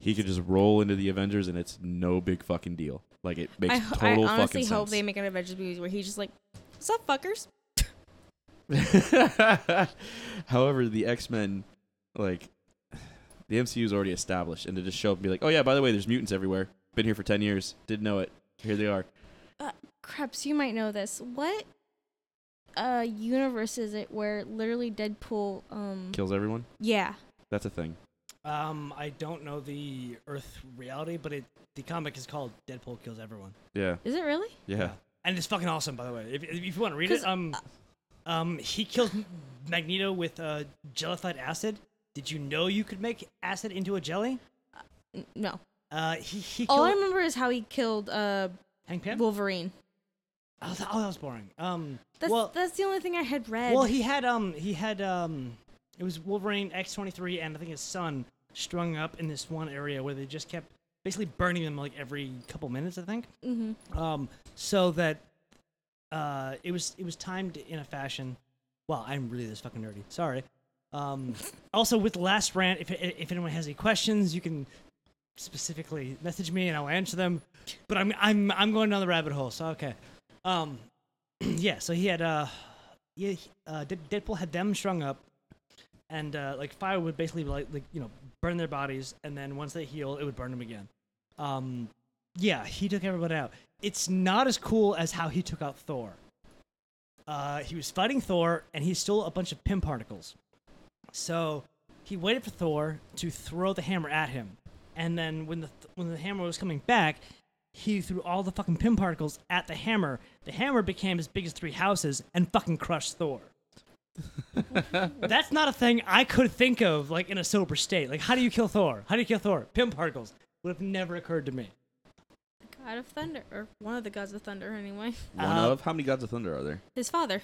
S3: he could just roll into the Avengers and it's no big fucking deal. Like it makes
S2: I, ho- I
S3: total
S2: honestly
S3: fucking
S2: hope they
S3: sense.
S2: make an Avengers movie where he's just like, "What's up, fuckers?"
S3: However, the X Men, like the MCU is already established, and to just show up and be like, "Oh yeah, by the way, there's mutants everywhere. Been here for ten years. Didn't know it. Here they are."
S2: Krebs, you might know this. What uh universe is it where literally Deadpool um
S3: Kills everyone.
S2: yeah.
S3: That's a thing.
S4: Um, I don't know the Earth reality, but it the comic is called Deadpool Kills Everyone,
S3: Yeah,
S2: Is it really?
S3: yeah.
S4: and it's fucking awesome. By the way, if, if you want to read
S2: 'Cause,
S4: it, um, um, he kills Magneto with uh, jellified acid. Did you know you could make acid into a jelly?
S2: N- No.
S4: Uh, he he
S2: All I
S4: killed
S2: remember is how he killed uh
S4: Hank Pym.
S2: Wolverine.
S4: Oh, that, oh, that was boring. Um,
S2: That's
S4: well,
S2: that's the only thing I had read.
S4: well, he had um, he had um, it was Wolverine X twenty three and I think his son strung up in this one area where they just kept basically burning them like every couple minutes, I think.
S2: mm-hmm.
S4: Um, so that uh, it was it was timed in a fashion. Well, I'm really this fucking nerdy. Sorry. Um, also with the last rant, if if anyone has any questions, you can specifically message me and I'll answer them. But I'm I'm I'm going down the rabbit hole. So okay, um, yeah. So he had uh, yeah, he- uh, Dead- Deadpool had them strung up, and uh, like fire would basically like, like you know burn their bodies, and then once they heal, it would burn them again. Um, yeah, he took everyone out. It's not as cool as how he took out Thor. Uh, he was fighting Thor, and he stole a bunch of pin particles. So he waited for Thor to throw the hammer at him, and then when the th- when the hammer was coming back, he threw all the fucking pin particles at the hammer. The hammer became as big as three houses and fucking crushed Thor. That's not a thing I could think of like in a sober state. Like, how do you kill Thor? How do you kill Thor? Pin particles would have never occurred to me.
S2: God of Thunder, or one of the gods of thunder, anyway.
S3: One
S4: Uh,
S3: of how many gods of thunder are there?
S2: His father.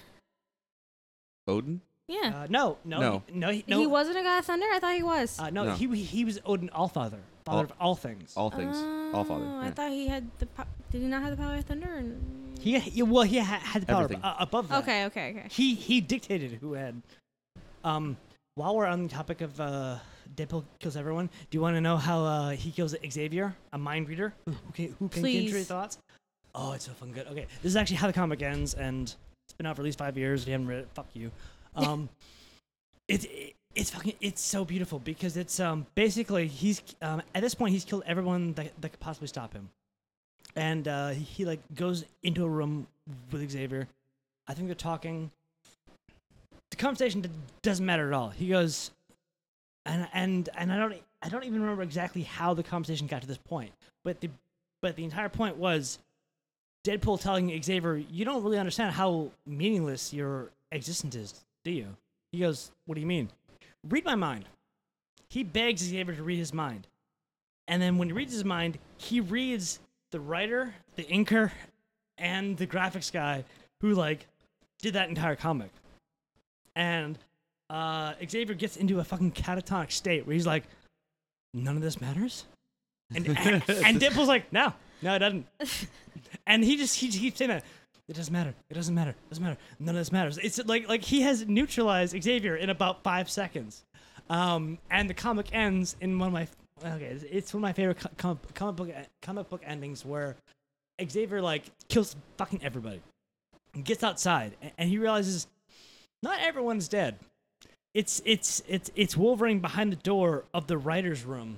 S3: Odin.
S2: Yeah.
S4: Uh, no, no,
S3: No.
S4: he- no, he, no.
S2: He wasn't a god of thunder. I thought he was.
S4: Uh, no,
S3: No.
S4: he he was Odin Allfather, father
S3: All-
S4: of all things.
S3: All things. all father.
S2: Oh, I
S3: Yeah.
S2: thought he had the. Po- Did he not have the power of thunder? And...
S4: he, he well he had, had the power ab-
S3: Everything.
S4: uh, above that.
S2: Okay. Okay. Okay.
S4: he he dictated who had. Um, while we're on the topic of uh, Deadpool kills everyone, do you want to know how uh, he kills Xavier, a mind reader who can, who can
S2: Please.
S4: control your thoughts? Oh, it's so fucking good. Okay, this is actually how the comic ends, and it's been out for at least five years. If you haven't read it, fuck you. Um, it's it's fucking it's so beautiful because it's um basically he's um, at this point he's killed everyone that that could possibly stop him, and uh, he, he like goes into a room with Xavier. I think they're talking the conversation d- doesn't matter at all. He goes, and and and I don't I don't even remember exactly how the conversation got to this point, but the but the entire point was Deadpool telling Xavier, "You don't really understand how meaningless your existence is, do you?" He goes, "What do you mean? Read my mind." He begs Xavier to read his mind, and then when he reads his mind, he reads the writer, the inker, and the graphics guy who like did that entire comic and uh, Xavier gets into a fucking catatonic state where he's like, "None of this matters," and and, and Deadpool's like, "No, no, it doesn't," and he just he just keeps saying that. It doesn't matter. It doesn't matter. It doesn't matter. None of this matters. It's like like he has neutralized Xavier in about five seconds, um, and the comic ends in one of my okay. it's- It's one of my favorite co- com- comic book comic book endings where Xavier like kills fucking everybody, gets outside, a- and he realizes not everyone's dead. It's it's it's it's Wolverine behind the door of the writers' room,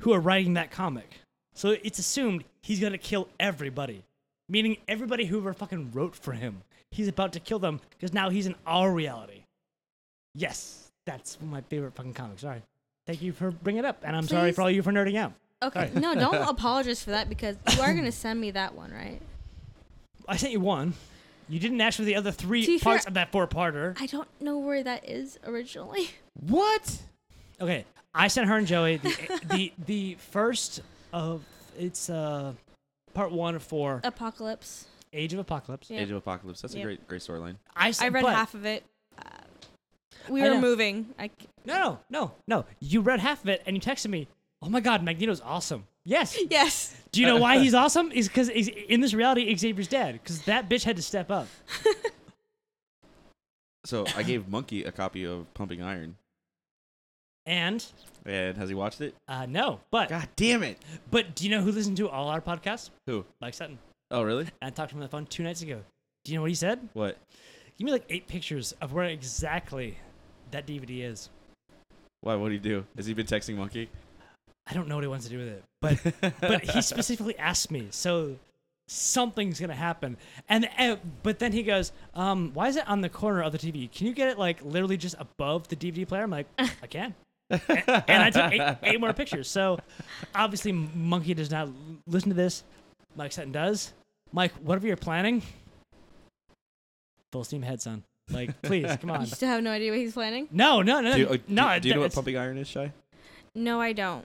S4: who are writing that comic. So it's assumed he's gonna kill everybody, meaning everybody who ever fucking wrote for him. He's about to kill them because now he's in our reality. Yes, that's one of my favorite fucking comic. Sorry, thank you for bringing it up, and I'm sorry
S2: Please.
S4: for all you for nerding out.
S2: Okay. No, don't apologize for that because you are gonna send me that one, right?
S4: I sent you one. You didn't ask for the other three
S2: To be fair-
S4: parts of that four-parter.
S2: I don't know where that is originally.
S3: What?
S4: Okay, I sent her and Joey the the, the first of it's uh part one of four,
S2: Apocalypse.
S4: Age of Apocalypse.
S2: Yeah.
S3: Age of Apocalypse. That's
S2: Yeah.
S3: a great, great storyline.
S4: sent,
S2: I read
S4: but-
S2: half of it. Uh, we
S4: I
S2: were
S4: know.
S2: moving. I c-
S4: No, no, no, no. You read half of it and you texted me. Oh my God, Magneto's awesome. Yes.
S2: yes.
S4: Do you know why he's awesome? Is because in this reality, Xavier's dead. Because that bitch had to step up.
S3: So I gave Monkey a copy of Pumping Iron,
S4: And
S3: and has he watched it?
S4: uh, no, but
S3: God damn it!
S4: but do you know who listened to all our podcasts?
S3: Who?
S4: Mike Sutton.
S3: Oh, really?
S4: And I talked to him on the phone two nights ago. Do you know what he said?
S3: What?
S4: Give me like eight pictures of where exactly that DVD is.
S3: Why? What would he do? Has he been texting Monkey?
S4: I don't know what he wants to do with it, but but he specifically asked me, so something's gonna happen. And, and but then he goes, um, "Why is it on the corner of the TV? Can you get it like literally just above the DVD player?" I'm like, "I can." and, and I took eight, eight more pictures. So obviously, Monkey does not l- listen to this. Mike Sutton does. Mike, whatever you're planning, full steam ahead, son. Like, please, come on.
S2: You still have no idea what he's planning?
S4: No, no, no,
S3: Do you, uh,
S4: no.
S3: do, do you know what
S4: it's-
S3: Pumping Iron is, Shy?
S2: No, I don't.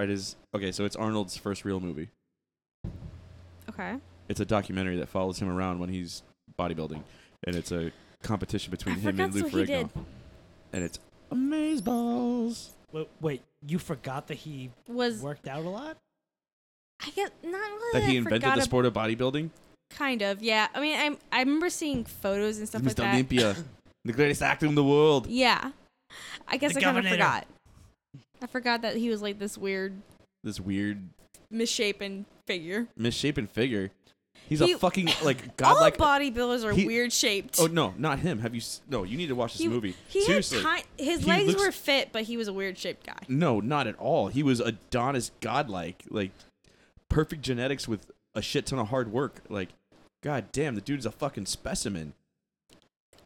S3: It is okay. So it's Arnold's first real movie.
S2: Okay.
S3: It's a documentary that follows him around when he's bodybuilding, and it's a competition between
S2: I
S3: him and
S2: forgot
S3: Lou
S2: what he
S3: Ferrigno.
S2: did.
S3: And it's amazeballs.
S4: Wait, wait, you forgot that he
S2: Was
S4: worked out a lot?
S2: I get not really
S3: That he
S2: I
S3: invented
S2: forgot
S3: the
S2: ab-
S3: sport of bodybuilding.
S2: Kind of, yeah. I mean, I I remember seeing photos and stuff like that.
S3: Olympia, the greatest actor in the world.
S2: Yeah, I guess
S4: The
S2: I kind of
S4: Governator.
S2: forgot. I forgot that he was like this weird
S3: this weird
S2: misshapen figure.
S3: misshapen figure. He's
S2: He- Oh,
S3: a fucking like
S2: All
S3: godlike.
S2: bodybuilders are
S3: He-
S2: weird shaped.
S3: oh no, not him. Have you? s- No, you need to watch this
S2: he,
S3: movie.
S2: He had
S3: Seriously.
S2: ti- his
S3: He
S2: legs
S3: looks-
S2: were fit, but he was a weird shaped guy.
S3: no, not at all. He was Adonis godlike, like perfect genetics with a shit ton of hard work. Like, god damn, the dude's a fucking specimen.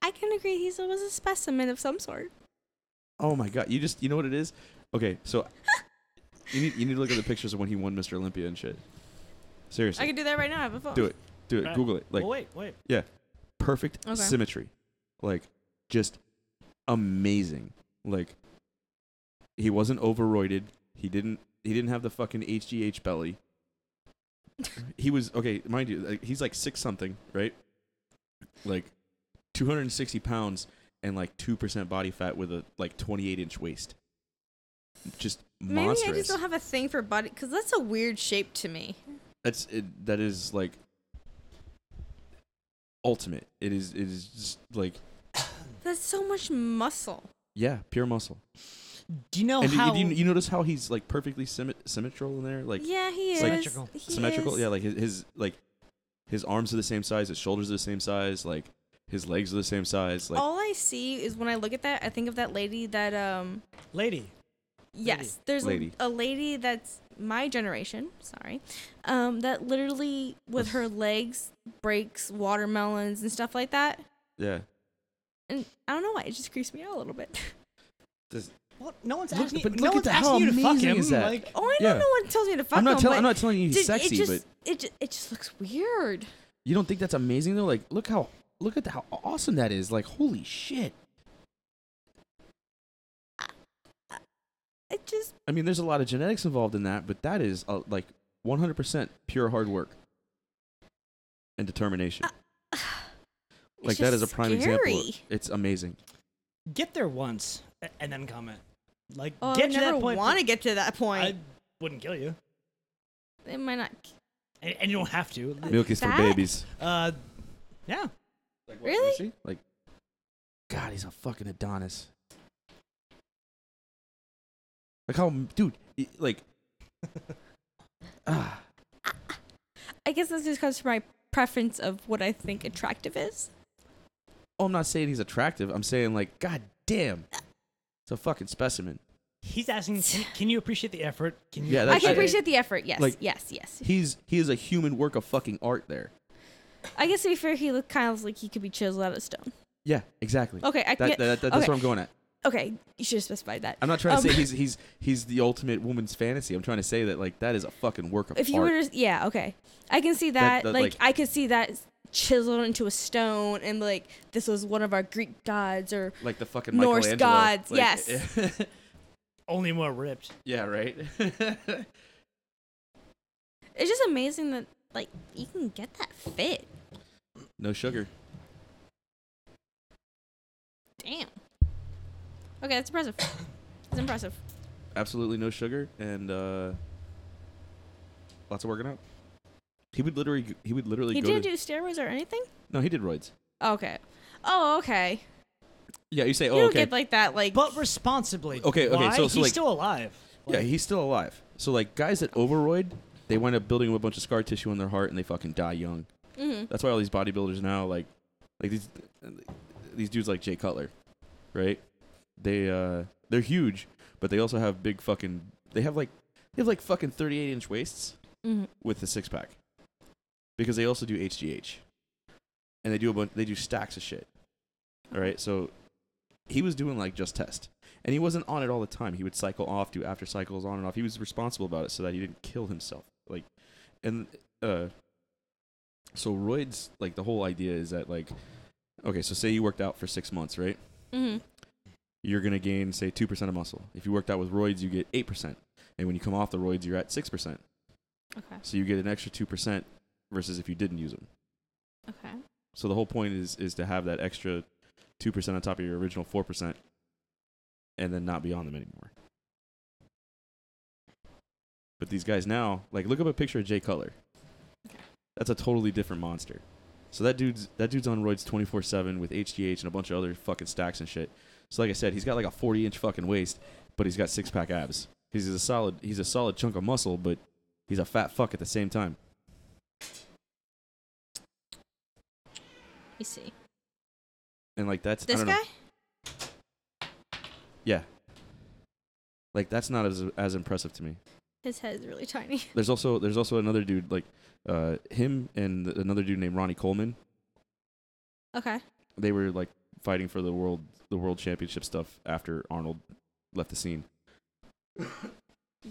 S2: I can agree he was a specimen of some sort.
S3: Oh my god, you just you know what it is? Okay, so you need you need to look at the pictures of when he won Mr. Olympia and shit. Seriously,
S2: I can do that right now. I have a phone.
S3: do it, do it.
S4: Right.
S3: Google it. Like
S4: well, wait, wait.
S3: perfect
S2: Okay.
S3: symmetry, like just amazing. Like he wasn't overroided. He didn't he didn't have the fucking HGH belly. he was okay, mind you. Like, he's like six something, right? Like two hundred and sixty pounds and like two percent body fat with a like twenty eight inch waist. Just
S2: Maybe I
S3: monstrous.
S2: just don't have a thing for body because that's a weird shape to me.
S3: That's it, that is like ultimate. It is it is just like
S2: That's so much muscle.
S3: yeah, pure muscle.
S4: Do you
S2: Oh,
S4: know
S3: and you-
S4: how?
S3: you, you notice how he's like perfectly symmet- symmetrical in there, like
S2: yeah, he is.
S3: like-
S4: Symmetrical.
S2: He
S3: symmetrical.
S2: is.
S3: Yeah, like his, his like his arms are the same size, his shoulders are the same size, like his legs are the same size. Like
S2: All I see is when I look at that, I think of that lady that um
S4: lady.
S2: yes, there's
S3: Lady.
S2: A, a lady that's my generation, sorry. Um that literally with her legs breaks watermelons and stuff like that.
S3: yeah,
S2: And I don't know why it just creeps me out a little bit.
S4: What? No one's
S3: Look-
S4: asking.
S3: but look
S4: no
S3: at
S4: one's
S3: the- how
S4: asking you to fuck
S3: amazing
S4: him.
S3: is that?
S4: Like,
S2: Oh, I know
S3: Yeah.
S2: no one tells me to fuck
S3: I'm not
S2: him,
S3: telling.
S2: but
S3: I'm not telling you he's
S2: did-
S3: sexy,
S2: it just,
S3: but
S2: it just it just looks weird.
S3: you don't think that's amazing though. Like look how look at the, how awesome that is. Like holy shit.
S2: It just
S3: I mean, there's a lot of genetics involved in that, but that is uh, like 100% pure hard work and determination.
S2: Uh, it's
S3: like that is a
S2: just
S3: prime example.
S2: scary.
S3: of- It's amazing.
S4: get there once a- and then comment. Like,
S2: Oh,
S4: get
S2: I
S4: to
S2: never
S4: that point.
S2: want to get to that
S4: but I
S2: point.
S4: wouldn't kill you,
S2: it might not.
S4: and, and you don't have to.
S3: Milk is for
S2: That-
S3: babies.
S4: Uh, yeah.
S2: what,
S3: Like,
S2: Really?
S3: Lucy? Like, God, he's a fucking Adonis. Like how, dude, i- like, ah,
S2: I guess this just comes from my preference of what I think attractive is.
S3: oh, I'm not saying he's attractive. I'm saying like, God damn, it's a fucking specimen.
S4: He's asking, "Can- can you appreciate the effort? Can you?
S3: Yeah, that's
S2: I can
S3: it.
S2: appreciate the effort. Yes,
S3: Like-
S2: yes, yes.
S3: He's he is a human work of fucking art. There.
S2: I guess to be fair, he looked kind of like he could be chiseled out of stone.
S3: Yeah, exactly.
S2: Okay, I
S3: That,
S2: get.
S3: that, that, that's
S2: Oh, okay.
S3: what I'm going at.
S2: okay, you should have specified that.
S3: I'm not trying to
S2: Um,
S3: say he's he's he's the ultimate woman's fantasy. I'm trying to say that like that is a fucking work of
S2: If you
S3: art.
S2: were to, yeah, okay, I can see that.
S3: That- that,
S2: like,
S3: like-
S2: I could see that chiseled into a stone, and like this was one of our Greek gods, or
S3: like the fucking
S2: Norse
S3: Michelangelo.
S2: gods,
S3: Like,
S2: yes.
S4: Only more ripped.
S3: yeah, right.
S2: it's just amazing that like you can get that fit.
S3: no sugar.
S2: Damn. Okay, that's impressive. It's impressive.
S3: absolutely no sugar and uh lots of working out. He would literally he would literally
S2: He
S3: go
S2: didn't
S3: to
S2: do steroids or anything.
S3: No, he did roids.
S2: Okay. Oh, okay.
S3: Yeah, you say,
S2: you
S3: "Oh,
S2: don't
S3: okay."
S2: get like that, like.
S4: But responsibly.
S3: Okay, okay,
S4: Why?
S3: so- so,
S4: he's
S3: like-
S4: still alive.
S3: yeah, he's still alive. So like guys that overroid, they wind up building up a bunch of scar tissue in their heart and they fucking die young.
S2: hmm
S3: That's why all these bodybuilders now like like these these dudes like Jay Cutler, right? They uh they're huge, but they also have big fucking they have like they have like fucking 38-inch waists.
S2: hmm
S3: with the six pack because they also do HGH and they do a bunch they do stacks of shit. All right, so he was doing like just test and he wasn't on it all the time. He would cycle off, do after cycles on and off. He was responsible about it so that he didn't kill himself. Like, and uh, so roids like the whole idea is that like, okay, so say you worked out for six months, right?
S2: hmm
S3: you're going to gain, say, 2% of muscle. If you worked out with roids, you get 8%. And when you come off the roids, you're at 6%.
S2: Okay.
S3: So you get an extra 2% versus if you didn't use them.
S2: Okay.
S3: So the whole point is, is to have that extra 2% on top of your original 4% and then not be on them anymore. But these guys now, like, look up a picture of Jay Cutler.
S2: Okay.
S3: That's a totally different monster. So that dude's that dude's on roids 24 seven with HGH and a bunch of other fucking stacks and shit. So like I said, he's got like a 40 inch fucking waist, but he's got six pack abs. He's a solid. He's a solid chunk of muscle, but he's a fat fuck at the same time.
S2: Let me see.
S3: And like that's I
S2: This
S3: don't
S2: guy?
S3: know. Yeah. Like that's not as as impressive to me.
S2: His head is really tiny.
S3: There's also there's also another dude like uh him and another dude named Ronnie Coleman.
S2: Okay.
S3: They were like fighting for the world the world championship stuff after Arnold left the scene.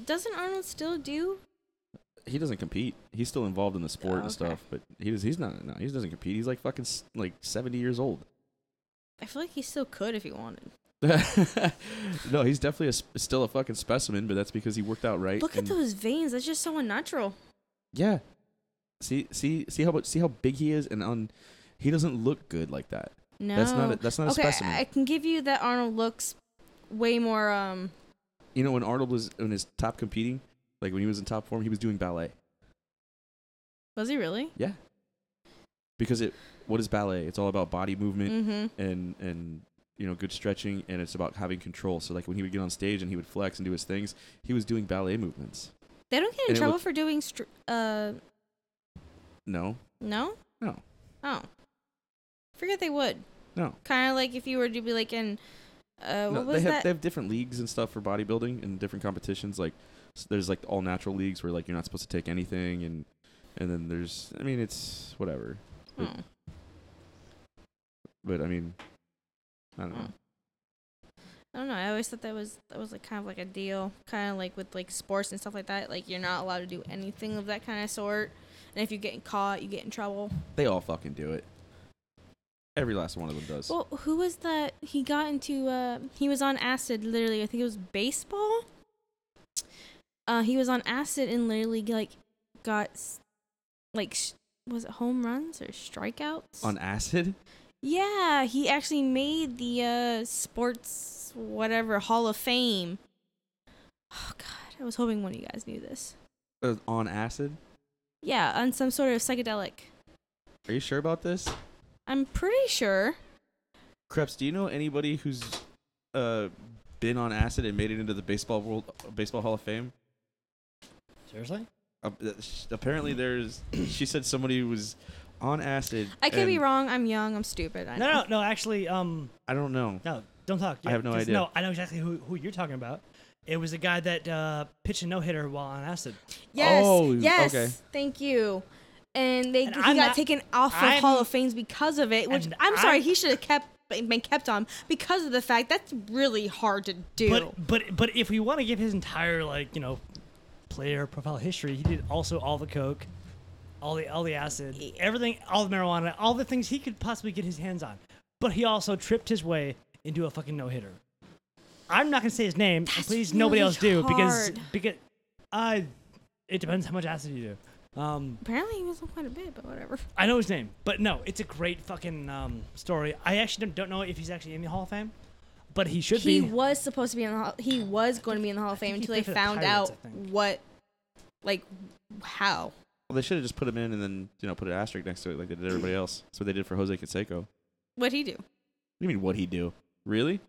S2: Doesn't Arnold still do?
S3: He doesn't compete. He's still involved in the sport
S2: Oh,
S3: and
S2: okay.
S3: stuff, but he does, he's not no, he doesn't compete. He's like fucking s- like 70 years old.
S2: I feel like he still could if he wanted.
S3: no, he's definitely a, s- still a fucking specimen, but that's because he worked out right.
S2: Look at
S3: and-
S2: those veins. That's just so unnatural.
S3: Yeah. See, see, see how much, see how big he is, and on, he doesn't look good like that.
S2: No.
S3: That's not, a, that's not a
S2: okay,
S3: specimen.
S2: I can give you that Arnold looks way more um
S3: you know, when Arnold was in his top competing, like when he was in top form, he was doing ballet
S2: was he really?
S3: because it. What is ballet? It's all about body movement
S2: Mm-hmm.
S3: and and you know good stretching, and it's about having control. So like when he would get on stage and he would flex and do his things, he was doing ballet movements.
S2: They don't get in
S3: And it
S2: trouble
S3: looked-
S2: for doing str- uh
S3: No,
S2: no?
S3: No.
S2: Oh. Forget they would.
S3: no.
S2: Kind of like if you were to be like in uh
S3: No,
S2: what
S3: they
S2: was
S3: have
S2: that?
S3: they have different leagues and stuff for bodybuilding and different competitions. Like s- there's like all natural leagues where like you're not supposed to take anything, and and then there's I mean it's whatever.
S2: Hmm.
S3: But I mean, I don't know.
S2: Mm. I don't know. I always thought that was that was like kind of like a deal, kind of like with like sports and stuff like that. Like you're not allowed to do anything of that kind of sort, and if you get caught, you get in trouble.
S3: They all fucking do it. Every last one of them does.
S2: Well, who was that? He got into uh, he was on acid. Literally, I think it was baseball. Uh, he was on acid and literally like got s- like sh- was it home runs or strikeouts?
S3: on acid?
S2: yeah, he actually made the uh sports whatever Hall of Fame. Oh God, I was hoping one of you guys knew this.
S3: Uh, on acid?
S2: Yeah, on some sort of psychedelic.
S3: Are you sure about this?
S2: I'm pretty sure.
S3: Krebs, do you know anybody who's uh been on acid and made it into the baseball world baseball Hall of Fame?
S4: Seriously?
S3: Uh, sh- apparently there's she said somebody was on acid.
S2: I could be
S3: and-
S2: wrong. I'm young. I'm stupid. I
S4: No,
S2: know.
S4: no, no. Actually, um,
S3: I don't know.
S4: no, don't talk.
S3: I have no
S4: 'cause,
S3: idea.
S4: No, I know exactly who, who you're talking about. It was a guy that uh, pitched a no hitter while on acid.
S2: Yes.
S3: Oh,
S2: yes.
S3: okay.
S2: Thank you. And they
S4: And
S2: he
S4: I'm
S2: got
S4: not-
S2: taken off of
S4: I'm-
S2: Hall of Fames because of it, which
S4: And
S2: I'm sorry
S4: I'm-
S2: he should have kept been kept on because of the fact that's really hard to do.
S4: But but but if we want to give his entire like you know player profile history, he did also all the coke, all the all the acid, everything, all the marijuana, all the things he could possibly get his hands on. But he also tripped his way into a fucking no hitter. I'm not gonna say his name, and
S2: That's
S4: please nobody
S2: really
S4: else do because
S2: hard.
S4: because I. It depends how much acid you do. Um,
S2: Apparently he was on quite a bit, but whatever.
S4: I know his name, but no, it's a great fucking um, story. I actually don't, don't know if he's actually in the Hall of Fame, but he should
S2: He
S4: be.
S2: was supposed to be in the Hall, he was going to be in the Hall of Fame
S4: think he
S2: until they
S4: played for the
S2: found
S4: Pirates, I
S2: out
S4: think.
S2: what, like, how.
S3: Well, they should have just put him in and then you know put an asterisk next to it like they did everybody else. That's what they did for Jose Canseco. What
S2: What'd he do?
S3: do you mean? What he do? Really?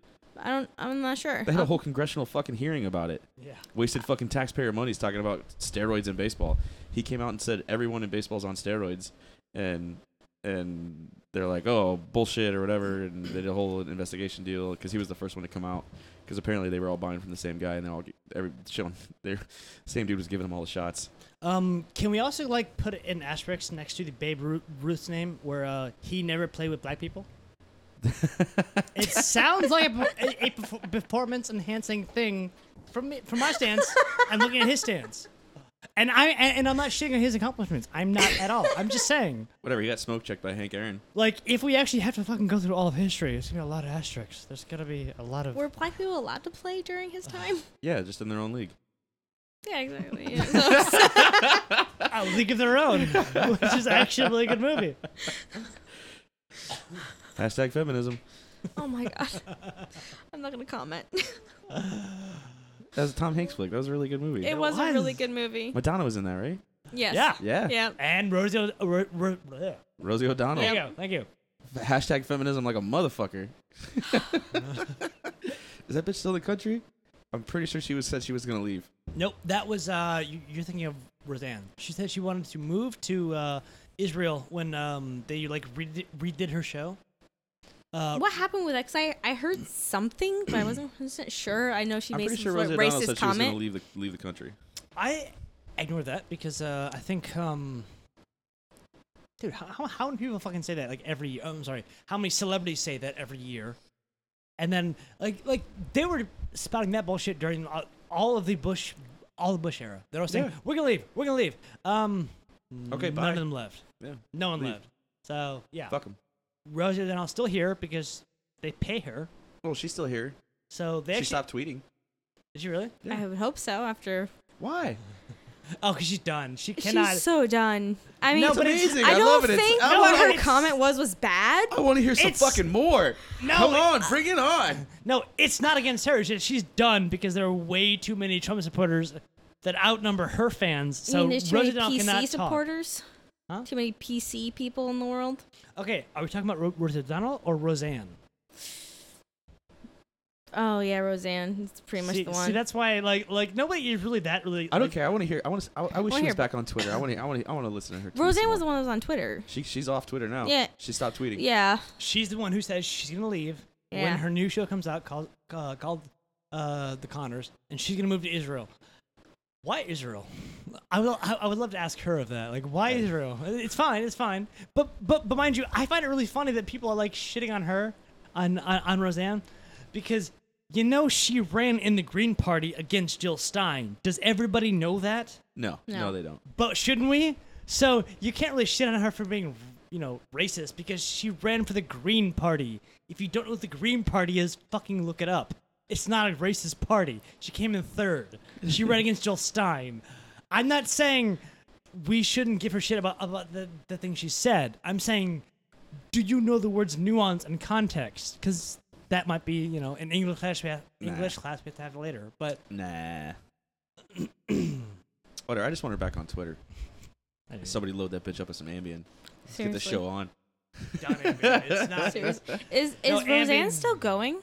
S2: I don't. I'm not sure.
S3: They had a whole congressional fucking hearing about it.
S4: Yeah.
S3: Wasted fucking taxpayer money talking about steroids in baseball. He came out and said everyone in baseball's on steroids, and and they're like, oh bullshit or whatever, and they did a whole investigation deal because he was the first one to come out because apparently they were all buying from the same guy and they all g- every showing their same dude was giving them all the shots.
S4: Um, can we also like put an asterisk next to the Babe Ru- Ruth's name, where uh, he never played with black people? it sounds like a, per- a, a perfor- performance-enhancing thing from me, from my stance. I'm looking at his stance, and I and, and I'm not shitting on his accomplishments. I'm not at all. I'm just saying,
S3: Whatever. He got smoke checked by Hank Aaron.
S4: like, if we actually have to fucking go through all of history, it's gonna be a lot of asterisks. There's gonna be a lot of.
S2: Uh, Were black people allowed to play during his time?
S3: Yeah, just in their own league.
S2: yeah, exactly. Yeah, so-
S4: A League of Their Own, which is actually a really good movie.
S3: Hashtag feminism.
S2: oh my god. I'm not gonna comment.
S3: That was a Tom Hanks flick. That was a really good movie.
S2: It was, a really
S4: was.
S2: good movie.
S3: Madonna was in that, right?
S2: Yes.
S4: Yeah.
S3: Yeah.
S2: Yeah.
S4: And Rosie. O- Ro- Ro- bleh.
S3: Rosie O'Donnell.
S4: There you go. Thank you.
S3: Hashtag feminism like a motherfucker. Is that bitch still in the country? I'm pretty sure she was said she was gonna leave.
S4: Nope, that was uh, you, you're thinking of Roseanne. She said she wanted to move to uh, Israel when um, they like redid, redid her show. Uh,
S2: what happened with that? 'Cause I, I heard something, but I wasn't 100% sure. I know she
S3: I'm
S2: made
S3: pretty
S2: some
S3: sure
S2: sort
S3: Rosie
S2: of
S3: O'Donnell
S2: racist
S3: said she was gonna
S2: comment.
S3: leave the leave the country.
S4: I ignore that because uh, I think, um, dude, how, how how many people fucking say that like every? year? Oh, I'm sorry, how many celebrities say that every year? And then like like they were spouting that bullshit during uh, all of the Bush, all the Bush era. They're all saying
S3: Yeah.
S4: we're gonna leave, we're gonna leave. Um,
S3: Okay,
S4: none
S3: bye.
S4: of them left.
S3: Yeah.
S4: No one
S3: Leave.
S4: left. So yeah,
S3: Fuck 'em.
S4: Rosie then I'll still here because they pay her.
S3: Well, Oh, she's still here.
S4: So they
S3: she
S4: actually,
S3: stopped tweeting.
S4: Did she really?
S2: I would hope so after.
S3: Why?
S4: Oh, because she's done. She cannot.
S2: She's so done. I mean,
S4: No,
S3: It's
S4: but it's-
S3: amazing.
S2: I
S3: I,
S2: don't
S3: love it. It's-
S2: think
S3: I
S4: no,
S2: what
S3: wanna-
S2: her
S4: it's-
S2: comment was was bad.
S3: I want to hear some
S4: It's-
S3: fucking more.
S4: No,
S3: come
S4: it- uh,
S3: on, bring it on.
S4: No, it's not against her. She- She's done because there are way too many Trump supporters that outnumber her fans.
S2: I
S4: So
S2: mean, there's too
S4: Rosie
S2: many
S4: O'Donnell cannot
S2: PC
S4: talk.
S2: supporters.
S4: Huh?
S2: Too many PC people in the world.
S4: Okay, are we talking about Ro- Rosie O'Donnell or Roseanne?
S2: Oh yeah, Roseanne. It's pretty much
S4: see,
S2: the one.
S4: see, that's why like like nobody is really that really.
S3: I don't
S4: like,
S3: care. I want to hear. I want to. I, I
S2: Wanna
S3: wish she was
S2: hear-
S3: back on Twitter. I want to. I want to. I want to listen to her. tweets
S2: Roseanne was the
S3: more.
S2: one that was on Twitter.
S3: She she's off Twitter now.
S2: Yeah.
S3: She stopped tweeting.
S2: Yeah.
S4: She's the one who says she's gonna leave
S2: Yeah.
S4: when her new show comes out called uh, called uh, The Connors, and she's gonna move to Israel. Why Israel? I will. I, I would love to ask her of that. Like, why Israel? It's fine. It's fine. But but but mind you, I find it really funny that people are like shitting on her, on on, on Roseanne, because you know she ran in the Green Party against Jill Stein. Does everybody know that?
S3: No, no,
S2: No.
S3: they don't.
S4: but shouldn't we? So you can't really shit on her for being, you know, racist because she ran for the Green Party. If you don't know what the Green Party is, fucking look it up. It's not a racist party. She came in third. She ran against Jill Stein. I'm not saying we shouldn't give her shit about about the, the thing she said. I'm saying, do you know the words nuance and context? Because that might be, you know, an English class we have,
S3: Nah.
S4: English class we have to have later. But
S3: Nah. Whatever. I just want her back on Twitter.
S4: I mean,
S3: Somebody load that bitch up with some Ambien. Let's Get
S2: Seriously.
S3: the show on.
S4: done it, man. it's not
S2: Seriously. Is is
S4: No,
S2: Roseanne
S4: Ambien-
S2: still going?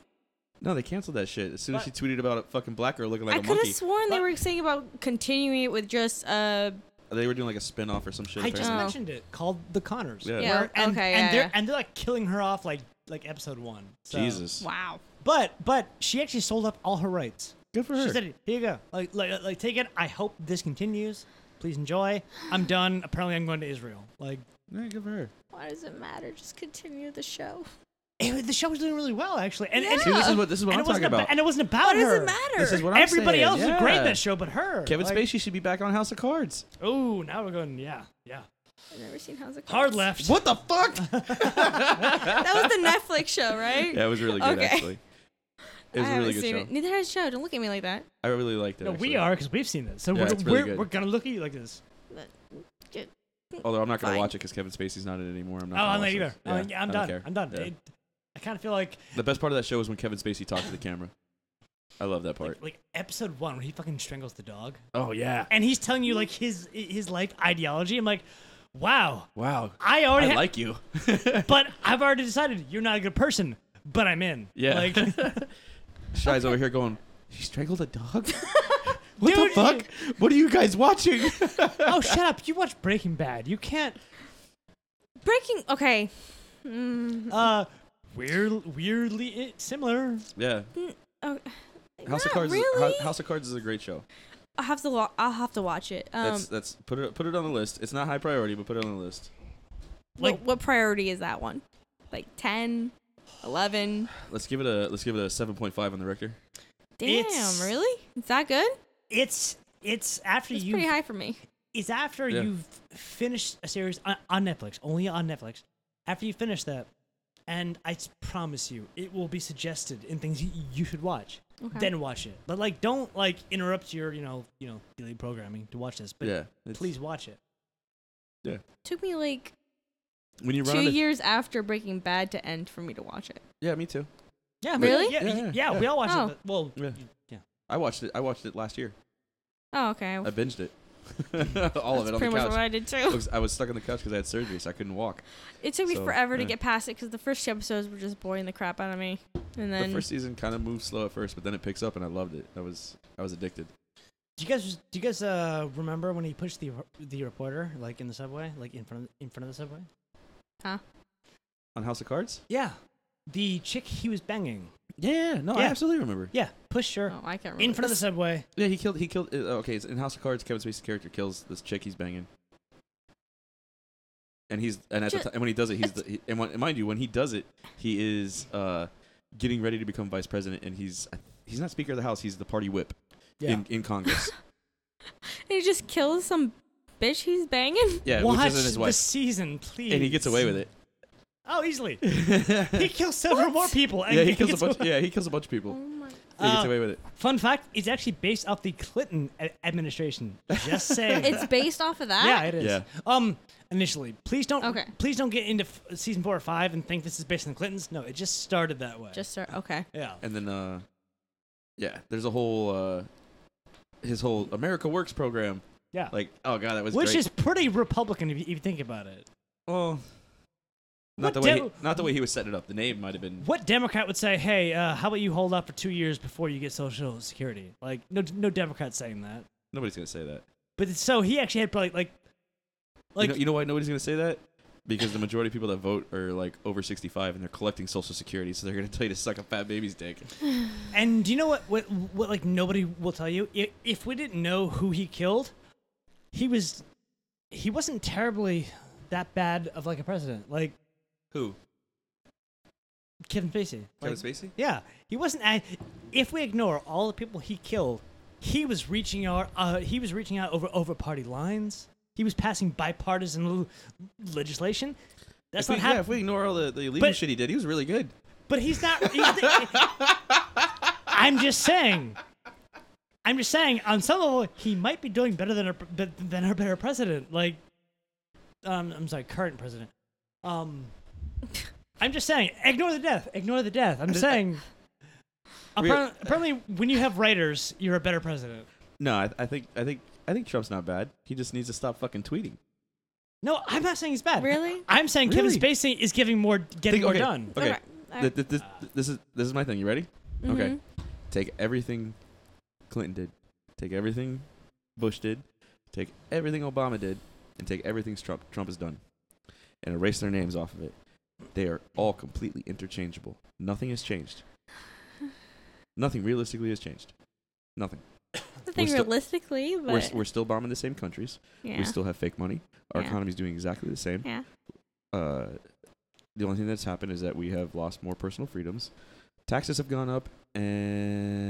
S3: No, they canceled that shit as soon as she
S4: But-
S3: tweeted about a fucking black girl looking like
S2: I
S3: a
S2: could
S3: monkey.
S2: have sworn they
S4: But-
S2: were saying about continuing it with just uh
S3: they were doing like a spin off or some shit.
S4: I just
S3: apparently.
S2: Oh.
S4: mentioned it. Called the Connors.
S3: Yeah.
S2: Yeah,
S4: Where- and,
S2: okay,
S4: And
S2: yeah,
S4: they're
S2: yeah.
S4: and they're like killing her off like like episode one. So-
S3: Jesus.
S2: wow.
S4: But but she actually sold up all her rights.
S3: Good for
S4: She
S3: her.
S4: said, "Here you go. Like, like like take it. I hope this continues. Please enjoy. I'm done. Apparently, I'm going to Israel. Like."
S3: yeah, good for her.
S2: Why does it matter? Just continue the show.
S4: it was- the show was doing really well, actually, and, and
S3: See, this is what this is what
S4: and
S3: I'm
S4: it wasn't
S3: talking
S4: about,
S3: about.
S4: and it wasn't about
S2: Why does
S4: her.
S2: it matter?
S3: This is what I'm
S4: Everybody
S3: saying,
S4: else was great in
S3: yeah.
S4: that show, but her.
S3: Kevin
S4: like,
S3: Spacey should be back on House of Cards.
S4: Oh, now we're going. Yeah, yeah.
S2: I've never seen House of Cards.
S4: Hard left.
S3: What the fuck?
S2: That was the Netflix show, right?
S3: yeah, it was really good
S2: Okay.
S3: actually. It was
S2: I
S3: a really
S2: haven't
S3: good
S2: seen
S3: show.
S2: it. Neither has Joe. Don't look at me like that.
S3: I really liked it.
S4: No,
S3: actually.
S4: we are because we've seen this, so
S3: Yeah,
S4: we're
S3: it's really
S4: we're,
S3: good.
S4: we're gonna look at you like this.
S3: Although I'm not gonna
S2: Fine.
S3: watch it because Kevin Spacey's not in it anymore. I'm not.
S4: Oh,
S3: gonna
S4: I'm not
S3: watch
S4: either.
S3: this.
S4: Oh,
S3: Yeah,
S4: yeah, I'm
S3: I don't
S4: done.
S3: care.
S4: I'm done.
S3: Yeah.
S4: It- I kind of feel like,
S3: The best part of that show was when Kevin Spacey talked to the camera. I love that part.
S4: like like episode one when he fucking strangles the dog,
S3: Oh yeah.
S4: and he's telling you like his his life ideology. I'm like, wow,
S3: Wow.
S4: I already,
S3: I
S4: ha-
S3: like you.
S4: but I've already decided you're not a good person, but I'm in.
S3: Yeah.
S4: like,
S3: Shy's over here going. She strangled a dog.
S4: what
S3: the fuck? What are you guys watching?
S4: oh, shut up! You watch Breaking Bad. You can't.
S2: Breaking. Okay. Mm,
S4: Uh, weird, weirdly i- similar.
S3: yeah.
S2: Oh,
S3: House of
S2: not
S3: Cards.
S2: Really?
S3: Is, Ho- House of Cards is a great show.
S2: I'll have to. Lo- I'll have to watch it. Um,
S3: That's that's put it put it on the list. It's not high priority, but put it on the list.
S4: Like,
S2: what, what priority is that one? Like 10, 11?
S3: Let's give it a let's give it a seven point five on the Richter.
S2: Damn,
S4: It's-
S2: really? Is that good?
S4: it's it's after
S2: It's
S4: you
S2: pretty high for me.
S4: It's after
S3: Yeah.
S4: you've finished a series on, on Netflix, only on Netflix. After you finish that, and I s- promise you, it will be suggested in things you, you should watch.
S2: Okay.
S4: Then watch it, but like, don't like interrupt your you know you know daily programming to watch this. But
S3: yeah. it's-
S4: please watch it.
S2: Took me like
S3: When you run
S2: two
S3: out of-
S2: years after Breaking Bad to end for me to watch it.
S3: Yeah, me too.
S4: Yeah,
S2: but- Really?
S4: Yeah,
S3: Yeah,
S4: y-
S3: yeah,
S4: yeah,
S3: yeah.
S4: we all watched
S2: Oh.
S4: it. but- Well,
S3: Yeah.
S4: yeah.
S3: I watched it. I watched it last year.
S2: Oh, okay.
S3: I binged it. all of it on
S2: pretty
S3: the
S2: much what
S3: couch.
S2: I did too.
S3: I was stuck on the couch because I had surgery, so I couldn't walk.
S2: It took me
S3: So,
S2: forever to
S3: yeah.
S2: get past it because the first two episodes were just boring the crap out of me, and
S3: the
S2: then
S3: first season kind of moved slow at first, but then it picks up, and I loved it. I was I was addicted.
S4: Do you guys do you guys uh, remember when he pushed the the reporter like in the subway, like in front of, in front of the subway?
S3: On House of Cards?
S4: Yeah, the chick he was banging.
S3: Yeah, no,
S4: I
S3: absolutely remember.
S4: Yeah, push her
S2: oh, I can't remember.
S4: in front of the
S2: this.
S4: subway.
S3: Yeah, he killed. He killed. uh, Okay, it's in House of Cards. Kevin Spacey's character kills this chick he's banging, and he's and at the
S2: Ju-
S3: time, and when he does it, he's the, he, and when, mind you, when he does it, he is uh, getting ready to become vice president, and he's he's not Speaker of the House. He's the party whip in, in Congress.
S2: And he just kills some bitch he's banging.
S3: Yeah,
S4: Watch
S3: which isn't his
S4: the
S3: wife,
S4: season, please.
S3: and he gets away with it.
S4: Oh, easily. he kills several
S2: What?
S4: more people. And
S3: yeah, he kills a
S4: gets
S3: bunch.
S4: away-
S3: Yeah, he kills a bunch of
S2: Oh
S3: people.
S2: my!
S3: Yeah, he gets
S4: Uh,
S3: away with it.
S4: Fun fact: It's actually based off the Clinton a- administration. Just saying.
S2: It's based off of that.
S4: yeah, it is.
S3: Yeah.
S4: Um, initially, please don't.
S2: Okay.
S4: Please don't get into f- season four or five and think this is based on the Clintons. No, it just started that way.
S2: Just start. Okay.
S4: yeah.
S3: and then uh yeah there's a whole uh his whole america works program
S4: Yeah.
S3: like oh god that was
S4: Which
S3: great.
S4: is pretty Republican if you, if you think about it.
S3: well
S4: What
S3: not the way he,
S4: devil-
S3: not the way he was setting it up the name might have been
S4: What Democrat would say, "Hey, uh, how about you hold out for two years before you get Social Security"? Like, no, no Democrat's saying that.
S3: nobody's gonna say that
S4: But it's- so he actually had probably like,
S3: like
S4: like
S3: you know, you know why nobody's gonna say that because the majority of people that vote are like over 65 and they're collecting social security so they're gonna tell you to suck a fat baby's dick
S4: And do you know what, what? What? Like nobody will tell you. I- If we didn't know who he killed, he was, he wasn't terribly that bad of like a president, like
S3: who
S4: Kevin Spacey. Like,
S3: kevin spacey
S4: Yeah, he wasn't. a- If we ignore all the people he killed, he was reaching out. Uh, he was reaching out over over party lines. He was passing bipartisan l- legislation. That's
S3: if we,
S4: not
S3: yeah,
S4: happening.
S3: if we ignore all the, the illegal
S4: But-
S3: shit he did, he was really good.
S4: But he's not. He's I'm just saying. I'm just saying. On some level, he might be doing better than our than our better president. Like, um, I'm sorry, current president. Um, I'm just saying. Ignore the death. Ignore the death. I'm saying.
S3: We are-
S4: Apparently, apparently, when you have writers, you're a better president.
S3: No, I, I think I think I think Trump's not bad. He just needs to stop fucking tweeting.
S4: No, I'm not saying he's bad.
S2: Really?
S4: I'm saying
S3: Really?
S4: Kevin Spacey is giving more, getting
S3: Think-
S4: more
S3: okay,
S4: done.
S3: Okay.
S2: Alright, Mm-hmm.
S3: Th-
S2: alright.
S3: th- this, this is this is my thing. You ready? Okay. Take everything Clinton did. Take everything Bush did. Take everything Obama did, and take everything Trump Trump has done, and erase their names off of it. They are all completely interchangeable. Nothing has changed. Nothing realistically has changed. Nothing.
S2: The thing
S3: still-
S2: realistically, but
S3: We're, s- we're still bombing the same countries.
S2: yeah.
S3: We still have fake money. Our
S2: Yeah.
S3: economy's doing exactly the same.
S2: yeah.
S3: uh, the only thing that's happened is that we have lost more personal freedoms. Taxes have gone up,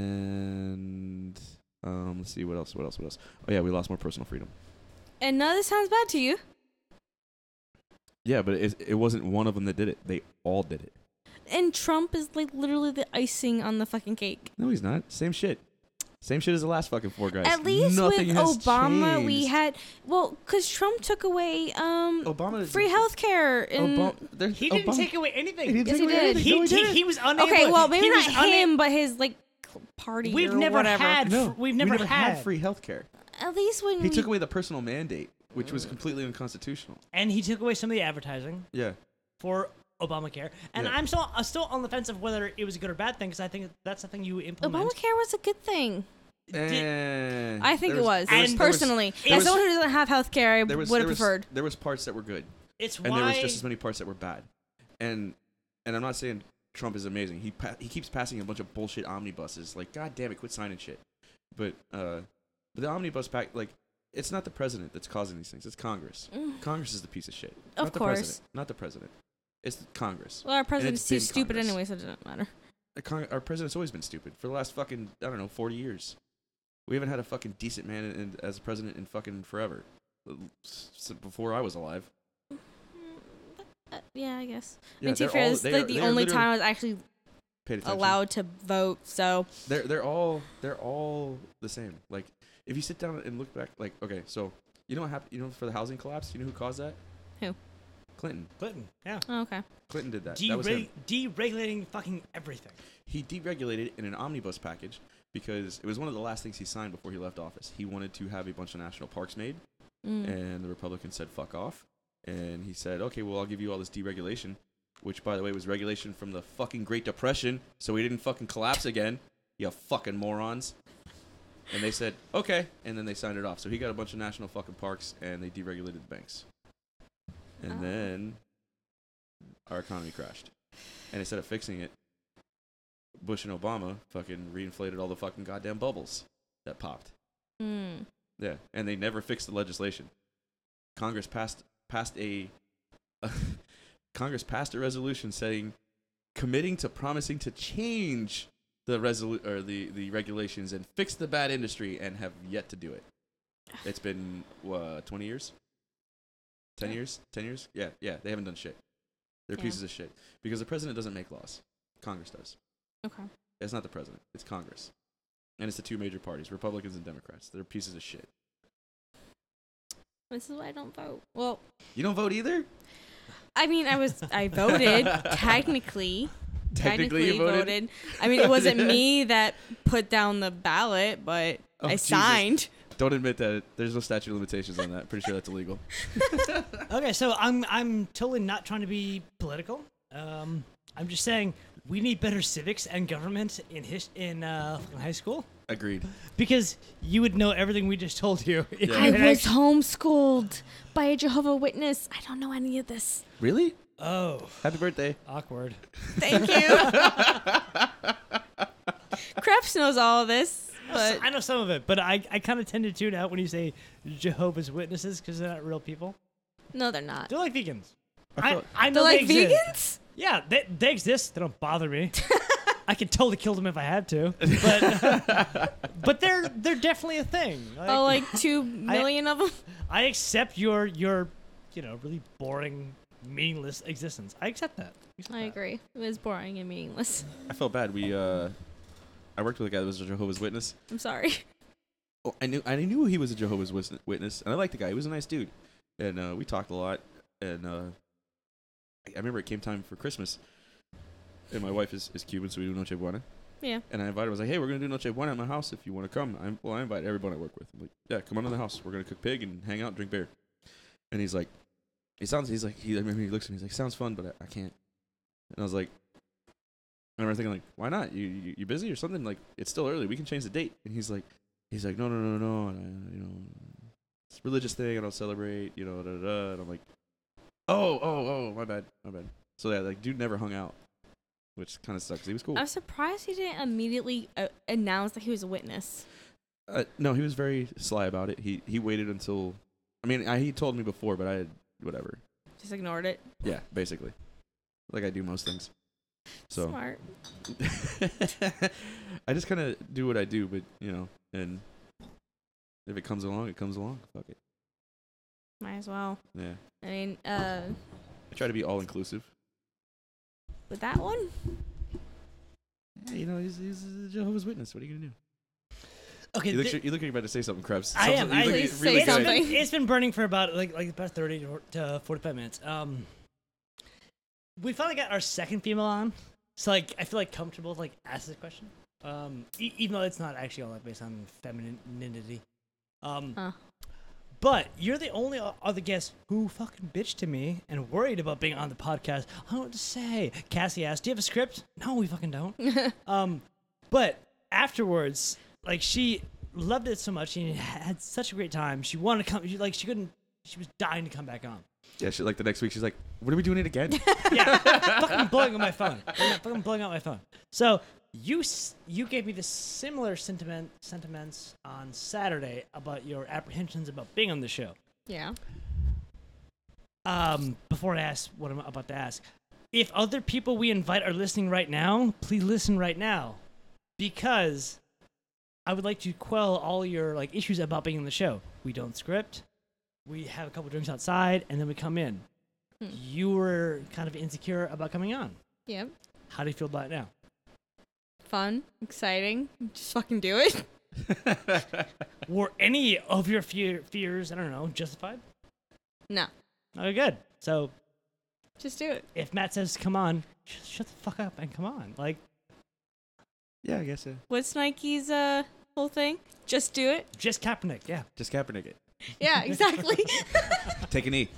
S3: and um, let's see what else. What else? What else? Oh yeah, we lost more personal freedom.
S2: And now this sounds bad to you.
S3: Yeah, but it, it wasn't one of them that did it. They all did it.
S2: And Trump is like literally the icing on the fucking cake.
S3: No, he's not. Same shit. Same shit as the last fucking four guys.
S2: At least
S3: Nothing
S2: with
S3: has
S2: Obama, we
S3: changed.
S2: had well, because Trump took away um
S3: Obama is-
S2: free health care and
S3: Obama, there-
S4: He didn't
S3: Obama-
S4: take away anything.
S3: Oh, He didn't
S2: Yes,
S3: take
S2: he
S3: away
S2: did.
S3: anything.
S4: He,
S3: No,
S4: he,
S3: didn't.
S4: he was unable.
S2: okay, well maybe
S4: he was
S2: not
S4: una-
S2: him, but his like party.
S4: We've
S2: or
S4: never
S2: whatever.
S4: had-
S3: No,
S4: We've never
S3: we never had
S4: had-
S3: free health care.
S2: At least when we,
S3: He took away the personal mandate, which
S2: Mm.
S3: was completely unconstitutional.
S4: and he took away some of the advertising.
S3: Yeah.
S4: for Obamacare, and
S3: Yeah.
S4: I'm still uh, still on the fence of whether it was a good or bad thing because I think that's something you implement.
S2: Obamacare was a good thing.
S3: Eh,
S2: I think
S3: there
S2: it was,
S3: there
S4: And
S3: there
S2: personally.
S3: there
S2: As
S3: was-
S2: someone who doesn't have health care, I
S3: there was-
S2: would have
S3: there was-
S2: preferred.
S3: There was parts that were good,
S4: It's
S3: and
S4: why
S3: there was just as many parts that were bad. And and I'm not saying Trump is amazing. He pa- he keeps passing a bunch of bullshit omnibuses. Like, god damn it, quit signing shit. But uh, but the omnibus pack, like, it's not the president that's causing these things. It's Congress.
S2: Mm.
S3: Congress is the piece of shit.
S2: Of
S3: not the
S2: course.
S3: president. Not the president. It's the Congress.
S2: Well, our president's
S3: president's
S2: too stupid
S3: been Congress.
S2: anyway, so it doesn't matter.
S3: The Cong- our president's always been stupid for the last fucking I don't know forty years. We haven't had a fucking decent man in, in- as president in fucking forever. S- s- before I was alive.
S2: Uh, yeah, I guess.
S3: Yeah,
S2: and to
S3: they're
S2: be fair,
S3: all-
S2: it's
S3: they
S2: like
S3: are-
S2: the
S3: they are
S2: only
S3: literally-
S2: time I was actually
S3: paid attention.
S2: allowed to vote. So
S3: They're they're all they're all the same. Like if you sit down and look back, like okay, so you know what happened? You know for the housing collapse, you know who caused that?
S2: Who?
S3: Clinton.
S4: Clinton, yeah,
S2: oh, okay,
S3: Clinton did that. That was him.
S4: Dereg- deregulating fucking everything.
S3: He deregulated in an omnibus package because it was one of the last things he signed before he left office. He wanted to have a bunch of national parks made,
S5: Mm.
S3: and the Republicans said fuck off. And he said, okay, well, I'll give you all this deregulation, which, by the way, was regulation from the fucking Great Depression, so we didn't fucking collapse again, you fucking morons. And they said, okay, and then they signed it off. So he got a bunch of national fucking parks, and they deregulated the banks. And
S5: Ah.
S3: then our economy crashed. And instead of fixing it, Bush and Obama fucking reinflated all the fucking goddamn bubbles that popped.
S5: Mm.
S3: Yeah, and they never fixed the legislation. Congress passed passed a Congress passed a resolution saying committing to promising to change the resolu- or the, the regulations and fix the bad industry and have yet to do it. It's been uh, 20 years. 10 years? 10 years? Yeah, yeah, they haven't done shit. They're
S5: Yeah.
S3: pieces of shit because the president doesn't make laws. Congress does.
S5: Okay.
S3: It's not the president. It's Congress, and it's the two major parties, Republicans and Democrats. They're pieces of shit.
S5: This is why I don't vote. Well,
S3: You don't vote either.
S2: I mean, I was I voted technically.
S3: Technically, you voted?
S2: I mean, it wasn't me that put down the ballot, but
S3: Oh,
S2: I
S3: Jesus.
S2: signed.
S3: Don't admit that. There's no statute of limitations on that. Pretty sure that's illegal.
S4: Okay, so I'm I'm totally not trying to be political. Um, I'm just saying we need better civics and government in his, in uh, fucking high school
S3: Agreed.
S4: because you would know everything we just told you. if
S3: Yeah.
S5: I
S4: you had
S5: was
S4: actually-
S5: homeschooled by a Jehovah Witness. I don't know any of this.
S3: Really?
S4: oh,
S3: Happy birthday.
S4: awkward.
S2: Thank you. Krebs knows all of this, but
S4: I know some of it, but I, I kind of tend to tune out when you say Jehovah's Witnesses because they're not real people.
S5: No, they're not.
S4: They're like vegans.
S3: I
S4: I,
S3: feel-
S4: I
S2: they're
S4: know
S2: like
S4: they exist.
S2: vegans.
S4: Yeah, they, they exist. They don't bother me. I could totally kill them if I had to, but but they're they're definitely a thing. Like,
S2: Oh, like two million of them.
S4: I accept your your you know really boring, meaningless existence. I accept that.
S5: I agree. It was boring and meaningless.
S3: I felt bad. We uh, I worked with a guy that was a Jehovah's Witness.
S5: I'm sorry.
S3: Oh, I knew I knew he was a Jehovah's Wis- Witness, and I liked the guy. He was a nice dude, and uh, we talked a lot. And uh, I- I remember it came time for Christmas, and my wife is, is Cuban, so we do Noche Buena.
S2: Yeah.
S3: And I invited. Him, I was like, "Hey, we're gonna do Noche Buena at my house if you want to come." I'm, well, I invite everyone I work with. I'm like, "Yeah, come on to the house. We're gonna cook pig and hang out, and drink beer." And he's like, "He sounds." He's like, he. I remember he looks at me. He's like, "Sounds fun, but I, I can't." And I was like, I remember thinking like, "Why not? You, you you busy or something? Like, it's still early. We can change the date." And he's like he's like, no, no, no, no, no, and I, you know, it's a religious thing. I don't celebrate, you know, da, da, da. And I'm like, oh, oh, oh, my bad, my bad. So yeah, like, dude never hung out, which kind of sucks. He was cool.
S2: I'm surprised he didn't immediately uh, announce that he was a witness.
S3: Uh, no, he was very sly about it. He he waited until, I mean, I, he told me before, but I had whatever.
S2: Just ignored it.
S3: Yeah, basically, like I do most things. So
S2: Smart.
S3: I just kind of do what I do, but you know, and if it comes along, it comes along. Fuck it.
S2: Might as well.
S3: Yeah,
S2: I mean, uh,
S3: I try to be all inclusive.
S2: with that one,
S3: Yeah, you know, he's, he's a Jehovah's Witness. What are you gonna do?
S4: Okay,
S3: You look,
S4: th-
S3: you look like you're about to say something, Krebs.
S4: I am.
S3: Something- you
S4: I-
S3: look
S4: Please
S3: like-
S2: say
S3: really good.
S4: it's
S2: something.
S4: been, it's been burning for about like like about thirty to- to forty five minutes. Um, we finally got our second female on, so like I feel like comfortable to, like ask this question. Um, e- even though it's not actually all that based on femininity. Um,
S5: Huh.
S4: but you're the only o- other guest who fucking bitched to me and worried about being on the podcast. I don't know what to say. Cassie asked, "Do you have a script?" No, we fucking don't. Um, but afterwards, like she loved it so much, she had such a great time. She wanted to come. She, like she couldn't. She was dying to come back on.
S3: Yeah, she, like the next week, she's like, "What are we doing it again?"
S4: Yeah, fucking blowing up my phone. Yeah, fucking blowing up my phone. So you s- you gave me the similar sentiment sentiments on Saturday about your apprehensions about being on the show.
S5: Yeah.
S4: Um, before I ask what I'm about to ask, if other people we invite are listening right now, please listen right now, because I would like to quell all your like issues about being on the show. We don't script. We have a couple drinks outside, and then we come in. You were kind of insecure about coming on.
S5: Yep.
S4: How do you feel about it now?
S5: Fun. Exciting. Just fucking do it.
S4: Were any of your fear- fears, I don't know, justified?
S5: No.
S4: Okay, good. So
S5: Just do it.
S4: if Matt says come on, sh- shut the fuck up and come on. Like,
S3: Yeah, I guess so.
S2: What's Nike's uh whole thing? Just do it.
S4: Just Kaepernick, yeah.
S3: Just Kaepernick it.
S2: Yeah, exactly.
S3: Take a knee.